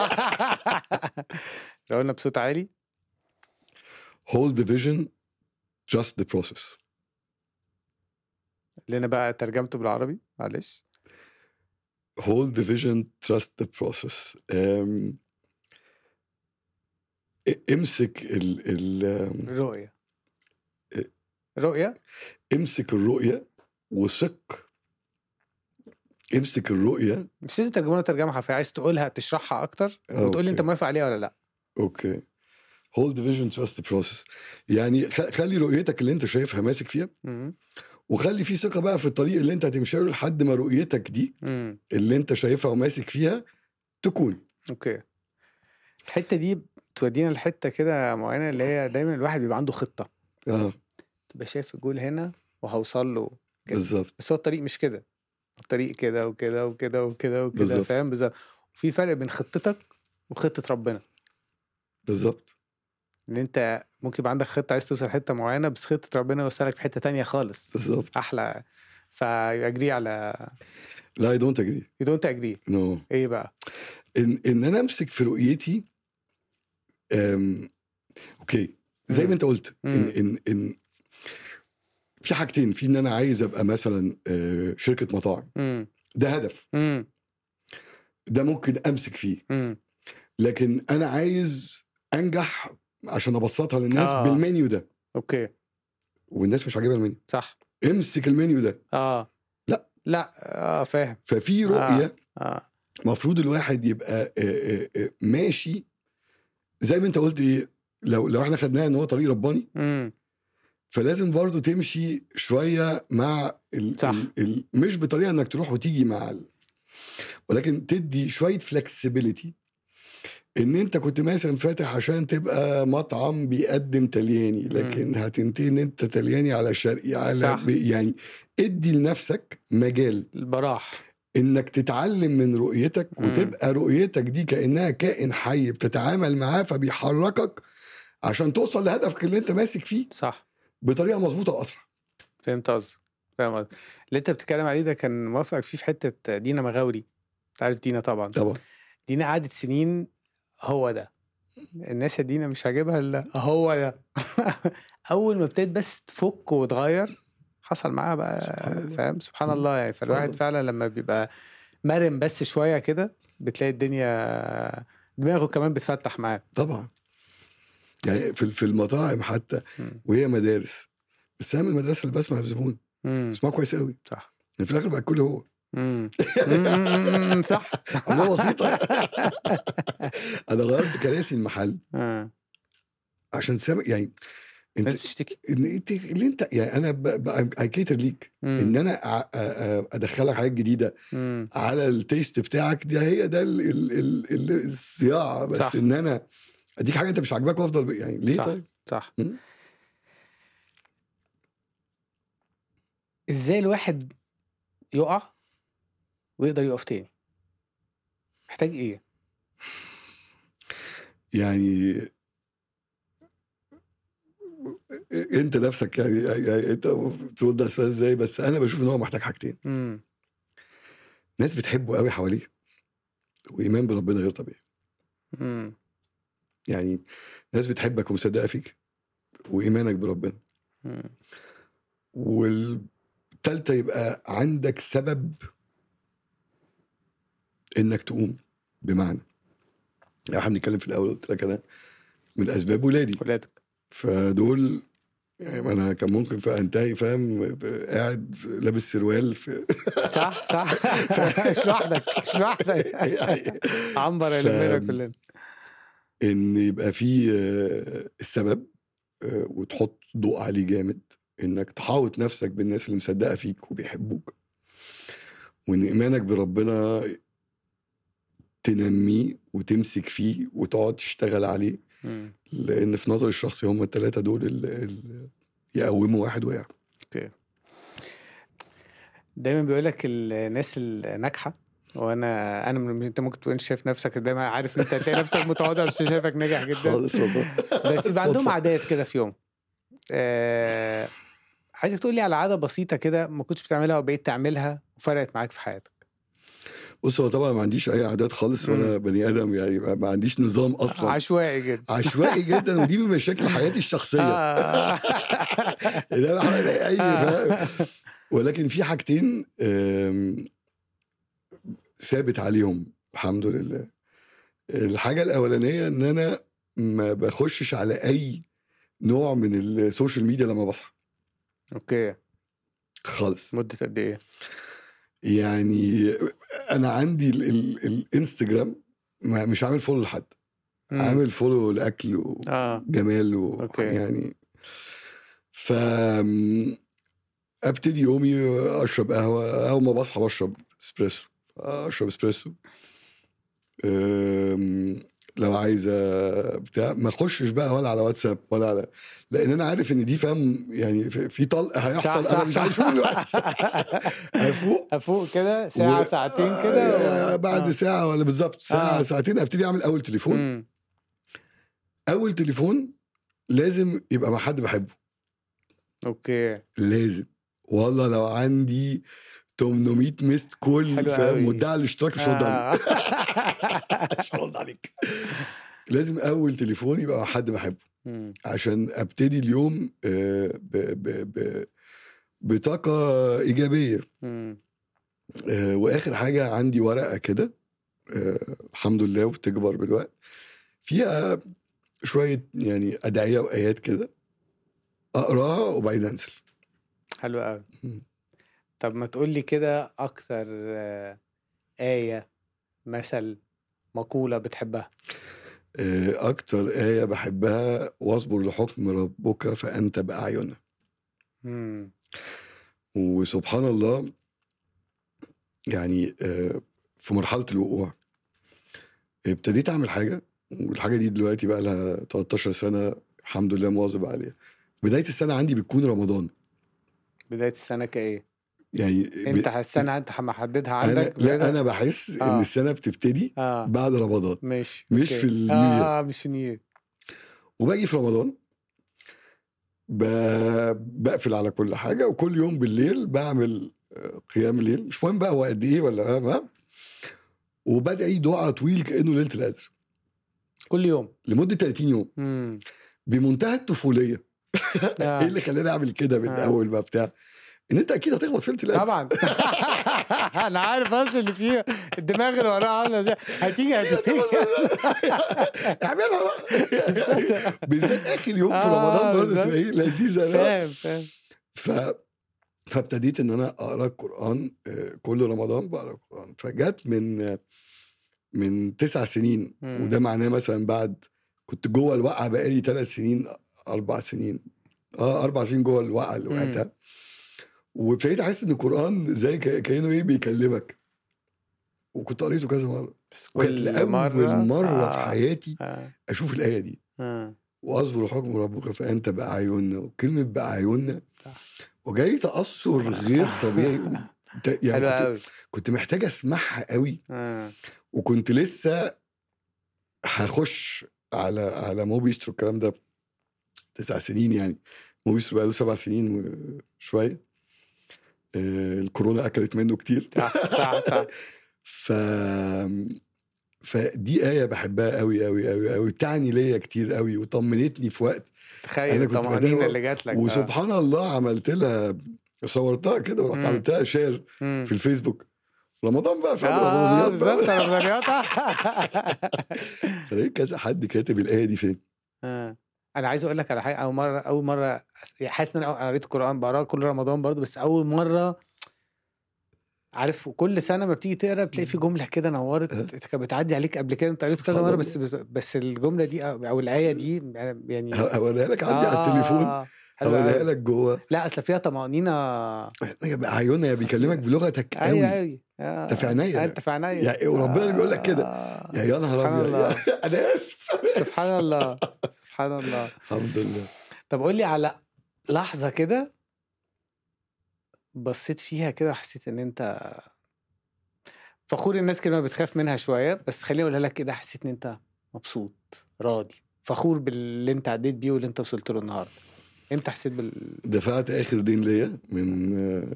Speaker 1: رونا بصوت عالي
Speaker 2: هول ذا فيجن جاست ذا بروسيس
Speaker 1: اللي انا بقى ترجمته بالعربي معلش
Speaker 2: whole division trust the process Um, أم، امسك ال ال
Speaker 1: رؤيه
Speaker 2: إيه؟
Speaker 1: رؤيه
Speaker 2: امسك الرؤيه وثق امسك الرؤيه
Speaker 1: مش لازم ترجمه ترجمه حرفيا عايز تقولها تشرحها اكتر وتقول لي
Speaker 2: أوكي.
Speaker 1: انت موافق عليها ولا لا
Speaker 2: اوكي whole division trust the process يعني خ- خلي رؤيتك اللي انت شايفها ماسك فيها
Speaker 1: مم.
Speaker 2: وخلي في ثقه بقى في الطريق اللي انت هتمشي له لحد ما رؤيتك دي
Speaker 1: مم.
Speaker 2: اللي انت شايفها وماسك فيها تكون
Speaker 1: اوكي الحته دي تودينا لحته كده معينه اللي هي دايما الواحد بيبقى عنده خطه
Speaker 2: اه
Speaker 1: تبقى شايف الجول هنا وهوصل له كده.
Speaker 2: بالظبط
Speaker 1: بس هو الطريق مش كده الطريق كده وكده وكده وكده وكده
Speaker 2: بالظبط.
Speaker 1: فاهم بالظبط وفي فرق بين خطتك وخطه ربنا
Speaker 2: بالظبط
Speaker 1: ان انت ممكن يبقى عندك خطه عايز توصل لحته معينه بس خطه ربنا يوصلك في حته تانية خالص
Speaker 2: بالظبط
Speaker 1: احلى فاجري على
Speaker 2: لا اي دونت اجري
Speaker 1: يو دونت اجري
Speaker 2: نو
Speaker 1: ايه بقى
Speaker 2: ان ان انا امسك في رؤيتي أم اوكي زي
Speaker 1: مم.
Speaker 2: ما انت قلت
Speaker 1: مم.
Speaker 2: ان ان ان في حاجتين في ان انا عايز ابقى مثلا آه، شركه مطاعم
Speaker 1: امم
Speaker 2: ده هدف
Speaker 1: امم
Speaker 2: ده ممكن امسك فيه
Speaker 1: امم
Speaker 2: لكن انا عايز انجح عشان ابسطها للناس
Speaker 1: آه.
Speaker 2: آه. بالمنيو ده
Speaker 1: اوكي
Speaker 2: والناس مش عاجبها المنيو
Speaker 1: صح
Speaker 2: امسك المنيو ده
Speaker 1: اه
Speaker 2: لا.
Speaker 1: لا اه فاهم
Speaker 2: ففي رؤيه
Speaker 1: اه
Speaker 2: المفروض الواحد يبقى آه، آه، آه، ماشي زي ما انت قلت ايه لو لو احنا خدناها ان هو طريق رباني
Speaker 1: امم
Speaker 2: فلازم برضو تمشي شويه مع ال
Speaker 1: صح.
Speaker 2: ال ال مش بطريقه انك تروح وتيجي مع ال ولكن تدي شويه فلكسبيليتي ان انت كنت مثلا فاتح عشان تبقى مطعم بيقدم تلياني لكن هتنتهي ان انت تلياني على شرقي على
Speaker 1: صح.
Speaker 2: ب- يعني ادي لنفسك مجال
Speaker 1: البراح
Speaker 2: انك تتعلم من رؤيتك
Speaker 1: مم.
Speaker 2: وتبقى رؤيتك دي كانها كائن حي بتتعامل معاه فبيحركك عشان توصل لهدفك اللي انت ماسك فيه
Speaker 1: صح
Speaker 2: بطريقه مظبوطه واسرع
Speaker 1: فهمت قصدك فاهم قصدك اللي انت بتتكلم عليه ده كان موافقك فيه في حته دينا مغاوري انت عارف دينا طبعا
Speaker 2: طبعا
Speaker 1: دينا قعدت سنين هو ده الناس يا دينا مش هجيبها الا هو ده اول ما ابتدت بس تفك وتغير حصل معاها بقى
Speaker 2: سبحان الله.
Speaker 1: فاهم سبحان الله يعني فالواحد
Speaker 2: الله.
Speaker 1: فعلا لما بيبقى مرن بس شويه كده بتلاقي الدنيا دماغه كمان بتفتح معاه
Speaker 2: طبعا يعني في في المطاعم حتى
Speaker 1: مم.
Speaker 2: وهي مدارس بس اهم المدرسه اللي بسمع الزبون
Speaker 1: مم.
Speaker 2: بسمعه كويس قوي
Speaker 1: صح
Speaker 2: يعني في الاخر بقى الكل هو
Speaker 1: مم. مم. صح
Speaker 2: الله بسيطه انا طيب؟ غيرت كراسي المحل
Speaker 1: آه.
Speaker 2: عشان سامع يعني انت
Speaker 1: الناس بتشتكي
Speaker 2: إن انت اللي انت يعني انا اكيتر ليك
Speaker 1: مم.
Speaker 2: ان انا أ- أ- أ- ادخلك حاجات جديده
Speaker 1: مم.
Speaker 2: على التيست بتاعك ده هي ده ال ال ال ال الصياعه بس
Speaker 1: صح.
Speaker 2: ان انا اديك حاجه انت مش عاجباك وافضل ب- يعني ليه
Speaker 1: صح.
Speaker 2: طيب؟
Speaker 1: صح
Speaker 2: مم.
Speaker 1: ازاي الواحد يقع ويقدر يقف تاني محتاج ايه
Speaker 2: يعني انت نفسك يعني, يعني انت ترد على السؤال ازاي بس انا بشوف ان هو محتاج حاجتين
Speaker 1: مم.
Speaker 2: ناس بتحبه قوي حواليه وايمان بربنا غير طبيعي
Speaker 1: مم.
Speaker 2: يعني ناس بتحبك ومصدقه فيك وايمانك بربنا
Speaker 1: مم.
Speaker 2: والتالتة يبقى عندك سبب انك تقوم بمعنى يعني احنا بنتكلم في الاول قلت لك انا من اسباب ولادي
Speaker 1: ولادك
Speaker 2: فدول يعني ما انا كان ممكن فانتهي فاهم قاعد لابس سروال في
Speaker 1: صح صح أيوة، مش لوحدك مش لوحدك
Speaker 2: يعني
Speaker 1: عنبر
Speaker 2: ف-
Speaker 1: يلمنا كلنا
Speaker 2: ان يبقى في آه، السبب آه، وتحط ضوء عليه جامد انك تحاوط نفسك بالناس اللي مصدقه فيك وبيحبوك وان ايمانك بربنا تنميه وتمسك فيه وتقعد تشتغل عليه
Speaker 1: مم.
Speaker 2: لان في نظري الشخصي هم الثلاثه دول اللي يقوموا واحد ويقع
Speaker 1: دايما بيقول لك الناس الناجحه وانا انا من انت ممكن تكون شايف نفسك دايما عارف إن انت هتلاقي نفسك متواضع مش شايفك ناجح جدا
Speaker 2: خالص والله
Speaker 1: بس بيبقى عندهم
Speaker 2: صدفة.
Speaker 1: عادات كده في يوم آه... عايزك تقول لي على عاده بسيطه كده ما كنتش بتعملها وبقيت تعملها وفرقت معاك في حياتك
Speaker 2: بص هو طبعا ما عنديش اي عادات خالص وانا بني ادم يعني ما ما عنديش نظام اصلا
Speaker 1: عشوائي جدا
Speaker 2: عشوائي جدا ودي من مشاكل حياتي الشخصيه
Speaker 1: آه.
Speaker 2: ده بقى حاجة اي
Speaker 1: آه.
Speaker 2: ف... ولكن في حاجتين آم، ثابت عليهم الحمد لله الحاجه الاولانيه ان انا ما بخشش على اي نوع من السوشيال ميديا لما بصحى
Speaker 1: اوكي
Speaker 2: خالص
Speaker 1: مده قد ايه
Speaker 2: يعني انا عندي ال... ال... الانستجرام ما مش عامل فولو لحد
Speaker 1: مم.
Speaker 2: عامل فولو لاكل و...
Speaker 1: اه
Speaker 2: جمال و...
Speaker 1: أوكي.
Speaker 2: يعني ف ابتدي يومي اشرب قهوه اول ما بصحى بشرب اسبريسو اشرب اسبريسو أم، لو عايزه بتاع ما اخشش بقى ولا على واتساب ولا على لان انا عارف ان دي فاهم يعني في في طلق هيحصل
Speaker 1: صح،
Speaker 2: انا مش
Speaker 1: صح.
Speaker 2: عارف اقول دلوقتي هفوق
Speaker 1: افوق كده ساعه
Speaker 2: و-
Speaker 1: ساعتين
Speaker 2: آه،
Speaker 1: كده
Speaker 2: بعد
Speaker 1: آه.
Speaker 2: ساعه ولا بالظبط ساعه
Speaker 1: آه.
Speaker 2: ساعتين ابتدي اعمل اول تليفون
Speaker 1: مم.
Speaker 2: اول تليفون لازم يبقى مع حد بحبه
Speaker 1: اوكي
Speaker 2: لازم والله لو عندي 800 ميست كول
Speaker 1: حلو
Speaker 2: فاهم
Speaker 1: أوي.
Speaker 2: مدعي الاشتراك مش هرد عليك
Speaker 1: آه.
Speaker 2: مش هرد عليك لازم اول تليفون يبقى مع حد بحبه
Speaker 1: مم.
Speaker 2: عشان ابتدي اليوم آه، ب ب ب بطاقه ايجابيه
Speaker 1: مم.
Speaker 2: آه، واخر حاجه عندي ورقه كده آه، الحمد لله وبتكبر بالوقت فيها شويه يعني ادعيه وايات كده اقراها وبعدين انزل
Speaker 1: حلو قوي
Speaker 2: مم.
Speaker 1: طب ما تقول لي كده اكتر آه، آية مثل مقولة بتحبها
Speaker 2: آه، أكتر آية بحبها واصبر لحكم ربك فأنت بأعيننا
Speaker 1: مم.
Speaker 2: وسبحان الله يعني آه، في مرحلة الوقوع ابتديت أعمل حاجة والحاجة دي دلوقتي بقى لها 13 سنة الحمد لله مواظب عليها بداية السنة عندي بتكون رمضان
Speaker 1: بداية السنة كإيه؟
Speaker 2: يعني
Speaker 1: انت
Speaker 2: ب...
Speaker 1: السنة انت محددها
Speaker 2: أنا...
Speaker 1: عندك
Speaker 2: لا أنا بحس
Speaker 1: آه.
Speaker 2: إن السنة بتبتدي
Speaker 1: اه
Speaker 2: بعد رمضان
Speaker 1: ماشي
Speaker 2: مش
Speaker 1: أوكي.
Speaker 2: في النيو
Speaker 1: اه مش في النيو
Speaker 2: وباجي في رمضان ب- بقفل على كل حاجه وكل يوم بالليل بعمل آه، قيام ليل مش مهم بقى هو إيه قد ايه ولا ما وبدعي دعاء طويل كانه ليله القدر
Speaker 1: كل يوم
Speaker 2: لمده 30 يوم
Speaker 1: امم
Speaker 2: بمنتهى الطفوليه
Speaker 1: آه.
Speaker 2: ايه اللي خلاني اعمل كده من
Speaker 1: آه.
Speaker 2: اول ما بتاع ان انت اكيد هتخبط في الابتلاء
Speaker 1: طبعا انا عارف اصل اللي فيها الدماغ اللي وراها عامله ازاي هتيجي هتيجي
Speaker 2: اعملها بقى بالذات اخر يوم في
Speaker 1: آه،
Speaker 2: رمضان برضه
Speaker 1: بالظبط.
Speaker 2: تبقى ايه لذيذه
Speaker 1: فاهم
Speaker 2: بقى.
Speaker 1: فاهم
Speaker 2: ف فابتديت ان انا اقرا القران آه، كل رمضان بقرا القران فجت من آه، من تسع سنين
Speaker 1: مم.
Speaker 2: وده معناه مثلا بعد كنت جوه الوقعه بقالي ثلاث سنين اربع سنين اه اربع سنين جوه الوقعه اللي
Speaker 1: مم.
Speaker 2: وقعتها وابتديت احس ان القران زي ك- كانه ايه بيكلمك وكنت قريته كذا مره
Speaker 1: بس
Speaker 2: وكانت لاول مره, مرة في حياتي
Speaker 1: آه.
Speaker 2: اشوف الايه دي
Speaker 1: آه.
Speaker 2: واصبر حكم ربك فانت باعيننا وكلمه باعيننا
Speaker 1: صح.
Speaker 2: وجاي تاثر غير طبيعي وت-
Speaker 1: حلو
Speaker 2: يعني كنت,
Speaker 1: قوي
Speaker 2: كنت محتاج اسمعها قوي
Speaker 1: آه.
Speaker 2: وكنت لسه هخش على على موبيسترو الكلام ده تسع سنين يعني موبيسترو بقاله سبع سنين وشويه آه، الكورونا اكلت منه كتير
Speaker 1: صح صح صح
Speaker 2: ف فدي آية بحبها قوي قوي قوي قوي تعني ليا كتير قوي وطمنتني في وقت
Speaker 1: تخيل
Speaker 2: أنا كنت
Speaker 1: الطمانينه
Speaker 2: بقدر-
Speaker 1: اللي جات لك آه.
Speaker 2: وسبحان الله عملت لها صورتها كده ورحت
Speaker 1: مم.
Speaker 2: عملتها شير
Speaker 1: آه. مم.
Speaker 2: في الفيسبوك رمضان بقى في
Speaker 1: اه آه،
Speaker 2: رمضانيات بقى.
Speaker 1: بالظبط رمضانيات
Speaker 2: فلقيت كذا حد كاتب الايه دي فين
Speaker 1: آه. انا عايز اقول لك على حاجه اول مره اول مره أس- حاسس ان انا أنا قريت القران بقراه كل رمضان برضو بس اول مره عارف كل سنه ما بتيجي تقرا بتلاقي في جمله كده نورت
Speaker 2: آه.
Speaker 1: كانت بتعدي عليك قبل كده انت قريت
Speaker 2: سبحان
Speaker 1: كذا مره
Speaker 2: الله.
Speaker 1: بس بس الجمله دي أو- او الايه دي يعني
Speaker 2: ه- هوريها لك عندي على
Speaker 1: آه،
Speaker 2: التليفون
Speaker 1: آه، حلو
Speaker 2: هوريها
Speaker 1: أوي.
Speaker 2: لك جوه
Speaker 1: لا اصل فيها طمانينه
Speaker 2: عيونها بيكلمك بلغتك
Speaker 1: ايوه
Speaker 2: قوي
Speaker 1: ايوه
Speaker 2: أنت في عينيا.
Speaker 1: انت في عينيا
Speaker 2: يا- إيه، وربنا اللي بيقول لك كده.
Speaker 1: آه.
Speaker 2: يا يا نهار
Speaker 1: سبحان
Speaker 2: ابيض
Speaker 1: الله.
Speaker 2: يا- انا اسف
Speaker 1: سبحان الله سبحان الله
Speaker 2: الحمد لله
Speaker 1: طب قول لي على لحظة كده بصيت فيها كده وحسيت ان انت فخور الناس كلمة بتخاف منها شوية بس خليني اقولها لك كده حسيت ان انت مبسوط راضي فخور باللي انت عديت بيه واللي انت وصلت له النهارده امتى حسيت بال
Speaker 2: دفعت اخر دين ليا من آه،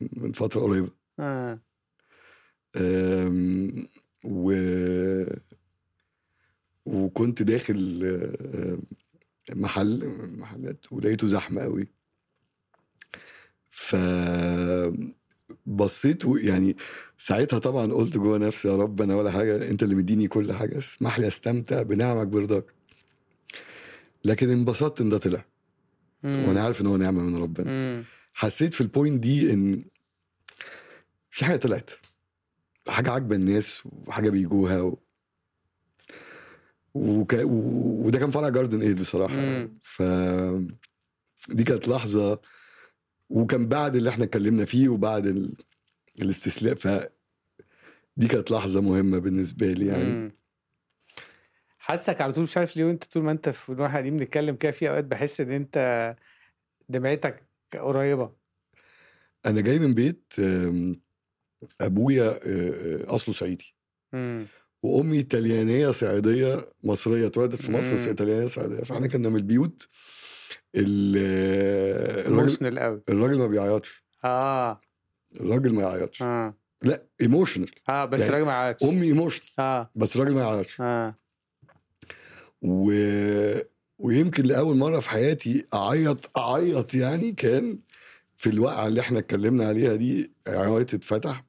Speaker 2: من فتره قريبه
Speaker 1: اه
Speaker 2: أم، و وكنت داخل أم، محل من محلات ولقيته زحمه قوي ف بصيت و- يعني ساعتها طبعا قلت جوه نفسي يا رب انا ولا حاجه انت اللي مديني كل حاجه اسمح لي استمتع بنعمك برضاك لكن انبسطت ان ده طلع
Speaker 1: مم.
Speaker 2: وانا عارف ان هو نعمه من ربنا
Speaker 1: مم.
Speaker 2: حسيت في البوينت دي ان في حاجه طلعت حاجه عاجبه الناس وحاجه بيجوها و... وك... و... وده كان فرع جاردن ايد بصراحه
Speaker 1: مم.
Speaker 2: ف دي كانت لحظه وكان بعد اللي احنا اتكلمنا فيه وبعد ال... الاستسلاء ف دي كانت لحظه مهمه بالنسبه لي يعني
Speaker 1: مم. حاسك على طول مش عارف ليه وانت طول ما انت في واحنا قاعدين بنتكلم كده في اوقات بحس ان انت دمعتك قريبة
Speaker 2: انا جاي من بيت آم، ابويا آه، آه، اصله صعيدي
Speaker 1: مم.
Speaker 2: وامي ايطاليانيه صعيديه مصريه اتولدت في مصر بس
Speaker 1: مم.
Speaker 2: ايطاليانيه صعيديه فاحنا كنا من البيوت ال- الراجل
Speaker 1: ايموشنال قوي
Speaker 2: الراجل ما بيعيطش
Speaker 1: اه
Speaker 2: الراجل ما يعيطش
Speaker 1: اه
Speaker 2: لا ايموشنال
Speaker 1: اه بس
Speaker 2: يعني
Speaker 1: راجل ما عادش
Speaker 2: امي ايموشنال
Speaker 1: اه
Speaker 2: بس الراجل ما يعيطش
Speaker 1: اه
Speaker 2: و... ويمكن لاول مره في حياتي اعيط اعيط يعني كان في الوقعه اللي احنا اتكلمنا عليها دي عيط اتفتح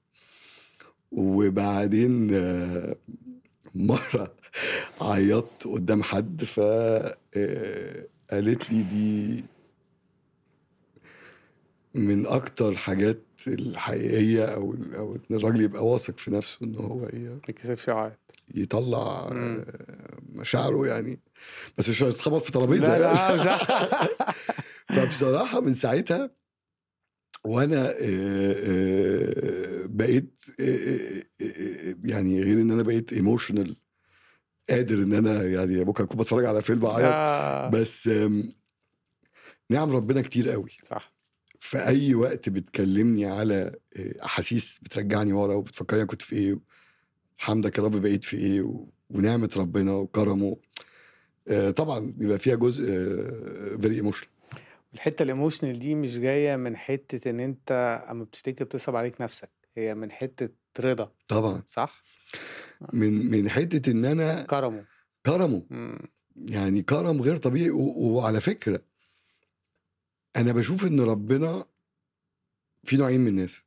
Speaker 2: وبعدين آه، مره عيطت قدام حد ف آه، قالت لي دي من اكتر الحاجات الحقيقيه او او ان الراجل يبقى واثق في نفسه ان هو ي-
Speaker 1: ما كسبش يعيط
Speaker 2: يطلع
Speaker 1: مم.
Speaker 2: آه، مشاعره يعني بس مش هيتخبط في ترابيزه
Speaker 1: لا
Speaker 2: يعني.
Speaker 1: لا آه، صح
Speaker 2: فبصراحه من ساعتها وانا آه، آه، بقيت آه، آه، آه، يعني غير ان انا بقيت ايموشنال قادر ان انا يعني ممكن اكون بتفرج على فيلم اعيط
Speaker 1: آه.
Speaker 2: بس آم، نعم ربنا كتير قوي
Speaker 1: صح
Speaker 2: في اي وقت بتكلمني على آه، احاسيس بترجعني ورا وبتفكرني أنا كنت في ايه حمدك يا رب بقيت في ايه و- ونعمه ربنا وكرمه آه، طبعا بيبقى فيها جزء آه، فيري ايموشنال
Speaker 1: الحته الايموشنال دي مش جايه من حته ان انت اما بتفتكر بتصعب عليك نفسك هي من حته رضا
Speaker 2: طبعا
Speaker 1: صح
Speaker 2: من من حته ان انا
Speaker 1: كرمه
Speaker 2: كرمه
Speaker 1: مم.
Speaker 2: يعني كرم غير طبيعي و... وعلى فكره انا بشوف ان ربنا في نوعين من الناس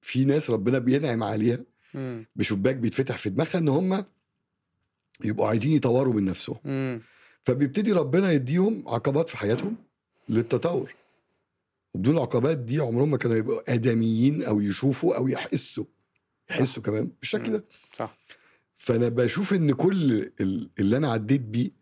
Speaker 2: في ناس ربنا بينعم عليها
Speaker 1: مم.
Speaker 2: بشباك بيتفتح في دماغها ان هم يبقوا عايزين يطوروا من نفسهم
Speaker 1: مم.
Speaker 2: فبيبتدي ربنا يديهم عقبات في حياتهم للتطور وبدون العقبات دي عمرهم ما كانوا يبقوا ادميين او يشوفوا او يحسوا يحسوا كمان بالشكل ده
Speaker 1: صح.
Speaker 2: فانا بشوف ان كل ال- اللي انا عديت بيه دي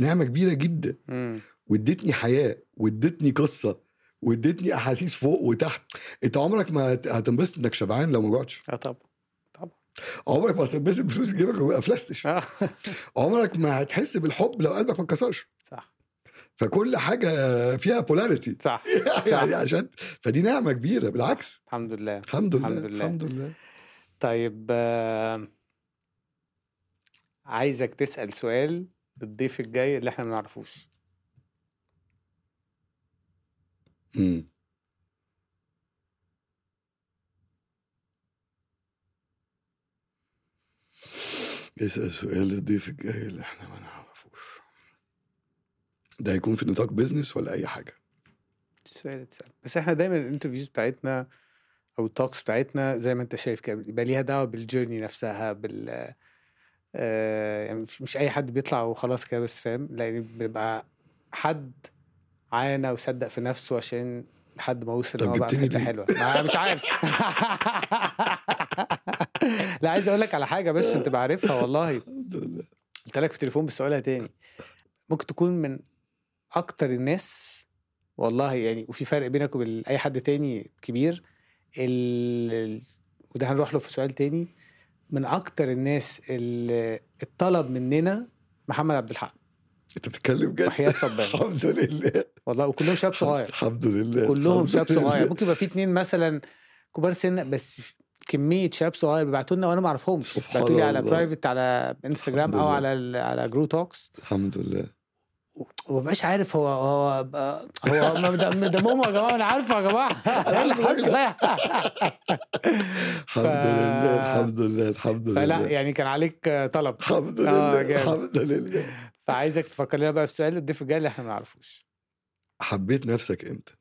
Speaker 2: نعمه كبيره جدا
Speaker 1: مم.
Speaker 2: وادتني حياه وادتني قصه وادتني احاسيس فوق وتحت انت عمرك ما هت- هتنبسط انك شبعان لو ما جوعتش
Speaker 1: اه طب
Speaker 2: عمرك ما هتنبسط بفلوس جيبك لو ما افلستش
Speaker 1: آه.
Speaker 2: عمرك ما هتحس بالحب لو قلبك ما اتكسرش
Speaker 1: صح
Speaker 2: فكل حاجه فيها بولاريتي
Speaker 1: صح
Speaker 2: يعني عشان فدي نعمه كبيره بالعكس
Speaker 1: الحمد لله
Speaker 2: الحمد لله
Speaker 1: الحمد لله.
Speaker 2: الحمد لله
Speaker 1: طيب آه، عايزك تسأل سؤال الضيف الجاي اللي احنا ما نعرفوش
Speaker 2: مم. اسأل سؤال الضيف الجاي اللي احنا ما نعرفوش ده هيكون في نطاق بيزنس ولا اي حاجه
Speaker 1: السؤال اتسأل بس احنا دايما الانترفيوز بتاعتنا او التوكس بتاعتنا زي ما انت شايف كده بيبقى ليها دعوه بالجيرني نفسها بال آه، يعني مش مش اي حد بيطلع وخلاص كده بس فاهم لا يعني بيبقى حد عانى وصدق في نفسه عشان لحد ما وصل
Speaker 2: طب
Speaker 1: ان هو بقى في
Speaker 2: جبتني
Speaker 1: حته
Speaker 2: ليه؟
Speaker 1: حلوه ما أنا مش عارف لا عايز اقول لك على حاجه بس عشان تبقى عارفها والله
Speaker 2: الحمد لله
Speaker 1: قلت لك في التليفون بس اقولها تاني ممكن تكون من اكتر الناس والله يعني وفي فرق بينك وبين اي حد تاني كبير ال... وده هنروح له في سؤال تاني من اكتر الناس اللي اتطلب مننا محمد عبد الحق
Speaker 2: انت بتتكلم جد
Speaker 1: وحياه ربنا
Speaker 2: الحمد لله
Speaker 1: والله وكلهم شباب صغير
Speaker 2: الحمد لله
Speaker 1: كلهم
Speaker 2: الحمد
Speaker 1: شباب صغير
Speaker 2: لله.
Speaker 1: ممكن يبقى في اتنين مثلا كبار سن بس كميه شباب صغير بيبعتوا لنا وانا ما اعرفهمش
Speaker 2: سبحان
Speaker 1: بعتوا لي على
Speaker 2: الله.
Speaker 1: برايفت على انستجرام
Speaker 2: الحمد
Speaker 1: او
Speaker 2: لله.
Speaker 1: على ال- على جرو توكس
Speaker 2: الحمد لله
Speaker 1: ومبقاش عارف هو هو هو ما دم- دمهم يا جماعه انا عارفه يا جماعه ايه اللي حصل
Speaker 2: الحمد لله الحمد لله الحمد
Speaker 1: فلا
Speaker 2: لله
Speaker 1: يعني كان عليك آه، طلب
Speaker 2: الحمد
Speaker 1: آه،
Speaker 2: لله
Speaker 1: جامد.
Speaker 2: الحمد لله
Speaker 1: فعايزك تفكر لنا بقى في سؤال الضيف الجاي اللي احنا ما نعرفوش
Speaker 2: حبيت نفسك امتى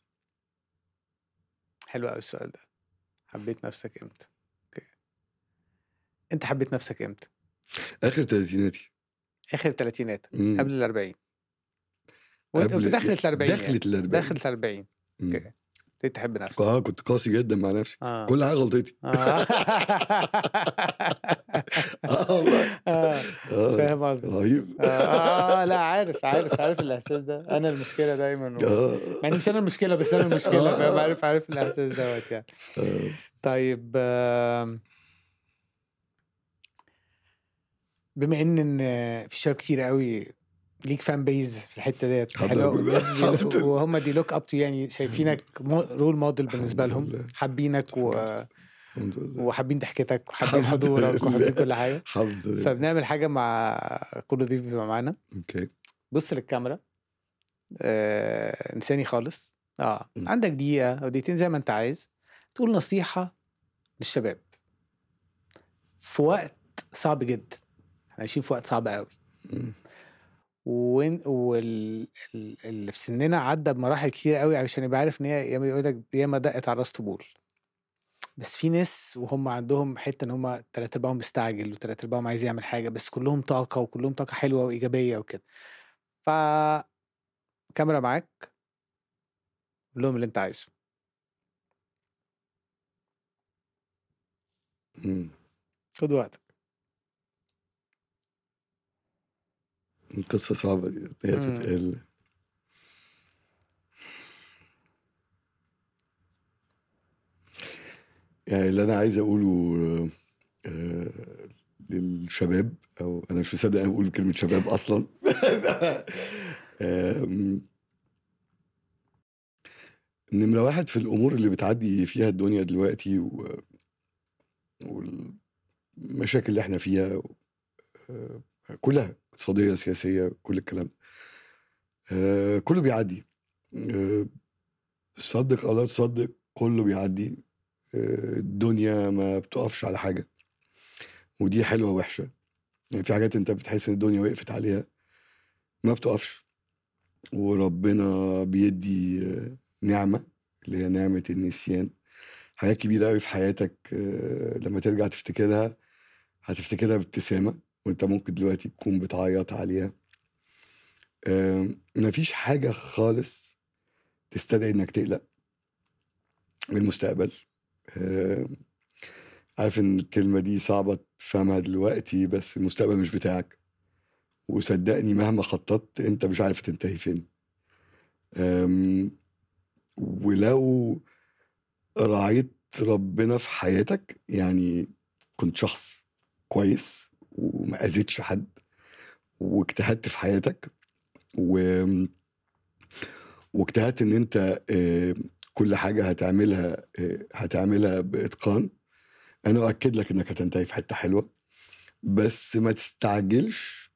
Speaker 1: حلو قوي السؤال ده حبيت نفسك امتى أوكي. انت حبيت نفسك امتى
Speaker 2: اخر تلاتيناتي
Speaker 1: اخر الثلاثينات
Speaker 2: مم.
Speaker 1: قبل ال 40 وانت
Speaker 2: قبل-
Speaker 1: في دخلة ال 40 يعني.
Speaker 2: دخلت ال 40
Speaker 1: دخلت ال 40
Speaker 2: مم.
Speaker 1: أوكي. ابتديت تحب نفسك
Speaker 2: اه كنت قاسي جدا مع نفسي
Speaker 1: اه
Speaker 2: كل حاجه غلطتي
Speaker 1: آه.
Speaker 2: اه والله
Speaker 1: آه.
Speaker 2: اه
Speaker 1: فاهم قصدي
Speaker 2: رهيب
Speaker 1: آه, آه, لا عارف عارف عارف الاحساس ده انا المشكله دايما و...
Speaker 2: اه
Speaker 1: يعني مش انا المشكله بس انا المشكله فاهم عارف عارف الاحساس دوت يعني
Speaker 2: آه.
Speaker 1: طيب آم، بما ان إن في شباب كتير قوي ليك فان بيز في الحته ديت
Speaker 2: الحمد
Speaker 1: حلوه
Speaker 2: لله.
Speaker 1: والناس دي-
Speaker 2: الحمد لله.
Speaker 1: وهم دي لوك اب تو يعني شايفينك رول موديل بالنسبه
Speaker 2: الحمد
Speaker 1: لهم
Speaker 2: لله.
Speaker 1: حابينك و...
Speaker 2: الحمد لله
Speaker 1: وحابين ضحكتك وحابين
Speaker 2: الحمد
Speaker 1: حضورك وحابين
Speaker 2: لله.
Speaker 1: كل حاجه
Speaker 2: الحمد لله
Speaker 1: فبنعمل حاجه مع كل ضيف بيبقى معانا
Speaker 2: اوكي
Speaker 1: بص للكاميرا آه، انساني خالص اه
Speaker 2: م.
Speaker 1: عندك دقيقه او دقيقتين زي ما انت عايز تقول نصيحه للشباب في وقت صعب جدا احنا عايشين في وقت صعب قوي
Speaker 2: مم.
Speaker 1: وين واللي في سننا عدى بمراحل كتير قوي عشان يبقى عارف ان هي ياما يقول لك ياما دقت على راس طبول بس في ناس وهم عندهم حته ان هم تلات ارباعهم مستعجل وتلات ارباعهم عايز يعمل حاجه بس كلهم طاقه وكلهم طاقه حلوه وايجابيه وكده ف كاميرا معاك قول لهم اللي انت عايزه
Speaker 2: مم.
Speaker 1: خد وقتك
Speaker 2: قصه صعبه دي إن هي
Speaker 1: مم.
Speaker 2: تتقال يعني اللي انا عايز اقوله آه، للشباب او انا مش مصدق أنا بقول كلمه شباب اصلا آم، نمرة واحد في الأمور اللي بتعدي فيها الدنيا دلوقتي و... والمشاكل اللي احنا فيها و... آه، كلها اقتصادية سياسية كل الكلام ده. آه، كله بيعدي آه، صدق أو لا تصدق كله بيعدي آه، الدنيا ما بتقفش على حاجة ودي حلوة وحشة يعني في حاجات انت بتحس ان الدنيا وقفت عليها ما بتقفش وربنا بيدي آه، نعمه اللي هي نعمه النسيان حاجات كبيره قوي في حياتك آه، لما ترجع تفتكرها هتفتكرها بابتسامه وانت ممكن دلوقتي تكون بتعيط عليها آم، مفيش حاجه خالص تستدعي انك تقلق من المستقبل آم، عارف ان الكلمه دي صعبه تفهمها دلوقتي بس المستقبل مش بتاعك وصدقني مهما خططت انت مش عارف تنتهي فين أم، ولو رعيت ربنا في حياتك يعني كنت شخص كويس وما اذيتش حد واجتهدت في حياتك و واجتهدت ان انت آه، كل حاجه هتعملها آه، هتعملها باتقان انا اؤكد لك انك هتنتهي في حته حلوه بس ما تستعجلش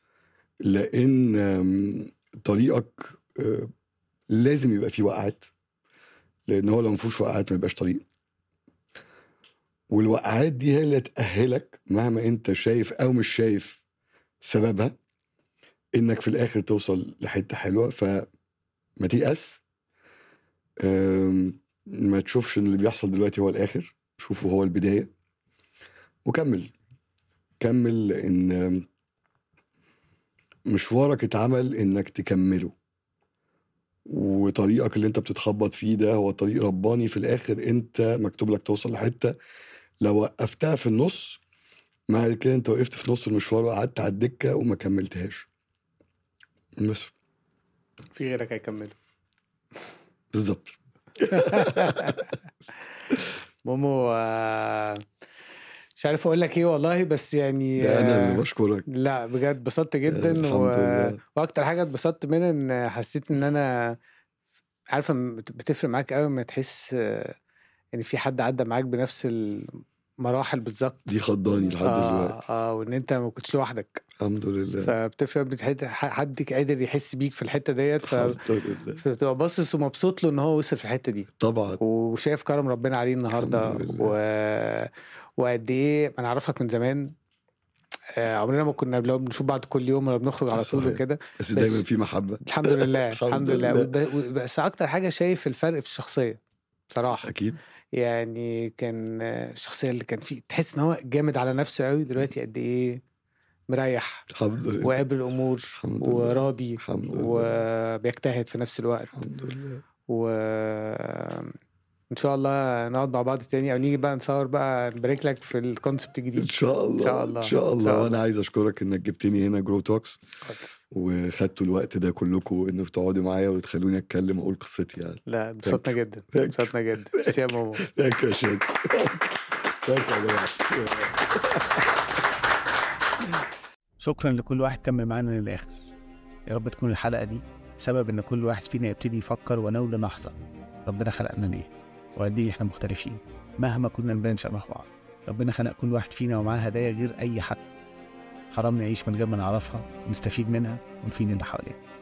Speaker 2: لان آم، طريقك آه، لازم يبقى فيه وقعات لان هو لو ما فيهوش وقعات ما يبقاش طريق والوقعات دي هي اللي تاهلك مهما انت شايف او مش شايف سببها انك في الاخر توصل لحته حلوه فما تيأس آم، ما تشوفش ان اللي بيحصل دلوقتي هو الاخر شوفه هو البدايه وكمل كمل ان مشوارك اتعمل انك تكمله وطريقك اللي انت بتتخبط فيه ده هو طريق رباني في الاخر انت مكتوب لك توصل لحته لو وقفتها في النص مع كده انت وقفت في نص المشوار وقعدت على الدكه وما كملتهاش بس
Speaker 1: في غيرك هيكمله
Speaker 2: بالظبط
Speaker 1: مومو آه، مش عارف اقول لك ايه والله بس يعني
Speaker 2: ده انا
Speaker 1: آه،
Speaker 2: اللي بشكرك
Speaker 1: لا بجد اتبسطت جدا
Speaker 2: آه، الحمد
Speaker 1: و...
Speaker 2: لله.
Speaker 1: واكتر حاجه اتبسطت منها ان حسيت ان انا عارفه م- بت- بتفرق معاك قوي لما تحس آه، ان في حد عدى معاك بنفس المراحل بالظبط
Speaker 2: دي خضاني لحد
Speaker 1: اه
Speaker 2: دلوقتي آه.
Speaker 1: اه وان انت ما كنتش لوحدك
Speaker 2: الحمد لله
Speaker 1: فبتفرق بتحد... حد قادر يحس بيك في الحته ديت ف...
Speaker 2: الحمد لله
Speaker 1: فبتبقى باصص ومبسوط له ان هو وصل في الحته دي
Speaker 2: طبعا
Speaker 1: وشايف كرم ربنا عليه النهارده
Speaker 2: الحمد لله.
Speaker 1: و... وقد ايه انا اعرفك من زمان آه، عمرنا ما كنا لو بنشوف بعض كل يوم ولا بنخرج على طول
Speaker 2: صحيح.
Speaker 1: وكده
Speaker 2: بس
Speaker 1: بس-
Speaker 2: دايما في محبه
Speaker 1: الحمد لله
Speaker 2: الحمد
Speaker 1: الحمد لله
Speaker 2: لله.
Speaker 1: وب- وب- بس اكتر حاجه شايف الفرق في الشخصيه بصراحه
Speaker 2: اكيد
Speaker 1: يعني كان آه، الشخصيه اللي كان فيه تحس ان هو جامد على نفسه قوي دلوقتي قد ايه مريح
Speaker 2: الحمد لله
Speaker 1: وقابل الامور
Speaker 2: الحمد لله.
Speaker 1: وراضي
Speaker 2: الحمد لله
Speaker 1: وبيجتهد في نفس الوقت
Speaker 2: الحمد لله
Speaker 1: و ان شاء الله نقعد مع بعض تاني او نيجي بقى نصور بقى نبارك لك في الكونسبت
Speaker 2: ان
Speaker 1: الجديد
Speaker 2: شاء الله
Speaker 1: إن شاء الله. إن
Speaker 2: ان شاء
Speaker 1: شاء
Speaker 2: الله
Speaker 1: الله.
Speaker 2: وانا عايز اشكرك انك جبتني هنا جرو توكس وخدتوا الوقت ده كلكم انك تقعدوا معايا وتخلوني اتكلم واقول قصتي يعني
Speaker 1: لا اتبسطنا جدا اتبسطنا جدا ميرسي يا مومو
Speaker 2: ثانك يو شيخ ثانك يو يا جماعه
Speaker 3: شكرا لكل واحد كمل معانا للاخر يا رب تكون الحلقه دي سبب ان كل واحد فينا يبتدي يفكر ولو للحظه ربنا خلقنا ليه وقد ايه احنا مختلفين مهما كنا نبان شبه بعض ربنا خلق كل واحد فينا ومعاه هدايا غير اي حد حرام نعيش من غير ما نعرفها ونستفيد منها ونفيد اللي حوالينا